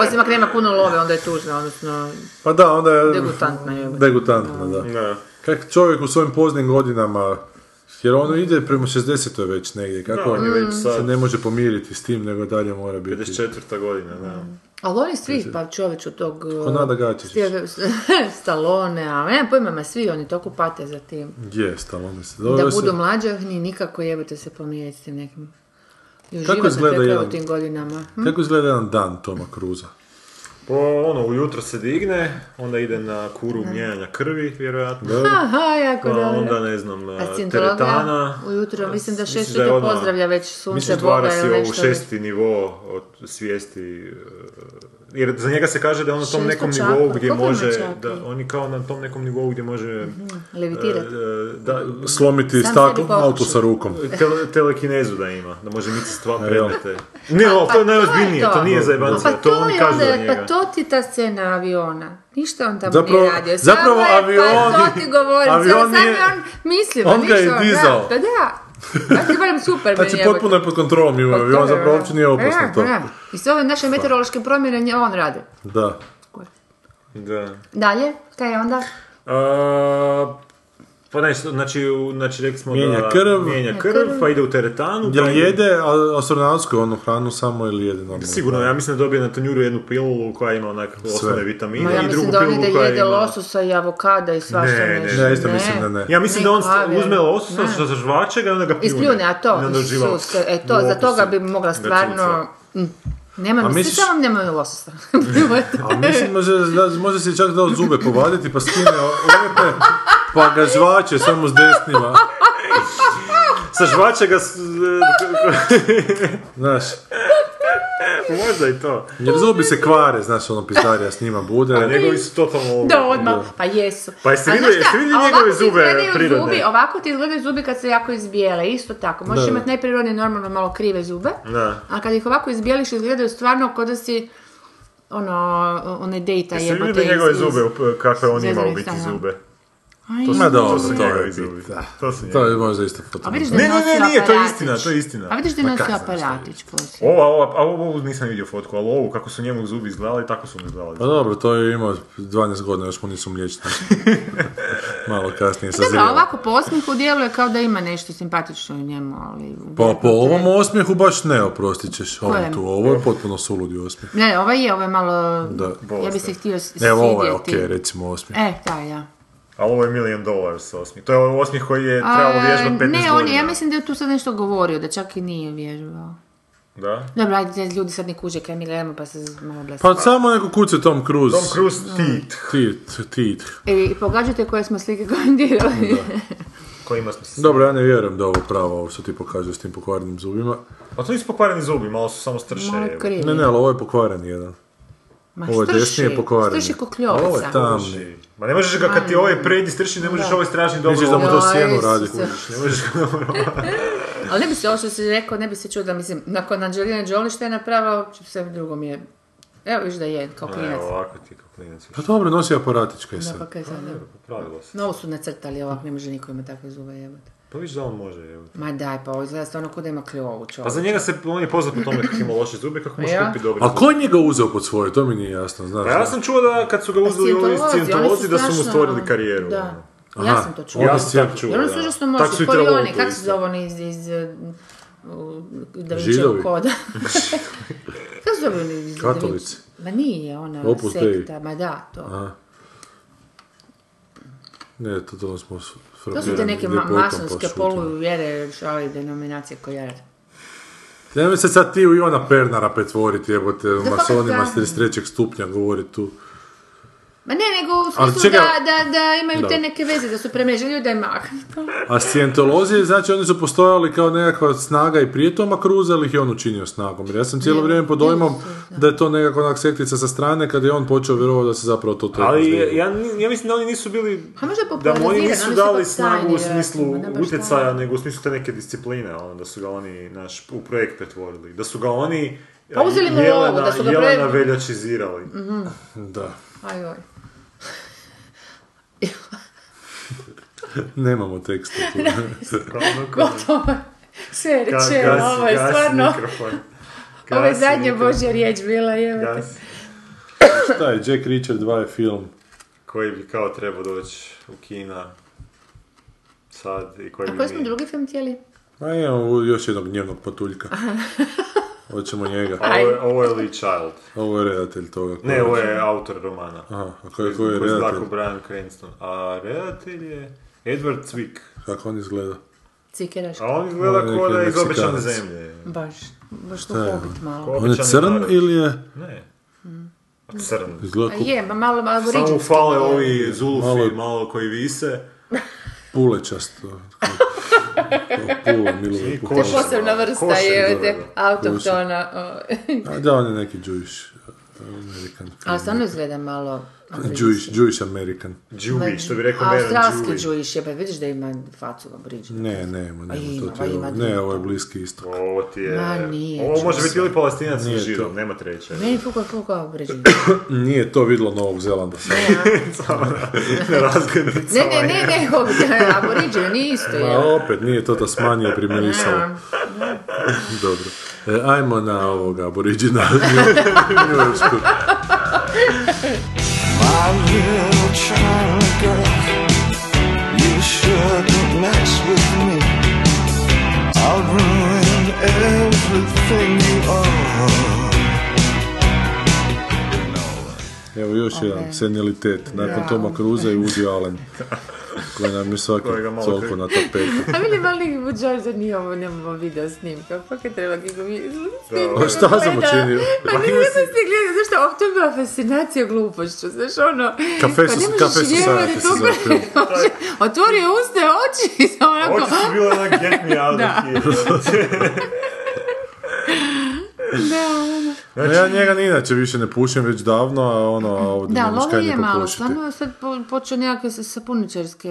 Speaker 3: Osim ako nema puno love, onda je tužna, odnosno
Speaker 2: Pa da, onda je
Speaker 3: degutantna je.
Speaker 2: degutantna, da.
Speaker 4: Da.
Speaker 2: Kak čovjek u svojim poznim godinama, jer ono ide prema 60. već negdje, kako
Speaker 4: on je već
Speaker 2: se
Speaker 4: sad.
Speaker 2: ne može pomiriti s tim, nego dalje mora biti.
Speaker 4: 54. godina, da.
Speaker 3: Ali oni svi, pa čovječ od tog... Ko
Speaker 2: Nada Gačić.
Speaker 3: [laughs] Stalone, a nema pojma, ma svi oni toliko pate za tim.
Speaker 2: Jest, ali onda se
Speaker 3: Da
Speaker 2: dobro se-
Speaker 3: budu mlađahni, nikako jebate se pomiriti s tim nekim. I uživati
Speaker 2: Kako izgleda
Speaker 3: na kraju
Speaker 2: jedan-
Speaker 3: u tim godinama. Hm?
Speaker 2: Kako izgleda jedan dan Toma Cruza?
Speaker 4: Pa ono, ujutro se digne, onda ide na kuru mijenjanja krvi, vjerojatno.
Speaker 3: Aha, jako
Speaker 4: Pa
Speaker 3: dobro.
Speaker 4: onda, ne znam, eh,
Speaker 3: A
Speaker 4: teretana.
Speaker 3: scientologija ujutro, mislim da šest
Speaker 4: da je
Speaker 3: ujutro
Speaker 4: ono-
Speaker 3: pozdravlja već sunce
Speaker 4: Mislim,
Speaker 3: Boga
Speaker 4: stvara si
Speaker 3: ili
Speaker 4: ovu
Speaker 3: nešto. već.
Speaker 4: šesti nivo od svijesti. eh, Jer za njega se kaže da je on na tom
Speaker 3: Šesto
Speaker 4: nekom
Speaker 3: čakra.
Speaker 4: nivou gdje
Speaker 3: Koliko ima
Speaker 4: može,
Speaker 3: čakri?
Speaker 4: da oni kao na tom nekom nivou gdje može
Speaker 2: E,
Speaker 3: Levitirat.
Speaker 4: eh, da,
Speaker 2: Slomiti
Speaker 3: Sam
Speaker 2: staklo
Speaker 3: sebi pokušaj.
Speaker 2: auto sa rukom.
Speaker 4: Tele, telekinezu da ima, da može mici stva
Speaker 2: Evo.
Speaker 4: predmete. Ne, ali to je najozbiljnije, to nije za jebanca,
Speaker 3: Pa
Speaker 4: to
Speaker 3: to
Speaker 4: oni
Speaker 3: je
Speaker 4: kažu za
Speaker 3: onda,
Speaker 4: njega.
Speaker 3: pa to ti ta scena aviona. Ništa on tamo
Speaker 2: Zapravo-
Speaker 3: nije radio. Samo
Speaker 2: zapravo
Speaker 3: je,
Speaker 2: avion-
Speaker 3: Pa to ti govorim.
Speaker 2: avion
Speaker 3: Samo sam
Speaker 2: je-
Speaker 3: je on mislio.
Speaker 2: on ga je dizao.
Speaker 3: Da, pa da. Znači, barem super
Speaker 2: Znači,
Speaker 3: meni, evo
Speaker 2: potpuno je pod kontrolom i
Speaker 3: te. Pa to
Speaker 2: on
Speaker 3: je,
Speaker 2: zapravo
Speaker 3: da.
Speaker 2: uopće nije opasno
Speaker 3: Da,
Speaker 2: to.
Speaker 3: da. I sve ove naše meteorološke promjene nje- on radi.
Speaker 2: Da.
Speaker 4: Da.
Speaker 3: Dalje, kaj je onda?
Speaker 4: A, Pa ne, znači, u- znači rekli smo
Speaker 2: Mijenja
Speaker 4: da
Speaker 2: krv.
Speaker 4: mijenja krv, pa ide u teretanu. pa
Speaker 2: Jel
Speaker 4: ide-
Speaker 2: jede a- astronautsko onu hranu samo ili jede normalno?
Speaker 4: Sigurno, ja mislim da dobije na tanjuru jednu pilulu koja ima onak osnovne vitamine
Speaker 3: Ma ja
Speaker 4: i drugu
Speaker 3: mislim da oni
Speaker 4: pilulu
Speaker 3: da
Speaker 4: koja
Speaker 3: jede
Speaker 4: ima...
Speaker 3: lososa i avokada i svašta
Speaker 4: Ne, ne,
Speaker 3: nešto.
Speaker 2: Ja isto mislim da ne.
Speaker 4: Ja mislim
Speaker 3: Ne,
Speaker 4: da on
Speaker 3: klavija.
Speaker 4: uzme lososa
Speaker 3: Ne.
Speaker 4: sa zažvače ga i onda ga pljune.
Speaker 3: Ispljune, a
Speaker 4: I
Speaker 3: to,
Speaker 4: onda uživa
Speaker 3: Isus, e, to,
Speaker 4: u
Speaker 3: za
Speaker 4: okusu
Speaker 3: toga bi mogla
Speaker 4: ga
Speaker 3: stvarno...
Speaker 4: cuca.
Speaker 3: Nema
Speaker 2: A
Speaker 3: mi,
Speaker 2: misliš-
Speaker 3: svi samo nemoj lososa. [laughs]
Speaker 2: A
Speaker 4: [laughs]
Speaker 2: mislim može, da, može si čak dao zube povaditi pa skine lepe pa ga žvače samo s desnima.
Speaker 4: Sa žvače ga... s-
Speaker 2: [laughs] Znaš,
Speaker 4: Možda i to.
Speaker 2: jer zubi se kvare, znaš, ono pizdarija s njima bude.
Speaker 4: A njegovi su totalno... ovi.
Speaker 3: Da, odmah. Pa jesu.
Speaker 4: Pa jeste
Speaker 3: A
Speaker 4: vidjeli-
Speaker 3: znaš šta,
Speaker 4: jeste vidjeli
Speaker 3: a ovako
Speaker 4: njegove
Speaker 3: ti
Speaker 4: zube
Speaker 3: izgledaju
Speaker 4: prirodne?
Speaker 3: Zubi, ovako ti izgledaju zubi kad se jako izbijele, isto tako. Možeš
Speaker 2: Da.
Speaker 3: imati najprirodnije, normalno malo krive zube,
Speaker 4: Da.
Speaker 3: a kad ih ovako izbijeliš izgledaju stvarno kao da si ono, onaj dejta
Speaker 4: Jeste
Speaker 3: jebote.
Speaker 4: vidjeli
Speaker 3: iz-
Speaker 4: njegove
Speaker 3: iz-
Speaker 4: zube, u- kakve on ima u
Speaker 3: Zvezanih
Speaker 4: biti
Speaker 3: stana.
Speaker 4: zube?
Speaker 3: Aj,
Speaker 2: Ma dobro,
Speaker 4: su
Speaker 2: to
Speaker 4: njegovi
Speaker 2: je
Speaker 4: zubi.
Speaker 2: bit, da.
Speaker 4: To su
Speaker 2: To
Speaker 4: njegovi.
Speaker 2: je možda isto foto.
Speaker 3: A vidiš da
Speaker 4: Ne,
Speaker 3: je
Speaker 4: ne,
Speaker 3: nosio
Speaker 4: ne, nije, to je
Speaker 3: aparatić.
Speaker 4: istina, to je istina.
Speaker 3: A vidiš da je
Speaker 2: Ma
Speaker 3: nosio
Speaker 2: kak znaš šta je.
Speaker 3: aparatić poslije.
Speaker 4: Ova, ova, a ovu nisam vidio fotku, ali ovu kako su njemu zubi izgledali, tako su mu izgledali.
Speaker 2: Pa dobro, to je imao 12 godina, još mu nisu
Speaker 4: [laughs]
Speaker 2: mliječni. Malo kasnije sa
Speaker 3: Dobro, ovako po osmihu djeluje kao da ima nešto simpatično u njemu, ali...
Speaker 2: Pa po ovom osmijehu baš ne oprostit ćeš ovom
Speaker 3: Kojem?
Speaker 2: tu. Ovo je potpuno suludi osmijeh.
Speaker 3: Ne, ovaj je, ovaj je malo...
Speaker 2: Da.
Speaker 3: Ja bi se htio s-
Speaker 2: Evo ovo je
Speaker 3: svidjeti.
Speaker 2: okej, recimo osmijeh.
Speaker 3: E, da, ja.
Speaker 4: Ali ovo je Million Dollars osmijeh. To je ovaj osmijeh koji je trebalo vježbati 15
Speaker 3: A, Ne,
Speaker 4: godina.
Speaker 3: on, je- ja mislim da je tu sad nešto govorio, da čak i nije vježbao.
Speaker 4: Da?
Speaker 3: Dobro, ajde, ljudi sad ne kuže kaj mi gledamo pa se z- malo blesimo.
Speaker 2: Pa samo neko kuce Tom Cruise.
Speaker 4: Tom Cruise Tit.
Speaker 2: Tit, tit.
Speaker 3: E, i pogađate koje smo slike komentirali.
Speaker 4: Kojima smo se...
Speaker 2: Dobro, ja ne vjerujem da je ovo pravo, ovo što ti pokazuje s tim pokvarenim zubima.
Speaker 4: Pa to nisu pokvareni zubi, malo su samo strše.
Speaker 3: [laughs] Malo
Speaker 4: evo.
Speaker 3: krivi.
Speaker 2: Ne, ne, ali ovo je pokvaren jedan.
Speaker 3: Ma,
Speaker 2: Ovo je
Speaker 3: strši,
Speaker 2: desni je pokvaren.
Speaker 3: Strši ko
Speaker 2: A ovo
Speaker 3: kljovica.
Speaker 2: je tamni.
Speaker 4: Znači, Ma ne možeš ga kad ti ovaj prednji strši, ne možeš ovaj stražni dobro.
Speaker 2: Nećeš da mu to
Speaker 3: Joj,
Speaker 2: sjenu radi.
Speaker 3: Isuse.
Speaker 2: kužiš.
Speaker 4: Ne možeš ga
Speaker 3: Ali ne bi se ovo što si rekao, ne bi se čudila, mislim, nakon Angelina Jolie što je napravila, sve drugo mi je... Evo viš da je, kao klinac.
Speaker 4: Evo ovako ti kao klinac.
Speaker 2: Pa dobro, nosi aparatić kaj
Speaker 3: Da,
Speaker 2: sad.
Speaker 3: pa kaj sad, evo.
Speaker 4: Popravilo se.
Speaker 3: Novo su nacrtali, ovako ne može niko ima takve zube jebati.
Speaker 4: Pa viš da on može, evo.
Speaker 3: Ma daj, pa ovo izgleda stvarno k'o da ima kljovu čovjek.
Speaker 4: Pa za njega se, on je poznat po tome kako ima loše zube, kako može
Speaker 3: Pa Ja?
Speaker 4: kupiti dobre
Speaker 2: A
Speaker 4: zube.
Speaker 2: ko je njega uzeo pod svoje, to mi nije jasno, znaš.
Speaker 4: Pa ja sam čuo da kad Pa su ga uzeli ovi
Speaker 3: Pa Scientolozi, oni su
Speaker 4: scientolozi da su mu
Speaker 3: strašno-
Speaker 4: stvorili karijeru.
Speaker 3: Da.
Speaker 4: ono.
Speaker 3: Ja sam to čula.
Speaker 4: Ja
Speaker 2: Oni
Speaker 4: sam
Speaker 2: sjed-
Speaker 4: tako čuo.
Speaker 3: Jer oni
Speaker 4: da.
Speaker 3: su užasno
Speaker 4: Tak su
Speaker 3: moćni,
Speaker 4: i
Speaker 3: ko i
Speaker 4: Travoltu
Speaker 3: oni, kako
Speaker 4: isto.
Speaker 3: se zove oni iz, iz eh, u- Da
Speaker 2: Židovi.
Speaker 3: Vinčevog
Speaker 2: [laughs]
Speaker 3: koda? kako se zove oni iz Da Vinci-
Speaker 2: Katolici.
Speaker 3: Ma nije ona
Speaker 2: Opus Dei.
Speaker 3: sekta, ma da, to.
Speaker 2: Ne, to, to smo s-
Speaker 3: to su te
Speaker 2: frapirani
Speaker 3: neke ma-
Speaker 2: ljepotom, pa
Speaker 3: masonske
Speaker 2: šutimo.
Speaker 3: poluvjere, ali denominacije koje
Speaker 2: Nemoj se sad ti u Ivana Pernara pretvoriti, jebote,
Speaker 3: fakat
Speaker 2: masonima
Speaker 3: da.
Speaker 2: s 33. stupnja govori tu.
Speaker 3: Ma ne, nego u
Speaker 2: Ali
Speaker 3: smislu
Speaker 2: čega-
Speaker 3: da, da, da imaju
Speaker 2: Da.
Speaker 3: te neke veze, da su premrežili da je mak.
Speaker 2: A scientolozi, znači oni su postojali kao nekakva snaga i prije Toma Cruza, ali ih je on učinio snagom. Jer ja sam cijelo
Speaker 3: Ne,
Speaker 2: vrijeme pod
Speaker 3: ne
Speaker 2: dojmom
Speaker 3: su, da.
Speaker 2: da je to nekako onak sektica sa strane, kad je on počeo vjerovati da se zapravo to to
Speaker 4: Ali
Speaker 2: je-
Speaker 4: ja, ni- ja mislim da oni nisu bili...
Speaker 3: A Pa možda
Speaker 4: Da mu oni
Speaker 3: popularizirani,
Speaker 4: nisu
Speaker 3: oni su
Speaker 4: dali
Speaker 3: ipak
Speaker 4: snagu
Speaker 3: tajni,
Speaker 4: u smislu
Speaker 3: vjerojatno, ma da, baš
Speaker 4: utjecaja,
Speaker 3: tajni.
Speaker 4: nego u smislu te neke discipline, ono, da su ga oni naš, u projekt pretvorili. Da su ga oni
Speaker 3: Pa uzeli mu
Speaker 4: Jelena-
Speaker 3: lovu, da su ga
Speaker 4: Jelena
Speaker 3: pre- Mm,
Speaker 4: veljačizirali.
Speaker 2: Da,
Speaker 3: Aj, oj.
Speaker 2: nemamo teksta. tu. [laughs]
Speaker 3: Gotovo. je. Sve je rečeno,
Speaker 4: Gasi-
Speaker 3: ovo je
Speaker 4: gasi
Speaker 3: stvarno,
Speaker 4: mikrofon.
Speaker 3: ovo je
Speaker 4: Gasi
Speaker 3: zadnja
Speaker 4: mikrofon.
Speaker 3: Božja riječ bila, jebote. [laughs]
Speaker 4: Gasi.
Speaker 2: Šta je Jack Richard 2 je film?
Speaker 4: Koji bi kao trebao doći u Kina sad i koji
Speaker 3: A
Speaker 4: bi
Speaker 3: koji smo
Speaker 4: mi-
Speaker 3: drugi film htjeli?
Speaker 2: A imamo još jednog dnevnog
Speaker 3: [laughs]
Speaker 2: patuljka. Hoćemo njega.
Speaker 4: Ovo je, ovo je Lee Child.
Speaker 2: Ovo je redatelj toga.
Speaker 4: Ne, ovo je autor romana.
Speaker 2: Aha, a ko je, ko je
Speaker 4: Koji se
Speaker 2: redatelj?
Speaker 4: tako Brian Cranston. A redatelj je Edward Zwick.
Speaker 2: Kako on izgleda?
Speaker 3: Cikeraš.
Speaker 4: A on izgleda
Speaker 2: On je
Speaker 4: kao da je iz
Speaker 2: neki
Speaker 4: obećane
Speaker 2: Meksikanac.
Speaker 4: zemlje.
Speaker 3: Baš, baš ko
Speaker 2: Šta je
Speaker 3: Hobbit malo.
Speaker 2: On je
Speaker 4: Obećani
Speaker 2: crn
Speaker 4: narod.
Speaker 2: ili je...
Speaker 4: Ne. A Crn.
Speaker 2: Izgleda
Speaker 3: A
Speaker 2: ko
Speaker 3: je, ma malo
Speaker 4: Samo mu
Speaker 3: aboriđinski.
Speaker 4: fale ovi zulufi
Speaker 2: Malo
Speaker 4: malo,
Speaker 2: je-
Speaker 4: koji vise.
Speaker 2: pulečast.
Speaker 3: [laughs]
Speaker 2: Kao- kao Pula, Milorad
Speaker 4: I
Speaker 2: Pula.
Speaker 4: koš.
Speaker 3: Posebna vrsta
Speaker 4: Košen,
Speaker 3: je,
Speaker 4: dobro,
Speaker 3: te, autohtona. o. [laughs]
Speaker 2: A da, on je neki Jewish uh, American.
Speaker 3: Ali stvarno izgleda malo...
Speaker 2: Jewish, Jewish American.
Speaker 4: Džubi, što bi rekao Meran
Speaker 3: Australski
Speaker 4: Džubi.
Speaker 3: džujiš, jebe, vidiš da ima facu aboriđina.
Speaker 2: Ne, ne, ma nema, to
Speaker 3: ima,
Speaker 2: ti je
Speaker 3: ima
Speaker 2: ovo.
Speaker 3: drugo.
Speaker 2: Ne, ovo je Bliski istok.
Speaker 4: Ovo ti je...
Speaker 3: Ma, nije,
Speaker 4: Ovo može
Speaker 3: čuj
Speaker 4: biti ili palestinac ili
Speaker 2: Nije
Speaker 4: židov,
Speaker 2: to.
Speaker 4: nema treće.
Speaker 3: Meni
Speaker 4: [laughs]
Speaker 3: fuka fuka aboriđina.
Speaker 2: Nije to vidjelo Novog Zelanda.
Speaker 4: Razglednica.
Speaker 3: Ne, ne, ne, ne, ovdje, aboriđin nije isto,
Speaker 2: Ma
Speaker 3: je.
Speaker 2: opet, nije to Tasmanija primirisalo. Dobro. E, ajmo na ovoga aboriđina. [laughs] Njujorsku.
Speaker 5: My little China girl, you should
Speaker 6: shouldn't mess with me. I'll ruin everything you are.
Speaker 2: Evo još jedan senilitet, nakon Toma Cruza i Woody Allen, koji nam je svaki
Speaker 7: Kojega malo
Speaker 2: toliko
Speaker 7: kri-
Speaker 2: na tapetu.
Speaker 3: A mi mali George nije ovo, nemamo video snimka, pa kad treba kako mi
Speaker 2: A šta sam učinio?
Speaker 3: Pa ne, ne sam se gledala, znaš šta, ovo to je bila fascinacija glupošću, znaš ono...
Speaker 2: Kafe
Speaker 3: pa
Speaker 2: su-
Speaker 3: ne možeš
Speaker 2: kafe su
Speaker 3: vjerovati
Speaker 2: sajate se
Speaker 3: koliko
Speaker 2: zove
Speaker 3: [laughs]
Speaker 2: film.
Speaker 3: je može- Otvorio uste, oči [laughs] i sam onako...
Speaker 7: Oči su bile
Speaker 4: ono,
Speaker 7: onak get me out
Speaker 3: Da.
Speaker 7: of here.
Speaker 3: Da, ono.
Speaker 2: No, ja njega ni inače više ne pušim već davno, a ono, a ovdje
Speaker 3: Mhm. Da,
Speaker 2: ne
Speaker 3: ali
Speaker 2: možeš
Speaker 3: ovo
Speaker 2: kaj
Speaker 3: je
Speaker 2: ni
Speaker 3: malo,
Speaker 2: popušiti.
Speaker 3: stvarno je sad po- počeo nekakve sa- sapuničarske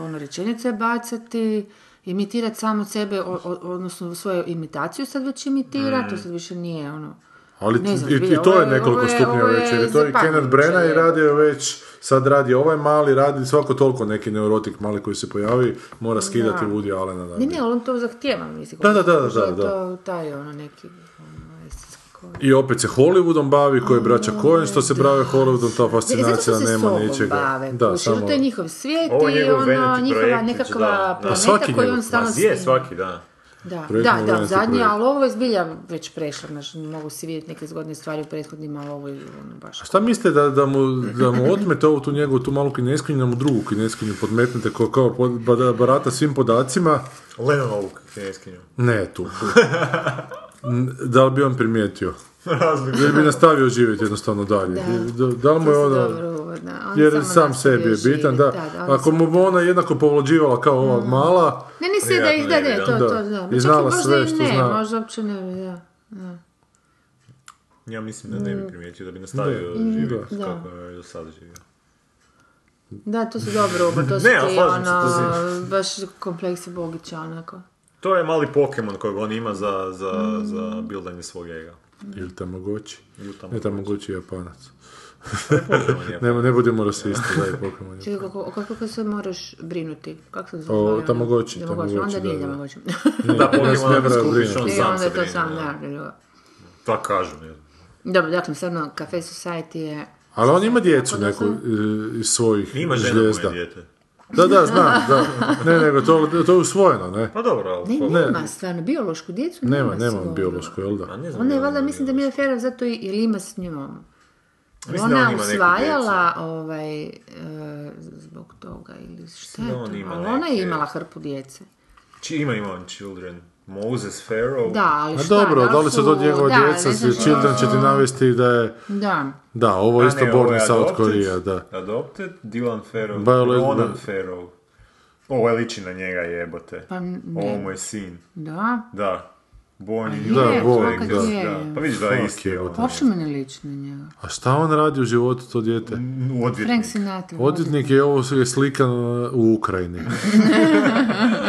Speaker 3: ono, rečenice bacati, imitirati samo sebe, o- o- odnosno svoju imitaciju sad već imitira,
Speaker 2: Mm.
Speaker 3: to sad više nije ono...
Speaker 2: Ali
Speaker 3: Ne znam,
Speaker 2: i, i
Speaker 3: zbilja,
Speaker 2: to
Speaker 3: ovo
Speaker 2: je
Speaker 3: je- ovo
Speaker 2: nekoliko
Speaker 3: je-
Speaker 2: stupnjeva
Speaker 3: ovo je
Speaker 2: već, jer je to i Kenneth
Speaker 3: zapanjujuće,
Speaker 2: Brena i
Speaker 3: je.
Speaker 2: radio je već, sad radi ovaj mali, radi svako toliko neki neurotik mali koji se pojavi, mora skidati
Speaker 3: Da.
Speaker 2: Woody Allena. Da.
Speaker 3: Ne, ne, ali on to zahtjeva, mislim.
Speaker 2: Da, da, da, da,
Speaker 3: Što je
Speaker 2: da.
Speaker 3: To, taj ono neki... Ono, estetsko-
Speaker 2: I opet se Hollywoodom bavi, koji je braća Coen što se brave Hollywoodom, ta
Speaker 3: E, Mm, zato što
Speaker 2: fascinacija
Speaker 3: se
Speaker 2: nema
Speaker 3: sobom
Speaker 2: ničega.
Speaker 3: bave,
Speaker 2: da,
Speaker 3: kužiš,
Speaker 2: samo...
Speaker 3: to je njihov svijet
Speaker 4: Ovo je
Speaker 3: i
Speaker 4: njegov
Speaker 3: ono,
Speaker 4: vanity
Speaker 3: njihova
Speaker 4: projekt,
Speaker 3: nekakva
Speaker 4: znači, da, da.
Speaker 3: planeta
Speaker 2: Svaki
Speaker 3: koju
Speaker 2: njegov,
Speaker 3: on stalno
Speaker 4: Je,
Speaker 3: snima.
Speaker 4: svaki, da.
Speaker 3: Da,
Speaker 2: Projekt
Speaker 3: da,
Speaker 2: mu
Speaker 3: da,
Speaker 2: vanity
Speaker 3: zadnji,
Speaker 2: projekt.
Speaker 3: ali ovo je zbilja već prešlo, znaš, mogu si vidjeti neke zgodne stvari u prethodnima, ali ovo je ono baš...
Speaker 2: Šta mislite da, da, mu, da mu otmete ovu tu njegovu tu malu kineskinju, da mu drugu kineskinju podmetnete koja kao pod- ba- barata svim podacima?
Speaker 7: Lenonovu
Speaker 4: [laughs]
Speaker 7: kineskinju.
Speaker 2: Ne, tu. N- Da li bi on primijetio?
Speaker 7: Razbio.
Speaker 2: Jer bi nastavio živjeti jednostavno dalje. Da, da li mu je
Speaker 3: To su
Speaker 2: ona...
Speaker 3: dobro uvodna, on
Speaker 2: Jer
Speaker 3: samo
Speaker 2: sam
Speaker 3: nas
Speaker 2: sebi je
Speaker 3: još
Speaker 2: bitan,
Speaker 3: živi,
Speaker 2: da.
Speaker 3: da, on Mm.
Speaker 2: Ako mu bi ona jednako povlađivala kao ova mala,
Speaker 3: Ne, ne sve da ih, da, da, to,
Speaker 2: Da.
Speaker 3: to, da.
Speaker 2: I
Speaker 3: Ma čak
Speaker 2: znala
Speaker 3: i možda
Speaker 2: sve
Speaker 3: i
Speaker 2: što
Speaker 3: ne,
Speaker 2: zna.
Speaker 3: možda uopće ne bi, da. da.
Speaker 4: Ja mislim da ne bi primijetio da bi nastavio živjeti
Speaker 3: Da.
Speaker 4: kako je do sada živio.
Speaker 3: Da, to su dobro oba, to su
Speaker 7: Ne, ali
Speaker 3: ti,
Speaker 7: slažem se,
Speaker 3: ono,
Speaker 7: to
Speaker 3: baš kompleksi Bogića, onako.
Speaker 4: To je mali Pokemon kojeg on ima za, za,
Speaker 3: Mm.
Speaker 4: za bildanje svog ega.
Speaker 2: ili tamogoći.
Speaker 4: Ili
Speaker 2: Ne tamogoći je japanac.
Speaker 4: Pokemon je.
Speaker 2: Ne, ne budemo rasisti, daj
Speaker 3: [laughs]
Speaker 2: Pokemon. je-
Speaker 3: Čekaj, kako, o kako se moraš brinuti? Kako se zove?
Speaker 2: O,
Speaker 3: ono?
Speaker 2: Tamagotchi,
Speaker 3: Tamagotchi,
Speaker 2: Tamagotchi, da,
Speaker 3: onda nije
Speaker 2: da.
Speaker 3: Tamagotchi.
Speaker 4: Da,
Speaker 2: Ne
Speaker 4: Pokemon
Speaker 2: smem
Speaker 4: ne skupiš,
Speaker 2: razbrinuti.
Speaker 3: [laughs]
Speaker 4: on
Speaker 3: I
Speaker 4: sam
Speaker 3: onda
Speaker 4: se
Speaker 3: je to
Speaker 4: brine.
Speaker 3: sam,
Speaker 4: da.
Speaker 3: da, da.
Speaker 4: Tak Pa kažu, ne znam.
Speaker 3: Dobro, dakle, stvarno, Cafe Society je...
Speaker 2: Ali on ima djecu neku
Speaker 3: Odnosno-
Speaker 2: e, iz svojih
Speaker 4: Ima žena koje
Speaker 2: žlijezda.
Speaker 4: je dijete.
Speaker 2: Da, da, znam,
Speaker 3: [laughs]
Speaker 2: da. Ne, nego to, to je usvojeno, ne?
Speaker 4: Pa dobro, ali...
Speaker 3: Ne,
Speaker 2: Ne.
Speaker 3: E, nema stvarno, biološku djecu
Speaker 2: Nema,
Speaker 3: nema
Speaker 2: nema
Speaker 3: sigurno.
Speaker 2: on biološku, jel da?
Speaker 4: Pa ne znam,
Speaker 3: Ona je
Speaker 4: ja
Speaker 3: valjda,
Speaker 4: ne
Speaker 3: mislim da
Speaker 4: znam.
Speaker 3: Mila Ferrer zato i, ili ima s njom.
Speaker 4: Mislim da
Speaker 3: ona
Speaker 4: on ima neku
Speaker 3: usvajala ovaj, e, zbog toga ili šta je
Speaker 4: Da, on
Speaker 3: to?
Speaker 4: ima
Speaker 3: Ali ona je
Speaker 4: neke-
Speaker 3: imala hrpu djece.
Speaker 4: Či ima, ima on children. Moses Pharaoh.
Speaker 3: Da, ali
Speaker 2: A
Speaker 3: šta?
Speaker 2: Pa dobro, da li
Speaker 3: su-
Speaker 2: se to njegova
Speaker 3: da,
Speaker 2: djeca,
Speaker 3: ne znam
Speaker 2: se
Speaker 3: šta-
Speaker 2: Children će ti navesti da je...
Speaker 3: Da,
Speaker 2: Da, ovo je
Speaker 4: A
Speaker 2: isto
Speaker 4: ne, ovo
Speaker 2: Born
Speaker 4: je
Speaker 2: in South
Speaker 4: Adopted.
Speaker 2: Korea, da.
Speaker 4: Adopted, Dylan Pharaoh,
Speaker 2: Violet-
Speaker 4: Ronan Pharaoh. Ovo je liči na njega jebote.
Speaker 3: Pa ne.
Speaker 4: Ovo mu je sin.
Speaker 3: da.
Speaker 4: Da. Born in
Speaker 3: Da,
Speaker 4: Egypt,
Speaker 2: Born,
Speaker 4: rekli
Speaker 2: da.
Speaker 4: su,
Speaker 3: Je, je.
Speaker 4: Pa vidiš da je isti.
Speaker 2: je,
Speaker 4: ono.
Speaker 3: Uopće mi ne liči na njega.
Speaker 2: A šta on radi u životu, to dijete?
Speaker 4: Odvjetnik.
Speaker 3: Frank Sinatra.
Speaker 2: Odvjetnik je ovo je slikan uh, u
Speaker 3: [laughs]
Speaker 2: Ukrajini.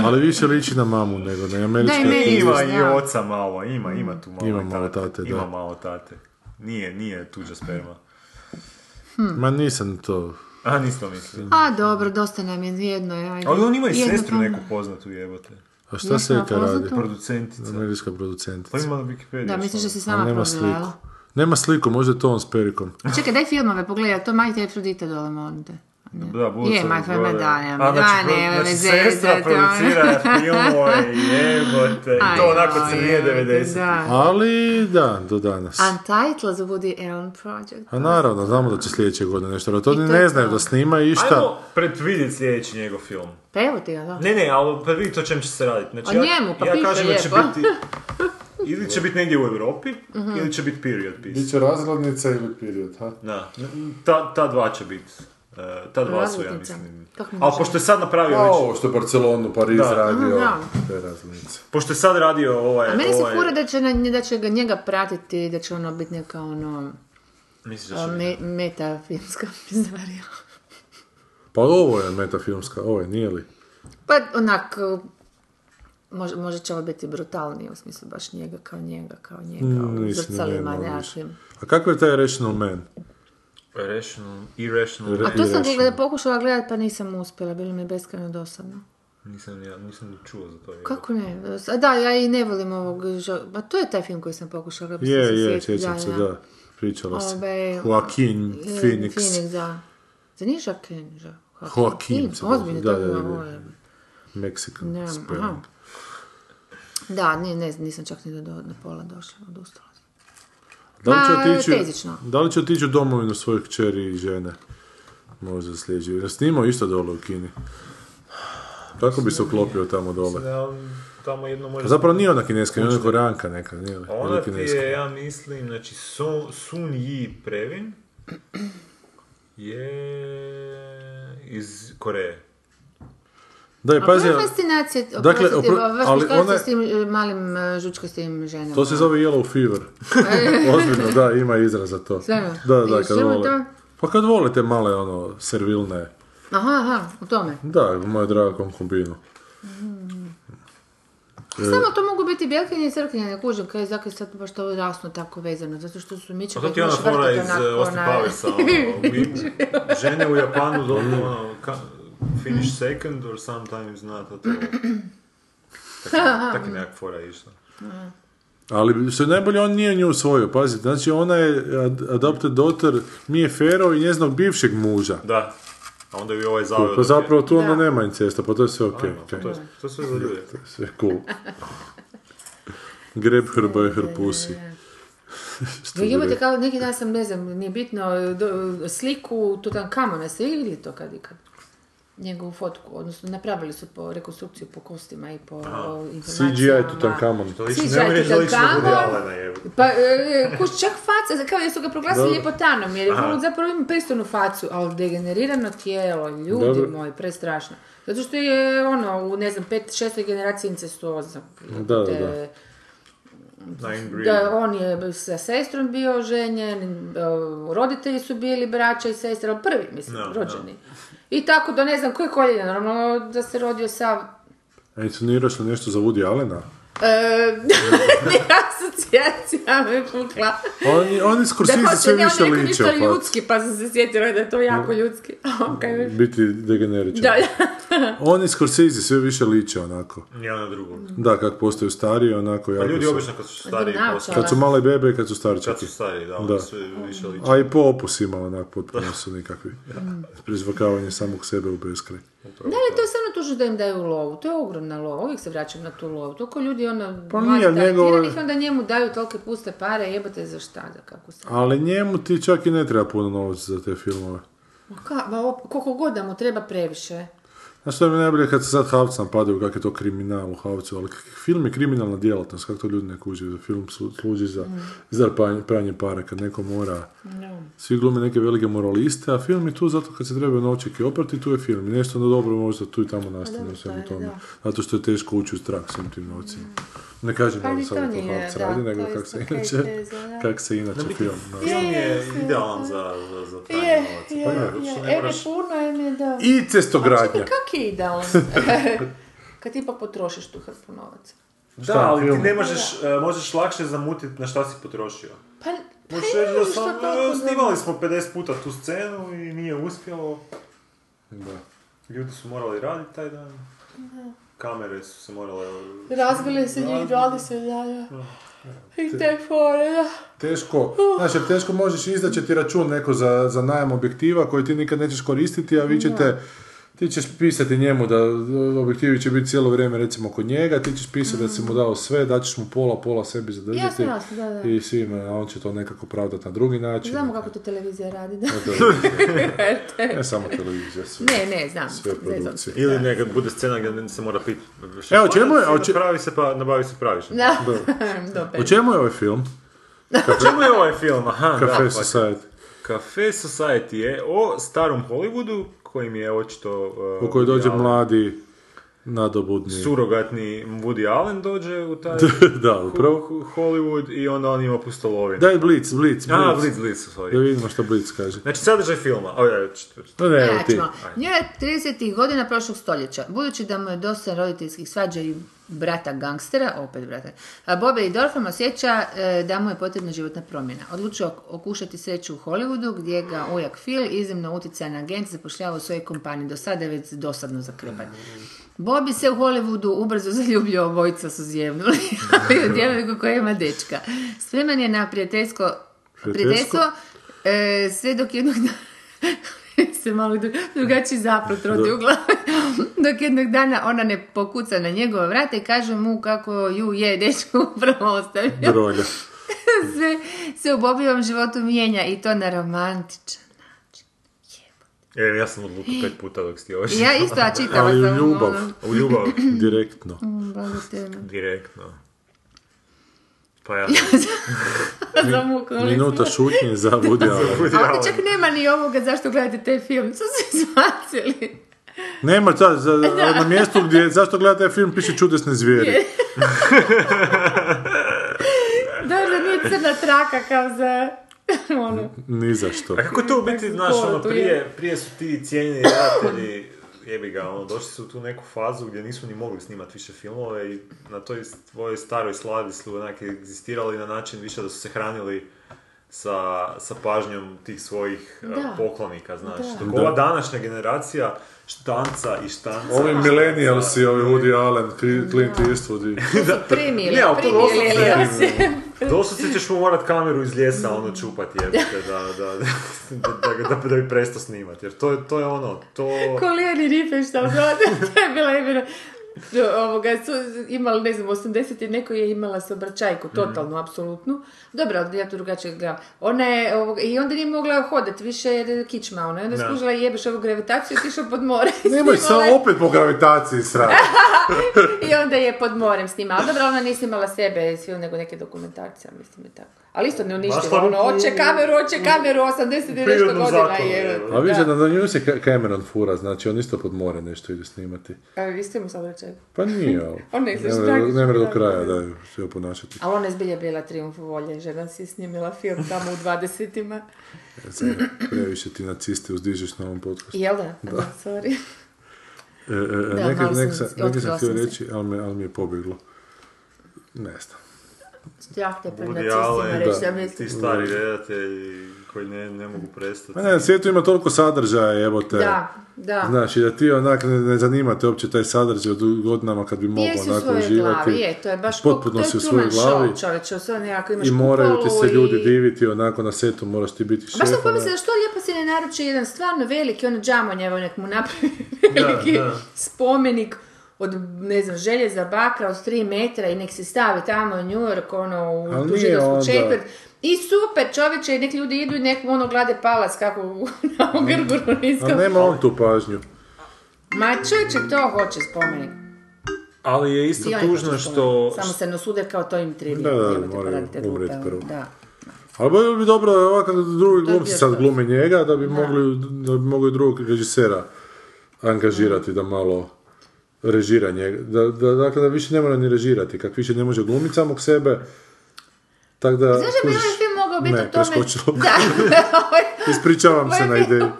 Speaker 2: Ali više liči na mamu nego na američku.
Speaker 3: Da, i meni.
Speaker 4: Ima
Speaker 3: Izvrsno,
Speaker 4: i
Speaker 3: da.
Speaker 4: oca malo, ima, ima tu malo
Speaker 2: Ima
Speaker 4: i
Speaker 2: malo tate, da.
Speaker 4: Ima malo tate. Nije, nije tuđa sperma.
Speaker 2: Ma nisam to.
Speaker 4: A, nisam mislio.
Speaker 3: A dobro, dosta nam je jedno. Ajde.
Speaker 4: Ali on ima i
Speaker 3: Jedno
Speaker 4: sestru
Speaker 3: pa-
Speaker 4: neku poznatu jebote.
Speaker 2: A šta se
Speaker 3: Jesam upoznata?
Speaker 2: radi?
Speaker 4: Producentica.
Speaker 2: Američka
Speaker 4: Pa
Speaker 2: producentica.
Speaker 4: ima na Wikipediji.
Speaker 3: Da, misliš da si sama
Speaker 2: Ali nema
Speaker 3: probila, jel?
Speaker 2: sliku. Nema sliku, možda je to on s perikom.
Speaker 3: Čekaj, daj filmove, pogledaj, to Majte i Afrodita dole, molim te.
Speaker 4: Da, budu
Speaker 3: Je,
Speaker 4: se
Speaker 3: my friend,
Speaker 4: odgovore.
Speaker 3: da, nema,
Speaker 4: A,
Speaker 3: da,
Speaker 4: znači, pro-
Speaker 3: nema
Speaker 4: znači,
Speaker 3: veze,
Speaker 4: sestra
Speaker 3: da, to-
Speaker 4: producira filmove, jebote. I to
Speaker 3: Aj,
Speaker 4: onako
Speaker 3: joj,
Speaker 4: crnije
Speaker 3: joj,
Speaker 4: 90.
Speaker 3: Da.
Speaker 2: Ali da, do danas.
Speaker 3: Untitled Woody Allen Project.
Speaker 2: A naravno, znamo da će sljedeće godine nešto raditi.
Speaker 3: I
Speaker 2: Oni
Speaker 3: to je
Speaker 2: ne znaju
Speaker 3: to.
Speaker 2: da snima i
Speaker 4: Ajmo
Speaker 2: šta.
Speaker 4: predvidjeti sljedeći njegov film.
Speaker 3: Pa evo ti ga, da.
Speaker 4: Ne, ne, ali pa vidite o čem će se raditi. Znači,
Speaker 3: O njemu, pa
Speaker 4: ja
Speaker 3: piše
Speaker 4: kažem da će
Speaker 3: lijepo. [laughs] Mhm.
Speaker 4: biti... Ili će biti negdje u Europi, ili će biti period piece.
Speaker 2: razglednica ili period, ha?
Speaker 4: Da, ta, ta dva će biti. E, ta dva su, ja
Speaker 3: Razglednica.
Speaker 4: mislim.
Speaker 3: Kako mi
Speaker 4: Ali
Speaker 3: može?
Speaker 4: pošto je sad napravio
Speaker 2: A
Speaker 4: već,
Speaker 2: ovo što je Barcelonu, Pariz
Speaker 4: Da.
Speaker 2: radio,
Speaker 3: Aha,
Speaker 2: to je razglednica.
Speaker 4: pošto je sad radio ovaj...
Speaker 3: A meni se
Speaker 4: ovaj-
Speaker 3: fura da će, na- da će ga njega pratiti, da će ono biti neka ono
Speaker 4: Misliš da
Speaker 3: a,
Speaker 4: će biti?
Speaker 3: me, metafilmska [laughs] pizdarija.
Speaker 2: Pa ovo je metafilmska, ovo je, nije li?
Speaker 3: Pa onak, možda, možda će ovo biti brutalnije, u smislu baš njega kao njega, kao njega,
Speaker 2: Mm,
Speaker 3: u
Speaker 2: mislim da
Speaker 3: zrcalima
Speaker 2: nema više.
Speaker 3: nekakvim.
Speaker 2: A kako je taj Rational Man?
Speaker 4: Rational, irrational,
Speaker 3: A to sam gleda, pokušala gledati pa nisam uspjela, bilo mi je beskrajno dosadno.
Speaker 4: nisam, ja, nisam čuo za to. jebote.
Speaker 3: Kako ne? A da, ja i ne volim ovog... ža- Pa to je taj film koji sam pokušala gledati.
Speaker 2: Je,
Speaker 3: sam se
Speaker 2: je,
Speaker 3: sjetila,
Speaker 2: sjećam se,
Speaker 3: da.
Speaker 2: da. Pričala si.
Speaker 3: Ovaj,
Speaker 2: Joaquin
Speaker 3: E,
Speaker 2: Phoenix.
Speaker 3: da. Za nije Joaquin, Joaquin.
Speaker 2: Joaquin. se zove.
Speaker 3: Ozbiljno,
Speaker 2: da,
Speaker 3: da,
Speaker 2: da, da,
Speaker 3: ovo
Speaker 2: da.
Speaker 3: je-
Speaker 2: Mexican
Speaker 3: Ne,
Speaker 2: spelling.
Speaker 3: aha. Da, ne, ne, nisam čak ni do, do, do pola došla, odustala sam.
Speaker 2: Da li će
Speaker 3: Ma,
Speaker 2: otići,
Speaker 3: tezično.
Speaker 2: da li će otići u domovinu svojih kćeri i žene? Možda sljedeći. Jer snimao isto dole u Kini. Kako bi se uklopio tamo dole? Pa
Speaker 4: Ja, tamo jedno može...
Speaker 2: Zapravo nije ona kineska, nije ona koranka neka, nije li?
Speaker 4: Pa Ona
Speaker 2: Ili
Speaker 4: ti
Speaker 2: kineska.
Speaker 4: je, ja mislim, znači Sun, Sun Yi Previn je iz Koreje.
Speaker 2: Da, i
Speaker 3: A
Speaker 2: pazi,
Speaker 3: koja je fascinacija,
Speaker 2: Dakle,
Speaker 3: dakle, oprostite,
Speaker 2: opro- ali
Speaker 3: vas
Speaker 2: ona je-
Speaker 3: s tim e, malim e, žučkastim ženama?
Speaker 2: to se zove yellow fever. [laughs] Ozbiljno, da, ima izraz za to.
Speaker 3: E. Stvarno?
Speaker 2: Da, da,
Speaker 3: I
Speaker 2: kad
Speaker 3: čemu
Speaker 2: vole.
Speaker 3: to?
Speaker 2: Pa kad vole te male, ono, servilne,
Speaker 3: Aha, aha, u tome.
Speaker 2: da, moja draga konkubinu.
Speaker 3: Samo to mogu biti bjelkinje i crkinje, ne kužim, kaj zakaj sad baš to rasno tako vezano, zato što su miče
Speaker 4: Pa to ti je ona fora iz eh, Austin
Speaker 3: [laughs]
Speaker 4: Powersa, ono, we- žene u Japanu
Speaker 2: Mm.
Speaker 4: dobro, ono, ka- finish second or sometimes not at all. Taki- Taki nekak fora je išla.
Speaker 2: Ali što je najbolje, on nije nju usvojio, pazite, znači ona je ad- adopted daughter Mije Fero i njezinog bivšeg muža.
Speaker 4: Da. A onda bi ovaj zaveo.
Speaker 2: Pa
Speaker 4: dok je-
Speaker 2: zapravo tu ono
Speaker 3: Da.
Speaker 2: nema incesta, pa to je sve okej.
Speaker 4: Ajmo,
Speaker 2: okej.
Speaker 4: To, je, to je sve za ljude.
Speaker 2: Sve je cool. Grab her by her pussy. [laughs] Što bi
Speaker 3: imate
Speaker 2: rekao.
Speaker 3: kao, neki dan sam, ne znam, nije bitno, do- sliku Tutankamona, jeste vi vidjeli to kad ikad? Njegovu fotku, odnosno napravili su po rekonstrukciju po kostima i po o, informacijama.
Speaker 2: CGI Tutankamon.
Speaker 4: Lično,
Speaker 3: CGI
Speaker 4: nemoj reći da lično na Woody
Speaker 3: Tutankamon.
Speaker 4: Allena je.
Speaker 3: Pa, e, kuš, čak faca, kao jer su ga proglasili
Speaker 2: Dobro.
Speaker 3: ljepotanom, jer je Vulu zapravo ima pristojnu facu, ali degenerirano tijelo, ljudi
Speaker 2: Dobro.
Speaker 3: moji, prestrašno. Zato što je, ono, u, ne znam, pet, šestoj generaciji incestuozno.
Speaker 2: Da, da, da.
Speaker 3: Te-
Speaker 4: Nine
Speaker 3: da,
Speaker 4: Breed.
Speaker 3: on je sa sestrom bio ženjen, e, roditelji su bili braća i sestra, ali prvi, mislim,
Speaker 4: Da,
Speaker 3: rođeni. I tako da ne znam koje koljene, normalno da se rodio sav...
Speaker 2: A insinuiraš li nešto za Woody Allena?
Speaker 3: E, [laughs]
Speaker 2: [laughs]
Speaker 3: ne, asocijacija me pukla.
Speaker 2: On, on iz
Speaker 3: Da
Speaker 2: Scorsese Pa sve
Speaker 3: hoće
Speaker 2: više
Speaker 3: ne on
Speaker 2: liče.
Speaker 3: ništa
Speaker 2: pa
Speaker 3: ljudski, pa sam se sjetila da je to jako ljudski. [laughs] A on kaj je-
Speaker 2: Biti degeneričan.
Speaker 3: Da,
Speaker 2: On iz Scorsese sve više liče onako.
Speaker 4: Nije ona drugo.
Speaker 2: Da, kako postaju stariji, onako
Speaker 3: Pa
Speaker 2: jako
Speaker 4: Pa Ljudi
Speaker 2: su-
Speaker 4: obično kad su stariji
Speaker 3: Odjednačava.
Speaker 4: postaju.
Speaker 2: Kad su male bebe i kad su starčaki.
Speaker 4: Kad su stariji, da,
Speaker 2: Da.
Speaker 4: onda su više liče.
Speaker 2: A i po opusima onak potpuno su nikakvi. Prizvakavanje samog sebe u beskraj.
Speaker 3: Da li to je samo tužno da im daju lovu? To je ogromna lova, uvijek se vraćam na tu lovu. Toliko ljudi ono,
Speaker 2: Pa
Speaker 3: mladi
Speaker 2: nije, nego-
Speaker 3: talentiranih, onda njemu daju tolike puste pare, jebate za šta, za kakvu se...
Speaker 2: Ali njemu ti čak i ne treba puno novca za te filmove.
Speaker 3: Ma ka- ma op- koliko god da mu treba previše.
Speaker 2: Znaš što mi je najbolje kad se sad Havca napadaju, kak je to kriminal u Havcu, ali kak- film je kriminalna djelatnost, kako to ljudi ne kuži, za film su- služi za,
Speaker 3: Mm.
Speaker 2: za pranje, pranje para, kad neko mora, svi glume neke velike moraliste, a film je tu zato kad se trebaju novčeki oprati, tu je film, i nešto na dobro možda tu i tamo nastane u svemu
Speaker 3: Pa je,
Speaker 2: tome,
Speaker 3: da.
Speaker 2: zato što je teško ući u strah svim tim novcima. Ne kažem
Speaker 3: Pa
Speaker 2: da
Speaker 3: ni to
Speaker 2: sad to
Speaker 3: nije,
Speaker 2: Havc
Speaker 3: da,
Speaker 2: radi,
Speaker 3: to
Speaker 2: nego
Speaker 3: je
Speaker 2: kak se
Speaker 3: isto
Speaker 2: inače,
Speaker 3: pretezo, da.
Speaker 2: kak se inače film. da.
Speaker 4: Film je idealan za, za, za taj novac.
Speaker 3: je,
Speaker 4: Pa ne, zato što ne
Speaker 3: Em je
Speaker 4: moraš-
Speaker 3: puno, em je da...
Speaker 2: I cestogradnja.
Speaker 3: Kak je idealan? Kad ipak potrošiš tu hrpu novaca.
Speaker 4: Da, ali ti
Speaker 2: film?
Speaker 4: ne možeš, e, možeš lakše zamutiti na šta si potrošio.
Speaker 3: Pa, pa
Speaker 4: Možeš
Speaker 3: ima
Speaker 4: reći da
Speaker 3: li
Speaker 4: sam,
Speaker 3: što toliko
Speaker 4: e,
Speaker 3: za-
Speaker 4: snimali smo 50 puta tu scenu i nije uspjelo.
Speaker 2: Da.
Speaker 4: Ljudi su morali raditi taj dan. Kamere su se morale...
Speaker 3: Razbili se njih 20 dana.
Speaker 2: Oh,
Speaker 3: I te fore, da.
Speaker 2: Teško, znaš, jer teško možeš izdaći ti račun neko za, za najam objektiva koji ti nikad nećeš koristiti, a vi ćete, ti ćeš pisati njemu da objektivi će biti cijelo vrijeme recimo kod njega, ti ćeš pisati da si mu dao sve, da ćeš mu pola, pola sebi zadržati
Speaker 3: Jasno, jasno, da, da.
Speaker 2: i svima, a on će to nekako pravdati na drugi način. [laughs]
Speaker 3: Znamo kako to televizija radi, da.
Speaker 2: Ne samo televizija, sve.
Speaker 3: [laughs] Ne, ne, znam.
Speaker 2: Sve
Speaker 3: ne znam.
Speaker 2: produkcije.
Speaker 4: Ili nekad bude scena gdje se mora piti.
Speaker 2: Evo, čemu je- a če-
Speaker 4: Napravi se pa, nabavi se
Speaker 2: [laughs]
Speaker 4: pravično.
Speaker 3: Da,
Speaker 2: O
Speaker 3: [laughs] dobro.
Speaker 2: čemu je ovaj film?
Speaker 4: Čemu je ovaj film? Aha,
Speaker 2: Cafe
Speaker 4: da, pa-
Speaker 2: Society,
Speaker 4: Cafe Society je o starom Hollywoodu kojim je očito... e,
Speaker 2: u kojoj dođe
Speaker 4: mlad
Speaker 2: mladi nadobudni.
Speaker 4: Surogatni Woody Allen dođe u taj
Speaker 2: [laughs] da, upravo.
Speaker 4: Ho- Hollywood i onda on ima pustolovinu.
Speaker 2: Daj Blitz, Blitz, Blitz.
Speaker 4: A, Blitz, Blitz,
Speaker 2: Da
Speaker 4: sorry.
Speaker 2: vidimo što Blitz kaže.
Speaker 4: Znači, sadržaj filma. A, ja, č- č-
Speaker 2: No ne, evo ti.
Speaker 3: Nećemo. Nju je 30. godina prošlog stoljeća. Budući da mu je dosta roditeljskih svađa i brata gangstera, opet brata, a Bobe i Dorfam osjeća e, da mu je potrebna životna promjena. Odlučio ok- okušati sreću u Hollywoodu, gdje ga ojak Phil, iznimno utjecajan agent, zapošljava u svojoj kompaniji. Do sada je već dosadno zakrpan.
Speaker 2: Mm.
Speaker 3: Bobby se u Hollywoodu ubrzo [laughs] zaljubio, obojica su zjevnuli, ali u djevojku koja ima dečka. Spreman je na prijateljsko
Speaker 2: Prijateljsko?
Speaker 3: prijateljstvo E, sve dok jednog dana [laughs] se malo dru- drugačiji zaplet rodi u glavi. Dok jednog dana ona ne pokuca na njegova vrata i kaže mu kako ju je dečko upravo ostavio.
Speaker 2: Drolja.
Speaker 3: [laughs] Sve se u Bobijevom životu mijenja i to na romantičan.
Speaker 4: E, ja sam odlupio pet puta dok si ti ovo
Speaker 3: Ja isto, a čitala
Speaker 2: Ali u
Speaker 3: sam.
Speaker 2: ljubav,
Speaker 3: ono,
Speaker 4: U ljubav,
Speaker 2: direktno.
Speaker 3: blago te me
Speaker 4: direktno. Pa ja,
Speaker 3: [laughs] zamuknuli smo.
Speaker 2: Minuta šutnje [laughs] za Woody Allen.
Speaker 3: A ovdje čak nema ni ovoga zašto gledate taj film. Su se izbacili.
Speaker 2: Nema ta, za,
Speaker 3: [laughs]
Speaker 2: na mjestu gdje, zašto gledate film, piše čudesne zvijeri.
Speaker 3: Dobro, nije crna traka kao za... [laughs] ono.
Speaker 2: Ni za što.
Speaker 4: a Pa kako to u biti, znaš,
Speaker 3: Ko
Speaker 4: ono,
Speaker 3: tu je?
Speaker 4: prije, prije su ti cijenjeni redatelji, [clears throat] jebi ga, ono, došli su u tu neku fazu gdje nisu ni mogli snimati više filmove i na toj tvojoj staroj slavi su onak egzistirali na način više da su se hranili sa, sa pažnjom tih svojih eh,
Speaker 3: Da.
Speaker 4: poklonika, znaš.
Speaker 3: Da.
Speaker 4: Dok ova današnja generacija štanca i štanca...
Speaker 2: Ovi
Speaker 4: štanca-
Speaker 2: millennialsi, ono, ovi Woody Allen, Cl- Clint Eastwood i...
Speaker 3: Primili,
Speaker 4: Ne, ali to
Speaker 3: primili.
Speaker 4: doslovce-
Speaker 3: ili se-
Speaker 4: Doslovce ćeš mu morat kameru iz ljesa ono čupati jebite, da, da, da, da, da, da, bi prestao snimat, jer to, je- to je ono, to...
Speaker 3: Kolijani rife šta zove, to je bila imena. Do, ovoga, su imali, ne znam, 80 i neko je imala sobračajku,
Speaker 4: Mhm.
Speaker 3: totalno, apsolutno. Dobro, ali ja to drugačije gledam. Ona je, ovoga, i onda nije mogla hodati više jer je kičma ona. I onda je
Speaker 4: Da.
Speaker 3: skužila jebeš ovu gravitaciju i otišla pod more. [laughs]
Speaker 2: Nemoj sa
Speaker 3: Snimala je-
Speaker 2: opet po gravitaciji srati.
Speaker 3: I onda je pod morem snimala. Dobro, ona nije snimala sebe iz film, nego neke dokumentacije, mislim je tako. Ali isto ne uništila,
Speaker 4: Baš
Speaker 3: ono,
Speaker 4: tako u-
Speaker 3: oče kameru, oče kameru, 80 i nešto
Speaker 4: prirodnom
Speaker 3: godina
Speaker 4: zakonu,
Speaker 3: je.
Speaker 4: evo.
Speaker 2: A Pa vidiš
Speaker 3: da.
Speaker 2: da na nju se Ca- Cameron fura, znači on isto pod more nešto ide snimati.
Speaker 3: A, isto ima sobračajku.
Speaker 2: Pa
Speaker 3: [laughs]
Speaker 2: nije, ali...
Speaker 3: On ne znaš,
Speaker 2: mre-
Speaker 3: tragično,
Speaker 2: ne mre do
Speaker 3: da.
Speaker 2: kraja, da, se joj ponašati.
Speaker 3: Ali ona je zbilja bila triumf volje, žena si je snimila film tamo u 20-ima. [laughs]
Speaker 2: Zaj, Previše ti naciste uzdižeš na ovom podcastu.
Speaker 3: Jel da? Da, sorry.
Speaker 2: E, e, e,
Speaker 3: Da,
Speaker 2: neke,
Speaker 3: malo sam-
Speaker 2: neke, sam, neke sam
Speaker 3: otkrila
Speaker 2: htio
Speaker 3: sam se.
Speaker 2: reći, ali me, ali mi je pobjeglo. Ne znam.
Speaker 3: Ja te pred
Speaker 4: Woody
Speaker 3: nacistima
Speaker 4: Allen,
Speaker 3: reći da
Speaker 4: ti
Speaker 3: mislim.
Speaker 4: stari redatelji koji ne, ne mogu prestati.
Speaker 2: Ma ne, na svijetu ima toliko sadržaja, jebote.
Speaker 3: Da, da.
Speaker 2: Znaš, i da ti onak ne, ne zanima te uopće taj sadržaj od godinama kad bi mogao
Speaker 3: Gdje si u
Speaker 2: onako
Speaker 3: svojoj
Speaker 2: uživati.
Speaker 3: glavi, je, to je baš ko-
Speaker 2: Potpuno
Speaker 3: to
Speaker 2: si u
Speaker 3: je
Speaker 2: svojoj
Speaker 3: Truman
Speaker 2: glavi.
Speaker 3: Show, čovječe, u svojoj nekako imaš
Speaker 2: I moraju ti
Speaker 3: kupolu
Speaker 2: se ljudi
Speaker 3: i-
Speaker 2: diviti, onako na setu moraš ti biti šef.
Speaker 3: Baš sam
Speaker 2: ona-
Speaker 3: pomislila što lijepo si ne naruči jedan stvarno veliki, ono džamon, evo nek mu napravi [laughs] veliki spomenik od, ne znam, željeza bakra od 3 metra i nek se stavi tamo u New York, ono, u
Speaker 2: Ali
Speaker 3: tu
Speaker 2: nije
Speaker 3: židovsku
Speaker 2: onda.
Speaker 3: četvrt. I super čovječe, i nek ljudi idu i nek mu ono glade palac kako u- [laughs] na ovom grguru
Speaker 2: A
Speaker 3: niskom.
Speaker 2: nema on tu pažnju.
Speaker 3: Ma čovječe, to hoće spomenik.
Speaker 4: Ali je isto
Speaker 3: I oni
Speaker 4: tužno
Speaker 3: hoće spomenik.
Speaker 4: što...
Speaker 3: Samo se ne sude kao to im trivi.
Speaker 2: Da, da,
Speaker 3: Nemojte
Speaker 2: moraju
Speaker 3: raditi te
Speaker 2: umrijeti
Speaker 3: glupe, ono,
Speaker 2: prvo.
Speaker 3: Da.
Speaker 2: Ali bilo bi dobro da ovakav drugi glumci
Speaker 3: bio
Speaker 2: sad
Speaker 3: to.
Speaker 2: glume njega, da bi, mogli, da bi mogli drugog režisera angažirati
Speaker 3: Mhm.
Speaker 2: da malo režira njega. Da, da, dakle, da više ne mora ni režirati, kak više ne može glumiti samog sebe. Tako da...
Speaker 3: Znaš da bi
Speaker 2: kužiš-
Speaker 3: ovaj film mogao biti
Speaker 2: ne,
Speaker 3: o tome...
Speaker 2: preskočilo. [laughs]
Speaker 3: Da,
Speaker 2: Ispričavam se na
Speaker 3: Ovaj film-
Speaker 2: ideju.
Speaker 3: [laughs]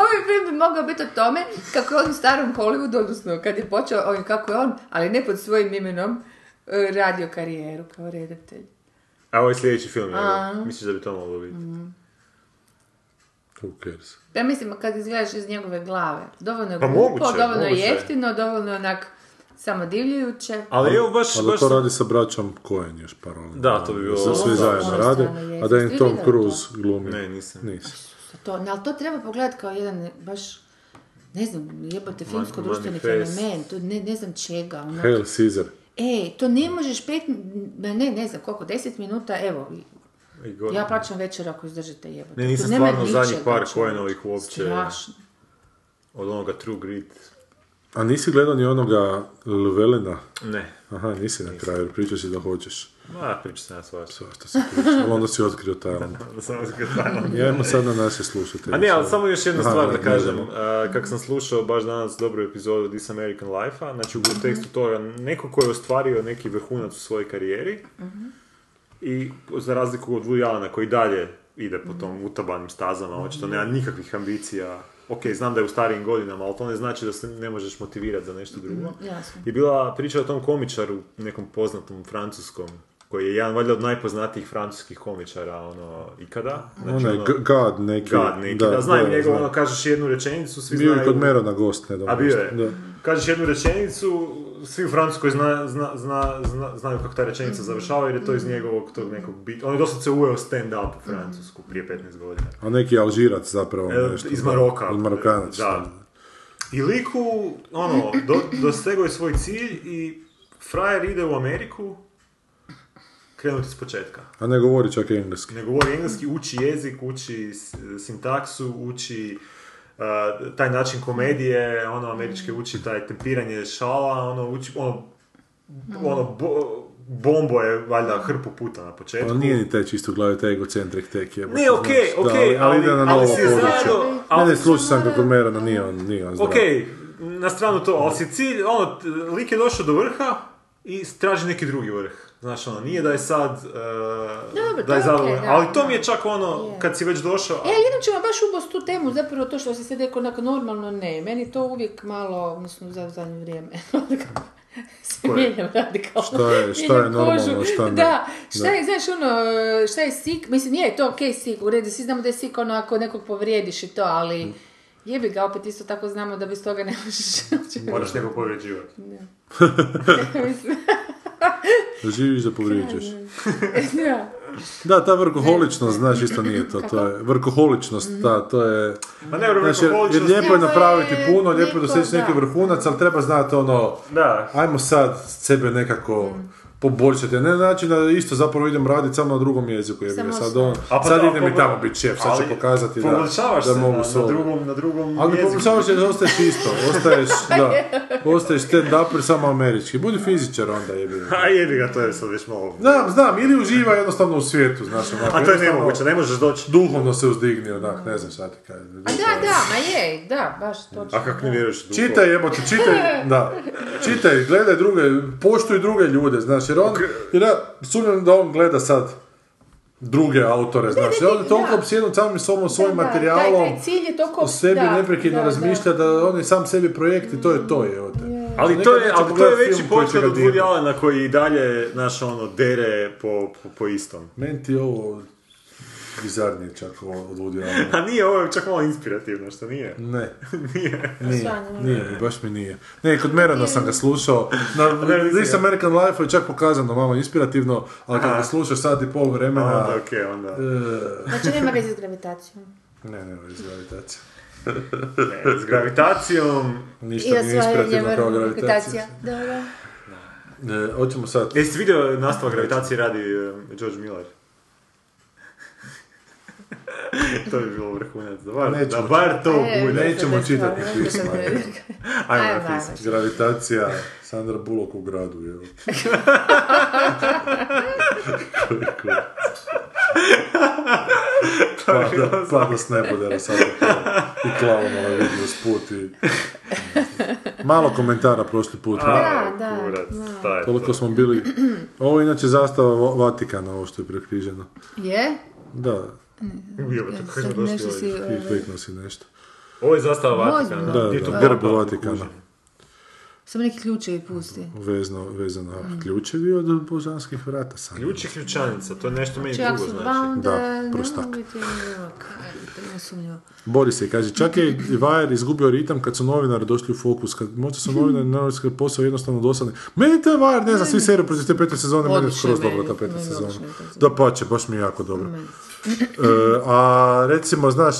Speaker 3: Ovaj film bi mogao biti o tome kako je on u starom Hollywoodu, odnosno kad je počeo, on, kako je on, ali ne pod svojim imenom, e, radio karijeru kao redatelj.
Speaker 4: A ovo je sljedeći film, jel? Misliš da bi to moglo biti?
Speaker 3: Mm.
Speaker 2: Who cares?
Speaker 3: Ja mislim, kad izgledaš iz njegove glave, dovoljno je
Speaker 4: Pa
Speaker 3: glupo,
Speaker 4: moguće,
Speaker 3: dovoljno je
Speaker 4: moguće.
Speaker 3: jeftino, dovoljno je onak samo divljujuće.
Speaker 4: Ali Pa evo baš,
Speaker 2: Ali
Speaker 4: baš...
Speaker 2: to Pa radi sa braćom Coen još par ono-
Speaker 4: Da, to bi bilo-
Speaker 2: Sve, sve
Speaker 4: Ono,
Speaker 2: zajedno
Speaker 3: ono
Speaker 2: rade,
Speaker 3: strano je.
Speaker 2: a da im
Speaker 3: Jeste
Speaker 2: Tom
Speaker 3: vidjeli
Speaker 2: Cruise glumi.
Speaker 4: Ne, nisam.
Speaker 2: Nisi.
Speaker 3: To, ne, ali to treba pogledati kao jedan baš, ne znam, jebote, filmsko-društveni
Speaker 4: manifest.
Speaker 3: fenomen, to ne, ne znam čega, onak.
Speaker 2: Hail Caesar.
Speaker 3: Ej, to ne možeš pet, ma ne, ne znam koliko, deset minuta, evo,
Speaker 4: I go-
Speaker 3: Ja pa- plaćam večer ako izdržite jebote.
Speaker 4: Ne, nisam
Speaker 3: Tu nema
Speaker 4: stvarno zadnjih
Speaker 3: ničega,
Speaker 4: par
Speaker 3: čovječe.
Speaker 4: Coenovih uopće.
Speaker 3: Strašno.
Speaker 4: Od onoga True Grit.
Speaker 2: A nisi gledao ni onoga Lvelena?
Speaker 4: Ne.
Speaker 2: Aha, nisi na kraju, jer pričao si da hoćeš.
Speaker 4: Ma, priča sam ja svašta.
Speaker 2: Svašta si
Speaker 4: [laughs]
Speaker 2: pričao, ali onda si otkrio Tajland.
Speaker 4: Da sam vas gledala.
Speaker 2: Ja imam sad na naše slušatelje.
Speaker 4: A ne, ali samo još jedna
Speaker 2: Aha,
Speaker 4: stvar da
Speaker 2: ne
Speaker 4: kažem.
Speaker 2: znamo.
Speaker 4: E, Kako sam slušao baš danas dobru epizodu od This American Life-a, znači u kontekstu toga, neko ko je ostvario neki vrhunac u svojoj karijeri i za razliku od Woody Allena koji dalje ide po tom utabanim stazama, očito nema nikakvih ambicija. Ok, znam da je u starijim godinama, ali to ne znači da se ne možeš motivirati za nešto drugo.
Speaker 3: jasno.
Speaker 4: Je bila priča o tom komičaru, nekom poznatom francuskom, koji je jedan valjda od najpoznatijih francuskih komičara ono, ikada. Znači,
Speaker 2: Onaj
Speaker 4: ono-
Speaker 2: G- God neki.
Speaker 4: God neki, da,
Speaker 2: da,
Speaker 4: znam njega,
Speaker 2: znam.
Speaker 4: ono kažeš jednu rečenicu, svi
Speaker 2: Bio je
Speaker 4: znaju.
Speaker 2: kod Mero na gost, ne
Speaker 4: A bio je.
Speaker 2: Da.
Speaker 4: kažeš jednu rečenicu, svi u Francuskoj zna, zna, zna, zna, znaju kako ta rečenica završava jer je to iz njegovog tog nekog bit. On je dosta se uveo stand-up u Francusku prije 15 godina.
Speaker 2: A neki Alžirac zapravo.
Speaker 4: E,
Speaker 2: nešto.
Speaker 4: iz Maroka.
Speaker 2: Iz Marokanac.
Speaker 4: Da. I liku, ono, do, dosegao je svoj cilj i frajer ide u Ameriku krenuti s početka.
Speaker 2: A ne govori čak i engleski.
Speaker 4: Ne govori engleski, uči jezik, uči s- sintaksu, uči uh, taj način komedije, ono američke uči taj tempiranje šala, ono uči, ono, ono bo- bombo je valjda hrpu puta na početku.
Speaker 2: On Pa nije ni taj čisto glavi, taj egocentrik tek je.
Speaker 4: Ne, okej, okej, ali-
Speaker 2: ide na
Speaker 4: ali
Speaker 2: novo
Speaker 4: si je
Speaker 2: područje.
Speaker 4: zrado-
Speaker 2: Ne, ne,
Speaker 4: ali-
Speaker 2: slušao sam kako Merona, nije on, nije on zdrav.
Speaker 4: Ok, na stranu to, ali si cilj, ono, t- lik je došao do vrha i traži neki drugi vrh. Znaš, ono, nije da je sad, e,
Speaker 3: Dobro, to
Speaker 4: da je
Speaker 3: je
Speaker 4: zadovoljan,
Speaker 3: okej, da,
Speaker 4: ali to
Speaker 3: da.
Speaker 4: mi je čak ono,
Speaker 3: Je.
Speaker 4: kad si već došao,
Speaker 3: E, jednom ćemo baš ubost tu temu, zapravo to što si sad rekao, onako normalno ne. Meni to uvijek malo, mislim, za zadnje vrijeme. [laughs] ono se mijenjam radikalno.
Speaker 2: Šta je- šta je
Speaker 3: Mijenjam kožu.
Speaker 2: normalno, šta ne?
Speaker 3: Da, šta
Speaker 2: Da.
Speaker 3: je, znaš, ono, šta je sik, mislim, nije to okej sik, u redu, svi znamo da je sik ono ako nekog povrijediš i to, ali jebi ga, opet isto tako znamo da bez toga ne možeš. [laughs]
Speaker 4: moraš nekog povređivati.
Speaker 3: mislim,
Speaker 2: Živiš da povrijeđaš.
Speaker 3: [laughs] da.
Speaker 2: Da, ta vrkoholičnost, znaš, isto nije to. To je vrkoholičnost, ta, to je...
Speaker 4: Ma ne, vrlo,
Speaker 2: Znaš, jer, Znači, jer lijepo je
Speaker 3: Lijepo je
Speaker 2: napraviti puno, lijepo
Speaker 3: neko,
Speaker 2: je doseći neki
Speaker 3: E, da.
Speaker 2: vrhunac, ali treba znati ono,
Speaker 4: Da.
Speaker 2: ajmo sad sebe nekako
Speaker 3: Mm.
Speaker 2: poboljšati. Ne znači da isto zapravo idem raditi samo na drugom jeziku. Jer
Speaker 3: Samo
Speaker 2: sad,
Speaker 3: što-
Speaker 2: on,
Speaker 4: A pa
Speaker 2: sad
Speaker 4: da,
Speaker 2: idem i
Speaker 4: poboljš-
Speaker 2: tamo biti šef, sad ću
Speaker 4: ali
Speaker 2: pokazati da,
Speaker 4: poboljšavaš
Speaker 2: da
Speaker 4: se
Speaker 2: mogu
Speaker 4: na,
Speaker 2: s
Speaker 4: na
Speaker 2: ovim.
Speaker 4: drugom, na drugom
Speaker 2: Ali ne
Speaker 4: jeziku.
Speaker 2: pokušavaš jer ostaješ isto,
Speaker 3: [laughs]
Speaker 2: ostaješ, da, ostaješ stand upper samo američki, budi fizičar onda jebi. ga.
Speaker 4: [laughs] A jebi ga, to je sad već malo.
Speaker 2: Znam, znam, ili uživa jednostavno u svijetu, znaš, onako,
Speaker 4: A to je
Speaker 2: jednostavno
Speaker 4: nemoguće, ne možeš doći.
Speaker 2: Duhovno se uzdigni, onak, ne znam šta ti kažem.
Speaker 3: A da, da, ma je, da, baš točno.
Speaker 4: A kako ne vjeruješ u duhove?
Speaker 2: Čitaj, jebote, čitaj, da. Čitaj, gledaj druge, poštuj druge ljude, znaš, jer on, jer ja sumnjam da on gleda sad druge autore, znaš, jer on je toliko
Speaker 3: da.
Speaker 2: opsjednut samim sobom, svojim
Speaker 3: Da, da,
Speaker 2: materijalom,
Speaker 3: taj- taj cilj je toliko-
Speaker 2: o sebi
Speaker 3: da,
Speaker 2: neprekidno
Speaker 3: da,
Speaker 2: razmišlja da. on je sam sebi projekt i to je to, jebote.
Speaker 4: Ali
Speaker 2: Nekad
Speaker 4: to je,
Speaker 2: neće
Speaker 4: ali to je
Speaker 2: pogledat
Speaker 4: veći
Speaker 2: film koji će
Speaker 4: potkad
Speaker 2: ga
Speaker 4: od
Speaker 2: dirnut.
Speaker 4: Woody Allena koji i dalje, naš ono, dere po, po, po istom.
Speaker 2: Meni ti je ovo bizarnije čak ovo od ono. Woody Allena.
Speaker 4: A nije, ovo je čak malo inspirativno, što nije.
Speaker 3: [laughs]
Speaker 2: Ne,
Speaker 3: Nije,
Speaker 2: nije, mi, baš mi nije. Ne, kod Merona sam ga slušao. Na This American Life je čak pokazano malo inspirativno, ali kad ga slušaš sad i pol vremena... e,
Speaker 4: Onda, okej, onda.
Speaker 3: Znači nema veze s gravitacijom.
Speaker 2: Ne, ne, ovo je iz gravitacije.
Speaker 4: S gravitacijom...
Speaker 3: I
Speaker 2: Ništa nije
Speaker 3: osvajanje
Speaker 2: inspirativno kao
Speaker 3: gravitacija.
Speaker 2: gravitacija.
Speaker 3: Da, da.
Speaker 2: E, hoćemo sad...
Speaker 4: Jesi vidio nastavak gravitacije radi um, George Miller? [laughs] to bi bilo vrhunac. Da bar,
Speaker 2: Nećemo
Speaker 4: da bar to
Speaker 3: E,
Speaker 4: bude.
Speaker 2: nećemo
Speaker 3: sad
Speaker 2: čitati
Speaker 3: već
Speaker 2: pisma,
Speaker 3: stvarno,
Speaker 2: je.
Speaker 3: već.
Speaker 4: Ajmo
Speaker 3: Ajmo,
Speaker 4: napisati.
Speaker 3: ajmo.
Speaker 2: Gravitacija, Sandra Bullock u gradu,
Speaker 4: [laughs]
Speaker 2: evo. pada, pada s nebodera sad i klauna ovaj vidio sput i... Malo komentara prošli put. malo.
Speaker 3: Da, da.
Speaker 4: Kurac, taj.
Speaker 2: Toliko smo bili... Ovo je inače zastava Va- Vatikana, ovo što je prekriženo.
Speaker 3: Je?
Speaker 2: Da,
Speaker 4: Ujebe, to kako smo
Speaker 3: Sad
Speaker 4: došli
Speaker 3: nešto si...
Speaker 4: ovdje.
Speaker 2: i
Speaker 3: e,
Speaker 2: kliknuo si nešto.
Speaker 4: Ovo je zastava Vatikana.
Speaker 2: Da,
Speaker 4: Gdje je to
Speaker 2: da,
Speaker 4: papa?
Speaker 2: grb Vatikana.
Speaker 3: Samo neki ključevi pusti.
Speaker 2: Vezno, vezano ključevi od božanskih vrata sam.
Speaker 4: Ključ i ključanica, to je nešto meni
Speaker 3: Čak
Speaker 4: drugo
Speaker 3: su
Speaker 4: znači.
Speaker 3: dva, onda
Speaker 2: Da,
Speaker 3: ne
Speaker 2: prostak.
Speaker 3: mogu biti ono, kaj, to je sumnjivo.
Speaker 2: Bori se, kaže, čak je i Vajer izgubio ritam kad su novinari došli u fokus, kad možda su novinari
Speaker 3: [laughs]
Speaker 2: na novinarski posao jednostavno dosadni. Meni to je Vajer, ne znam, svi seriju protiv te pete sezone, meni je
Speaker 3: Odlično
Speaker 2: skroz
Speaker 3: meni,
Speaker 2: dobro ta peta
Speaker 3: meni je
Speaker 2: sezona.
Speaker 3: odlično ta sezona.
Speaker 2: Da pače, baš mi je jako dobro. E, a recimo, znaš,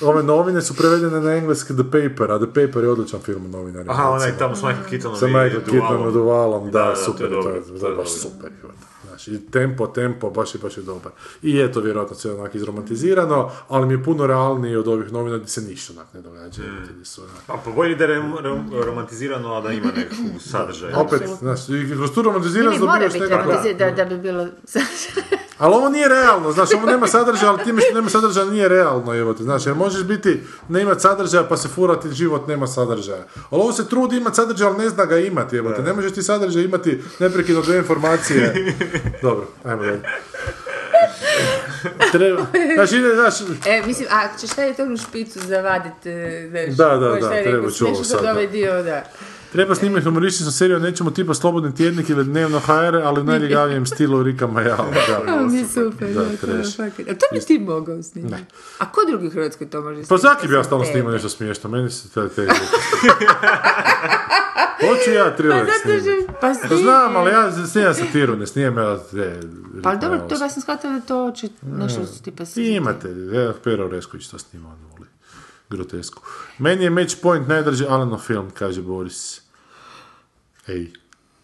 Speaker 2: ove novine su prevedene na engleski The Paper, a The Paper je odličan film o novinarima.
Speaker 4: Aha,
Speaker 2: recimo.
Speaker 4: onaj tamo s Michael Keatonom
Speaker 2: Sa
Speaker 4: i
Speaker 2: Michael Keatonom
Speaker 4: Duvalom.
Speaker 2: Duvalom, da,
Speaker 4: Da, da,
Speaker 2: super,
Speaker 4: to
Speaker 2: to
Speaker 4: je
Speaker 2: je,
Speaker 4: dobro,
Speaker 2: to je
Speaker 4: to je
Speaker 2: baš
Speaker 4: dobro.
Speaker 2: super. jebote. Znaš, i tempo, tempo, baš je, baš je dobar. I je to vjerojatno sve onak izromantizirano, ali mi je puno realniji od ovih novina gdje se ništa onak ne događa.
Speaker 4: Mm.
Speaker 2: jebote, gdje su onak-
Speaker 4: Pa bolje da je rom- rom- romantizirano, a da ima nekakvu sadržaj.
Speaker 2: Opet, znaš, i kroz tu romantiziranost
Speaker 3: Ili mora
Speaker 2: dobivaš
Speaker 3: biti
Speaker 2: nekakva...
Speaker 3: romantiziran da, da bi bilo...
Speaker 2: Ali ovo nije realno, znaš, ovo nema sadržaja, ali time što nema sadržaja nije realno, jebote, znaš, jer možeš biti, ne imat sadržaja pa se furati život nema sadržaja. Ali ovo se trudi imat sadržaj, ali ne zna ga imati, jebote, ne možeš ti sadržaj imati neprekidno dvije
Speaker 3: [laughs]
Speaker 2: informacije. Dobro, ajmo dalje. Treba, znaš, ide, znaš,
Speaker 3: E, mislim, a će šta je to onu špicu zavadit, e, znaš?
Speaker 2: Da, da,
Speaker 3: ko je
Speaker 2: da,
Speaker 3: šta je
Speaker 2: treba
Speaker 3: rekao,
Speaker 2: ću ovo
Speaker 3: smiješno
Speaker 2: sad, da.
Speaker 3: ovaj dio, da.
Speaker 2: Treba snimiti humorističnu seriju, o nečemu tipa Slobodni tjednik ili Dnevno HR, ali u najljegavijem stilu Rika
Speaker 3: [laughs]
Speaker 2: Majala. Da.
Speaker 3: To mi je super, da,
Speaker 2: Da,
Speaker 3: to je
Speaker 2: trash.
Speaker 3: fakat. A to bi ti mogao snimati. A ko drugi u Hrvatskoj to može snimati?
Speaker 2: Pa Zaki bi ja
Speaker 3: osim
Speaker 2: stalno
Speaker 3: tebe?
Speaker 2: snimao nešto smiješno, meni se te... te... [laughs] Hoću ja
Speaker 3: Pa
Speaker 2: thriller
Speaker 3: zato
Speaker 2: snimiti.
Speaker 3: što... Pa snimi.
Speaker 2: Pa znam, ali ja snimam satiru, ne snimam ja te...
Speaker 3: Pa dobro, to ja sam shvatila da to oči nešto su tipa... s-
Speaker 2: Imate, evo Pero Resković to snima, on voli. Grotesku. Meni je Match Point najdraži Alanov film, kaže Boris. Ej,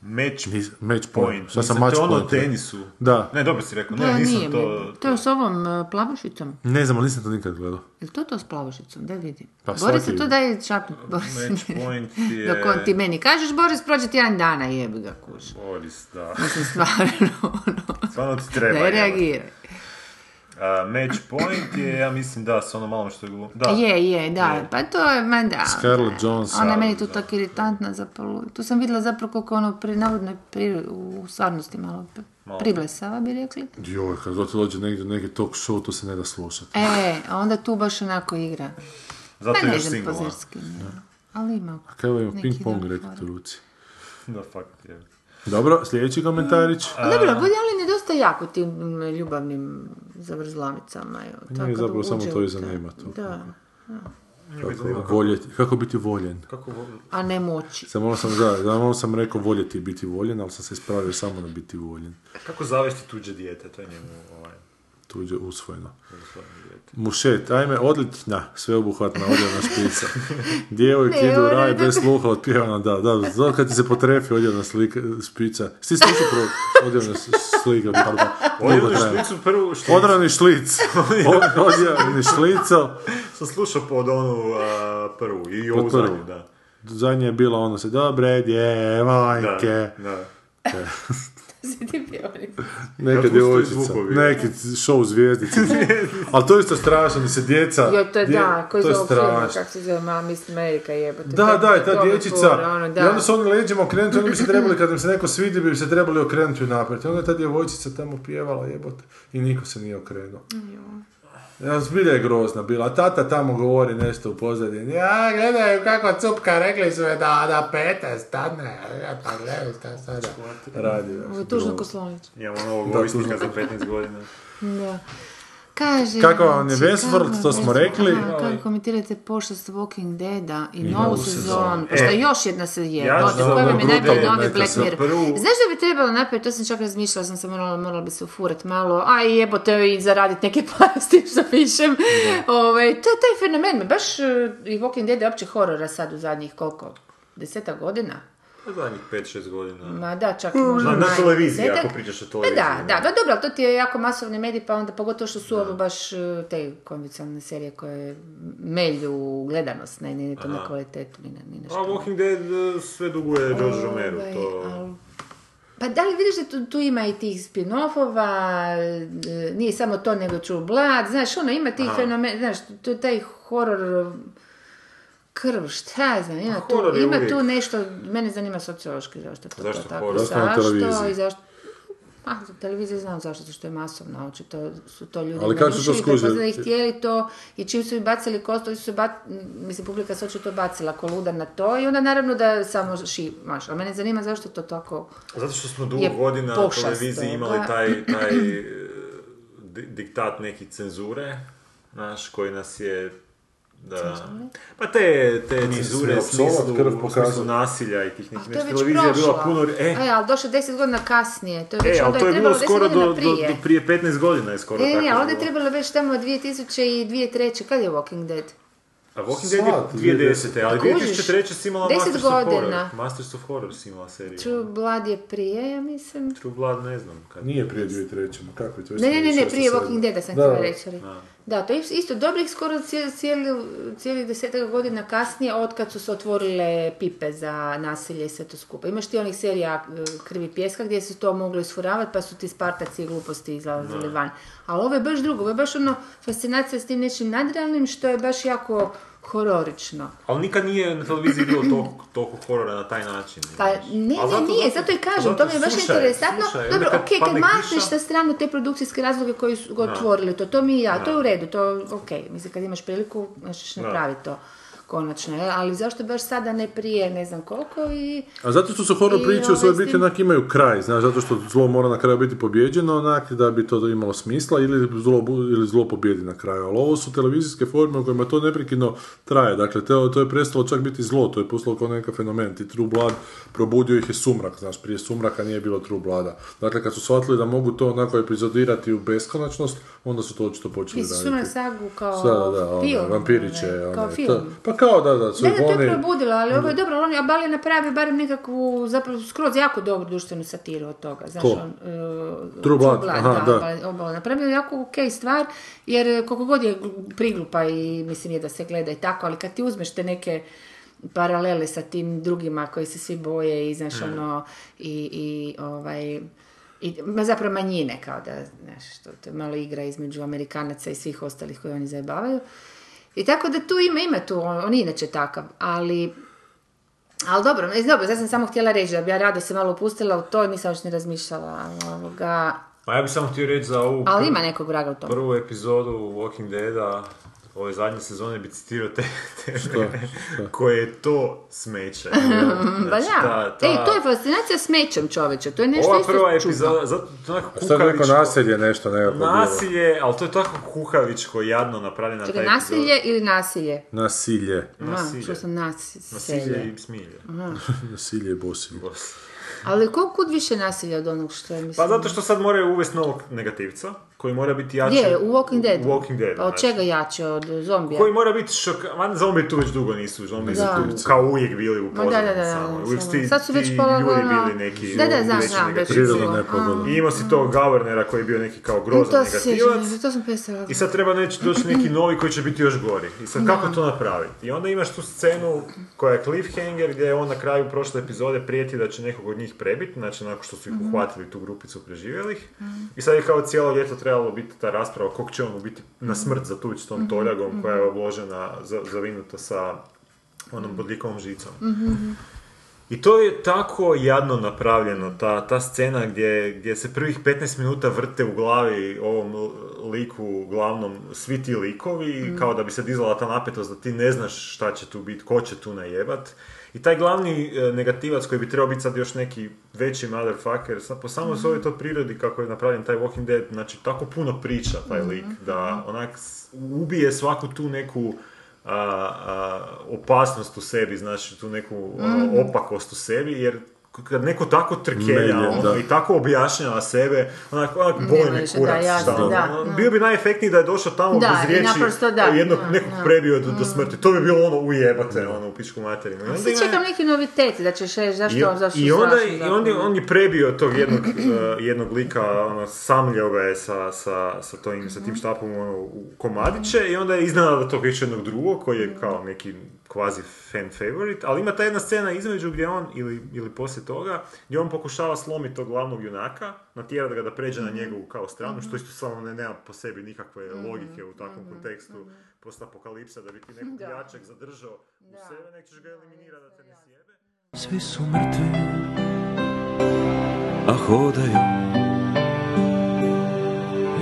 Speaker 4: Match
Speaker 2: nis- Match Point.
Speaker 4: point.
Speaker 2: Šta sam
Speaker 4: Nisam
Speaker 2: Match
Speaker 4: to ono o
Speaker 2: Point?
Speaker 4: tenisu.
Speaker 2: Da.
Speaker 4: Ne, dobro si rekao.
Speaker 3: Da,
Speaker 4: Ne, nisam
Speaker 3: nije
Speaker 4: to...
Speaker 3: mi. To je s ovom e, plavušicom.
Speaker 2: Ne znam, ali nisam to nikad gledao.
Speaker 3: Jel to to s plavušicom? Da vidim.
Speaker 2: Pa
Speaker 3: Boris
Speaker 2: svaki-
Speaker 3: to daje šapnut. Boris.
Speaker 4: Match
Speaker 3: [laughs]
Speaker 4: point
Speaker 3: Dok
Speaker 4: je...
Speaker 3: on ti meni kažeš, Boris, prođe ti jedan dana, jebi ga kuš.
Speaker 4: Boris, da.
Speaker 3: Mislim, stvarno, [laughs] ono,
Speaker 4: Stvarno ti treba.
Speaker 3: ne
Speaker 4: jebote.
Speaker 3: reagiraj.
Speaker 4: A, match point je, ja mislim, da, s ono malo što je... govorio- Da,
Speaker 3: Je, je, da, pa to je, ma da.
Speaker 2: Scarlett Johansson.
Speaker 3: Ona je meni tu tako iritantna zapravo. Tu sam vidjela zapravo koliko ono pri navodnoj pri, u stvarnosti malo pri- priblesava bi rekli.
Speaker 2: Joj, kad god dođe negdje u neki talk show, to se ne da slušati.
Speaker 3: E, a onda tu baš onako igra.
Speaker 2: Pa
Speaker 4: zato
Speaker 3: Ma
Speaker 4: je
Speaker 3: pa ne
Speaker 4: još
Speaker 3: znam
Speaker 4: single. a?
Speaker 3: pozirski, ne. Ali ima.
Speaker 2: A kaj ovaj ima
Speaker 3: neki
Speaker 2: ping pong
Speaker 3: dobar
Speaker 2: reket u
Speaker 3: forum.
Speaker 2: ruci.
Speaker 4: Da, fakt je.
Speaker 2: Dobro, sljedeći komentarić.
Speaker 3: A Dobro, bude ali ne dosta jako tim mm, ljubavnim zavrzlamicama. evo, tako
Speaker 2: Njega
Speaker 3: da
Speaker 2: zapravo samo
Speaker 3: uđe
Speaker 2: to
Speaker 3: u
Speaker 2: i zanima to.
Speaker 3: Da,
Speaker 2: Kako, voljeti, kako biti voljen.
Speaker 3: a ne [laughs] moći.
Speaker 2: Sam malo sam, da, da, malo sam rekao voljeti i biti voljen, ali sam se ispravio samo na biti voljen.
Speaker 4: Kako zavesti tuđe dijete, to je njemu ovaj...
Speaker 2: Tuđe usvojeno. Mušet, ajme, odlična, sveobuhvatna odjevna špica. Djevojke
Speaker 3: Ne,
Speaker 2: idu u raj
Speaker 3: ona-
Speaker 2: bez sluha otpjevana, da, da, zato kad ti se potrefi odjevna slika, špica. Sti slušao pro odjevna s- slika, pardon.
Speaker 4: Odjedno
Speaker 2: Dugo traje.
Speaker 4: špicu prvu što
Speaker 2: Odrani šlic. Od- Odjevni šlico.
Speaker 4: sam slušao pod onu a, prvu i ovu
Speaker 2: prvu.
Speaker 4: zadnju, da.
Speaker 2: Zadnje je bilo ono se, dobre djevojke.
Speaker 4: Da, da.
Speaker 2: Neka
Speaker 4: Kad ustoji
Speaker 2: djevojčica,
Speaker 4: zvukovi.
Speaker 2: neki show
Speaker 4: [laughs]
Speaker 2: zvijezdice. Ali to je isto strašno, da se djeca...
Speaker 3: Jo, to je
Speaker 2: dje-
Speaker 3: da, koji
Speaker 2: to je
Speaker 3: zove film,
Speaker 2: strašno.
Speaker 3: kako se zove, Mama Miss America jebote.
Speaker 2: Da,
Speaker 3: To-
Speaker 2: da, i ta
Speaker 3: to mi fora,
Speaker 2: dječica.
Speaker 3: ono,
Speaker 2: I
Speaker 3: da.
Speaker 2: onda su oni leđima okrenuti, oni bi se trebali, kad im se neko svidi, bi se trebali okrenuti unaprijed. I onda je ta djevojčica tamo pjevala jebote i niko se nije okrenuo. Ja, zbilja je grozna bila. A tata tamo govori nešto u pozadini. Ja, gledaju kako cupka, rekli su je da, da pete stane. Ja, pa gledaj šta sada radi.
Speaker 3: Ovo je tužno ko slonić.
Speaker 4: Imamo novog
Speaker 2: Da,
Speaker 4: ovisnika
Speaker 2: tužno.
Speaker 4: za 15 godina.
Speaker 3: Da. Kaže,
Speaker 2: Kako vam je
Speaker 3: znači,
Speaker 2: Westworld,
Speaker 3: kako je
Speaker 2: to smo
Speaker 3: Westworld?
Speaker 2: rekli.
Speaker 3: Aha, kako komentirate pošast Walking Deada i, novu sezonu, pošto
Speaker 4: E,
Speaker 3: još jedna se je,
Speaker 4: ja
Speaker 3: ja
Speaker 4: znam
Speaker 3: koja
Speaker 4: da
Speaker 3: vam je
Speaker 4: Brutal
Speaker 3: najbolji novi
Speaker 2: Tomatoes
Speaker 3: Black
Speaker 2: na
Speaker 3: Mirror.
Speaker 4: prvu-
Speaker 3: Znaš da bi trebalo napraviti, to sam čak razmišljala, sam se morala, morala bi se ufurat malo, a jebote i zaraditi neke [laughs] pare s tim što pišem. Ovaj, to je taj fenomen, me baš eh, i Walking Dead je opće horora sad u zadnjih koliko? Deseta godina?
Speaker 4: Pa zadnjih 5-6 godina.
Speaker 3: Ma da, čak i možda
Speaker 4: Na, na
Speaker 3: manje.
Speaker 4: televiziji,
Speaker 3: Desetak-
Speaker 4: ako pričaš o
Speaker 3: Pa
Speaker 4: televiziji.
Speaker 3: Da, da, pa dobro, ali to ti je jako masovni medij, pa onda pogotovo što su ovo baš eh, te konvencionalne serije koje melju gledanost, ne, ne, to na kvalitetu, ni na, ni na
Speaker 4: A
Speaker 3: što.
Speaker 4: Walking Dead e, sve duguje George Romero,
Speaker 3: Ovaj,
Speaker 4: to...
Speaker 3: al- Pa da li vidiš da tu, tu ima i tih spin-offova, e, nije samo to nego True Blood, znaš, ono, ima tih fenomena, znaš, tu je taj horor krv, šta ja znam, ima,
Speaker 4: Pa horor
Speaker 3: tu,
Speaker 4: je
Speaker 3: ima
Speaker 4: uvijek.
Speaker 3: tu nešto, mene zanima sociološki zašto je to
Speaker 4: Zašto
Speaker 3: to tako,
Speaker 4: horor?
Speaker 2: Zašto na
Speaker 3: zašto
Speaker 2: televiziji?
Speaker 3: i zašto, pa, za televiziju znam zašto, zato što je masovna, očito su to ljudi
Speaker 2: Ali kako su to
Speaker 3: narušili,
Speaker 2: skužili?
Speaker 3: prepoznali, htjeli to i čim su im bacili kost, oni su ba... mislim, publika se očito bacila ko luda na to i onda naravno da samo ši, maš, a mene zanima zašto to tako,
Speaker 4: Zato što smo dugo
Speaker 3: je
Speaker 4: godina na
Speaker 3: pošast,
Speaker 4: televiziji
Speaker 3: da.
Speaker 4: imali taj, taj e, di- diktat neki cenzure, znaš, koji nas je... Da. Pa te, te cenzure u
Speaker 2: opsovat,
Speaker 4: smislu,
Speaker 2: krv
Speaker 4: u smislu
Speaker 2: pokazat.
Speaker 4: nasilja i tih
Speaker 3: a
Speaker 4: nekih.
Speaker 3: to je
Speaker 4: znaš,
Speaker 3: već
Speaker 4: Televizija je bila
Speaker 3: prošla.
Speaker 4: puno... E,
Speaker 3: E, ali došlo je deset godina kasnije, to je već
Speaker 4: E, ali
Speaker 3: onda
Speaker 4: to je bilo
Speaker 3: trebalo deset
Speaker 4: skoro do,
Speaker 3: godina
Speaker 4: do,
Speaker 3: prije.
Speaker 4: do prije 15 godina je skoro
Speaker 3: E,
Speaker 4: tako.
Speaker 3: ne, ali onda je
Speaker 4: bilo.
Speaker 3: trebalo već tamo 2002-2003, kad je Walking Dead?
Speaker 4: A Walking Dead
Speaker 2: Sad,
Speaker 4: je 2010. Ali
Speaker 3: Kužiš,
Speaker 4: 2003. si imala
Speaker 3: 10
Speaker 4: Masters of
Speaker 3: godina.
Speaker 4: Horror. Masters of Horror si imala seriju.
Speaker 3: True Blood je prije, ja mislim.
Speaker 4: True Blood ne znam kad.
Speaker 2: Nije prije 2003. ma kako je to?
Speaker 3: Ne, ne, ne, ne,
Speaker 2: Šesta,
Speaker 3: prije
Speaker 2: sedma.
Speaker 3: Walking Deada sam
Speaker 2: Da,
Speaker 3: htjela
Speaker 2: da.
Speaker 3: reći. ali- Da, to je isto dobrih skoro cijeli, cijeli, cijelih desetak godina kasnije od kad su se otvorile pipe za nasilje i sve to skupa. Imaš ti onih serija e, Krvi pjeska gdje su to mogli isfuravati pa su ti Spartaci i gluposti izlazili van. Ali ovo je baš drugo, ovo je baš ono fascinacija s tim nečim nadrealnim što je baš jako hororično.
Speaker 4: Ali nikad nije na televiziji bilo toliko, toliko horora na taj način.
Speaker 3: Pa
Speaker 4: znaš.
Speaker 3: ne,
Speaker 4: Ali
Speaker 3: ne, nije, zato i kažem, to mi je baš
Speaker 4: slušaj,
Speaker 3: interesantno.
Speaker 4: slušaj,
Speaker 3: Dobro,
Speaker 4: onda
Speaker 3: ok, kad
Speaker 4: padne
Speaker 3: makneš
Speaker 4: kiša-
Speaker 3: na stranu te produkcijske razloge koji su ga otvorili, to, to mi i ja, to je u redu, to ok, mislim kad imaš priliku, možeš napraviti to. konačno, jel? ali zašto baš sada ne prije, ne znam koliko i...
Speaker 2: A zato što su horror
Speaker 3: I
Speaker 2: priče u
Speaker 3: ovaj
Speaker 2: svojoj
Speaker 3: s
Speaker 2: biti
Speaker 3: tim-
Speaker 2: onak imaju kraj, znaš, zato što zlo mora na kraju biti pobjeđeno onak da bi to imalo smisla ili zlo, bu- ili zlo pobjedi na kraju. Ali ovo su televizijske forme u kojima to neprekidno traje. Dakle, to, to je prestalo čak biti zlo, to je postalo kao neka fenomen. Ti True Blood probudio ih je sumrak, znaš, prije sumraka nije bilo True Blooda. Dakle, kad su shvatili da mogu to onako epizodirati u beskonačnost, onda su to očito počeli
Speaker 3: Ti
Speaker 2: raditi.
Speaker 3: su na sagu kao
Speaker 2: Sada, da, ono,
Speaker 3: film.
Speaker 2: vampiriće,
Speaker 3: onaj,
Speaker 2: ono,
Speaker 3: Kao
Speaker 2: to-
Speaker 3: film.
Speaker 2: pa kao da, da, su
Speaker 3: Da, da, to je
Speaker 2: oni-
Speaker 3: probudilo, ali ovo je dobro, ali on je, ali je napravio barem nekakvu, zapravo skroz jako dobru društvenu satiru od toga, znaš,
Speaker 2: Ko?
Speaker 3: on, e,
Speaker 2: True Blood, aha, da.
Speaker 3: pa je ovo napravio je jako ok stvar, jer koliko god je gl- priglupa i mislim je da se gleda i tako, ali kad ti uzmeš te neke paralele sa tim drugima koji se svi boje i znaš
Speaker 2: Mm.
Speaker 3: ono, i, i ovaj, i, ma zapravo manjine kao da, znaš, što, to je malo igra između Amerikanaca i svih ostalih koji oni zajebavaju. I tako da tu ima, ima tu, on, on je inače takav, ali ali dobro, ne, dobro, sad sam samo htjela reći da bi ja rado se malo upustila u to, nisam još ni razmišljala ali ovoga,
Speaker 4: Pa ja bih samo htio reći za ovu
Speaker 3: ali ima nekog vraga u tome.
Speaker 4: prvu epizodu Walking Deada ove zadnje sezone bi citirao te, te koje je to
Speaker 3: [laughs]
Speaker 4: smeće. Znači,
Speaker 3: Pa da, Ej, to je fascinacija s mećem čoveče, to je nešto
Speaker 4: Ova
Speaker 3: isto
Speaker 4: prva
Speaker 3: čudno.
Speaker 4: epizoda, zato to je onako
Speaker 2: Šta bi rekao,
Speaker 4: kukavičko.
Speaker 2: naselje nešto nekako bilo.
Speaker 4: Nasilje, ali to je tako kukavičko, jadno napravljena ta
Speaker 3: Čekaj,
Speaker 4: epizoda.
Speaker 3: nasilje ili nasilje?
Speaker 2: Nasilje.
Speaker 4: Nasilje.
Speaker 3: A, što sam nasilje.
Speaker 4: Nasilje i smilje.
Speaker 2: Nasilje i bosilje.
Speaker 3: Ali koliko kud više nasilja od onog što je, mislim?
Speaker 4: Pa zato što sad moraju uvesti novog negativca, koji mora biti jači.
Speaker 3: Gdje, u Walking Dead?
Speaker 4: znači, U Walking Deadu,
Speaker 3: Pa od
Speaker 4: znači.
Speaker 3: čega jače, od zombija?
Speaker 4: Koji mora biti šok... Man, zombi tu već dugo nisu, zombi su
Speaker 3: Da.
Speaker 4: tu kao uvijek bili u
Speaker 3: Ma da, da, da,
Speaker 4: pozadini samo. Uvijek su ti,
Speaker 3: Sad su
Speaker 4: ti
Speaker 3: već pola
Speaker 4: ljudi
Speaker 3: ono-
Speaker 4: bili neki...
Speaker 3: Da, da,
Speaker 4: veći
Speaker 3: znam, znam, već
Speaker 4: negativci.
Speaker 3: je
Speaker 2: Prirodna
Speaker 3: bilo.
Speaker 2: nepogoda.
Speaker 4: I imao si tog Governera koji je bio neki kao
Speaker 3: A,
Speaker 4: grozan
Speaker 3: Hm, To se sjećam,
Speaker 4: negativac.
Speaker 3: to sam pisala.
Speaker 4: I sad treba neći doći neki novi koji će biti još gori. I sad kako to napraviti? I onda imaš tu scenu koja je cliffhanger gdje on na kraju prošle epizode prijeti da će nekog od njih prebiti, znači nakon što su ih uhvatili tu grupicu preživjelih. I sad je kao cijelo ljeto trebalo biti ta rasprava kog će on u biti na smrt zatući s tom toljagom koja je obložena, za- zavinuta sa onom bodljikavom žicom. I to je tako jadno napravljeno, ta, ta scena gdje, gdje se prvih 15 minuta vrte u glavi ovom l- liku, uglavnom svi ti likovi, kao da bi se dizala ta napetost da ti ne znaš šta će tu biti, ko će tu najebat. I taj glavni e, negativac koji bi trebao biti sad još neki veći motherfucker, sa- po samo svojoj to prirodi kako je napravljen taj Walking Dead, znači tako puno priča taj lik, da onak s- ubije svaku tu neku a, a, opasnost u sebi, znači tu neku ono,
Speaker 3: Mhm.
Speaker 4: opakost u sebi, jer k- kad neko tako trkelja
Speaker 2: Melje,
Speaker 4: ono,
Speaker 2: da.
Speaker 4: i tako objašnjava sebe, onak, onak boli me
Speaker 3: više, da,
Speaker 4: kurac.
Speaker 3: jasno,
Speaker 4: šta ono.
Speaker 3: da,
Speaker 4: Ono,
Speaker 3: da.
Speaker 4: Bio bi najefektniji da je došao tamo
Speaker 3: Da, i
Speaker 4: bez riječi,
Speaker 3: naprosto da,
Speaker 4: jednog,
Speaker 3: da,
Speaker 4: nekog
Speaker 3: da. Mhm.
Speaker 4: prebio do, do smrti. To bi bilo ono ujebate, ono, u pičku materinu. I onda
Speaker 3: Svi
Speaker 4: ima-
Speaker 3: čekam neki novitet, da ćeš reći zašto, zašto
Speaker 4: i, i onda,
Speaker 3: strašno
Speaker 4: i
Speaker 3: zapravo.
Speaker 4: onda je- on je prebio tog jednog, eh, jednog lika, ono, samljao ga je sa, sa, sa, tim, sa tim
Speaker 3: Mhm.
Speaker 4: štapom ono, u komadiće i onda je iznenada tog još jednog drugog koji
Speaker 3: Mhm.
Speaker 4: je kao neki kvazi fan favorite, ali ima ta jedna scena između gdje on, ili, ili poslije toga, gdje on pokušava slomiti tog glavnog junaka, natjerati ga da pređe
Speaker 3: Mhm.
Speaker 4: na njegovu kao stranu, što isto samo ne, nema po sebi nikakve logike u takvom
Speaker 3: Mhm.
Speaker 4: kontekstu postapokalipsa, da bi ti nekog jačeg zadržao u sebe, nek ćeš ga eliminirati da te ne sjebe.
Speaker 5: Svi su mrtvi, a hodaju.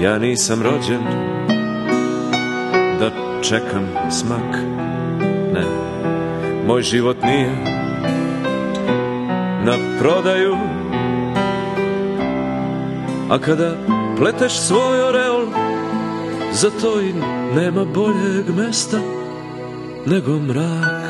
Speaker 5: Ja nisam rođen da čekam smak. Ne, moj život nije na prodaju. A kada pleteš svoj oreol, za to i nema boljeg mesta nego mrak.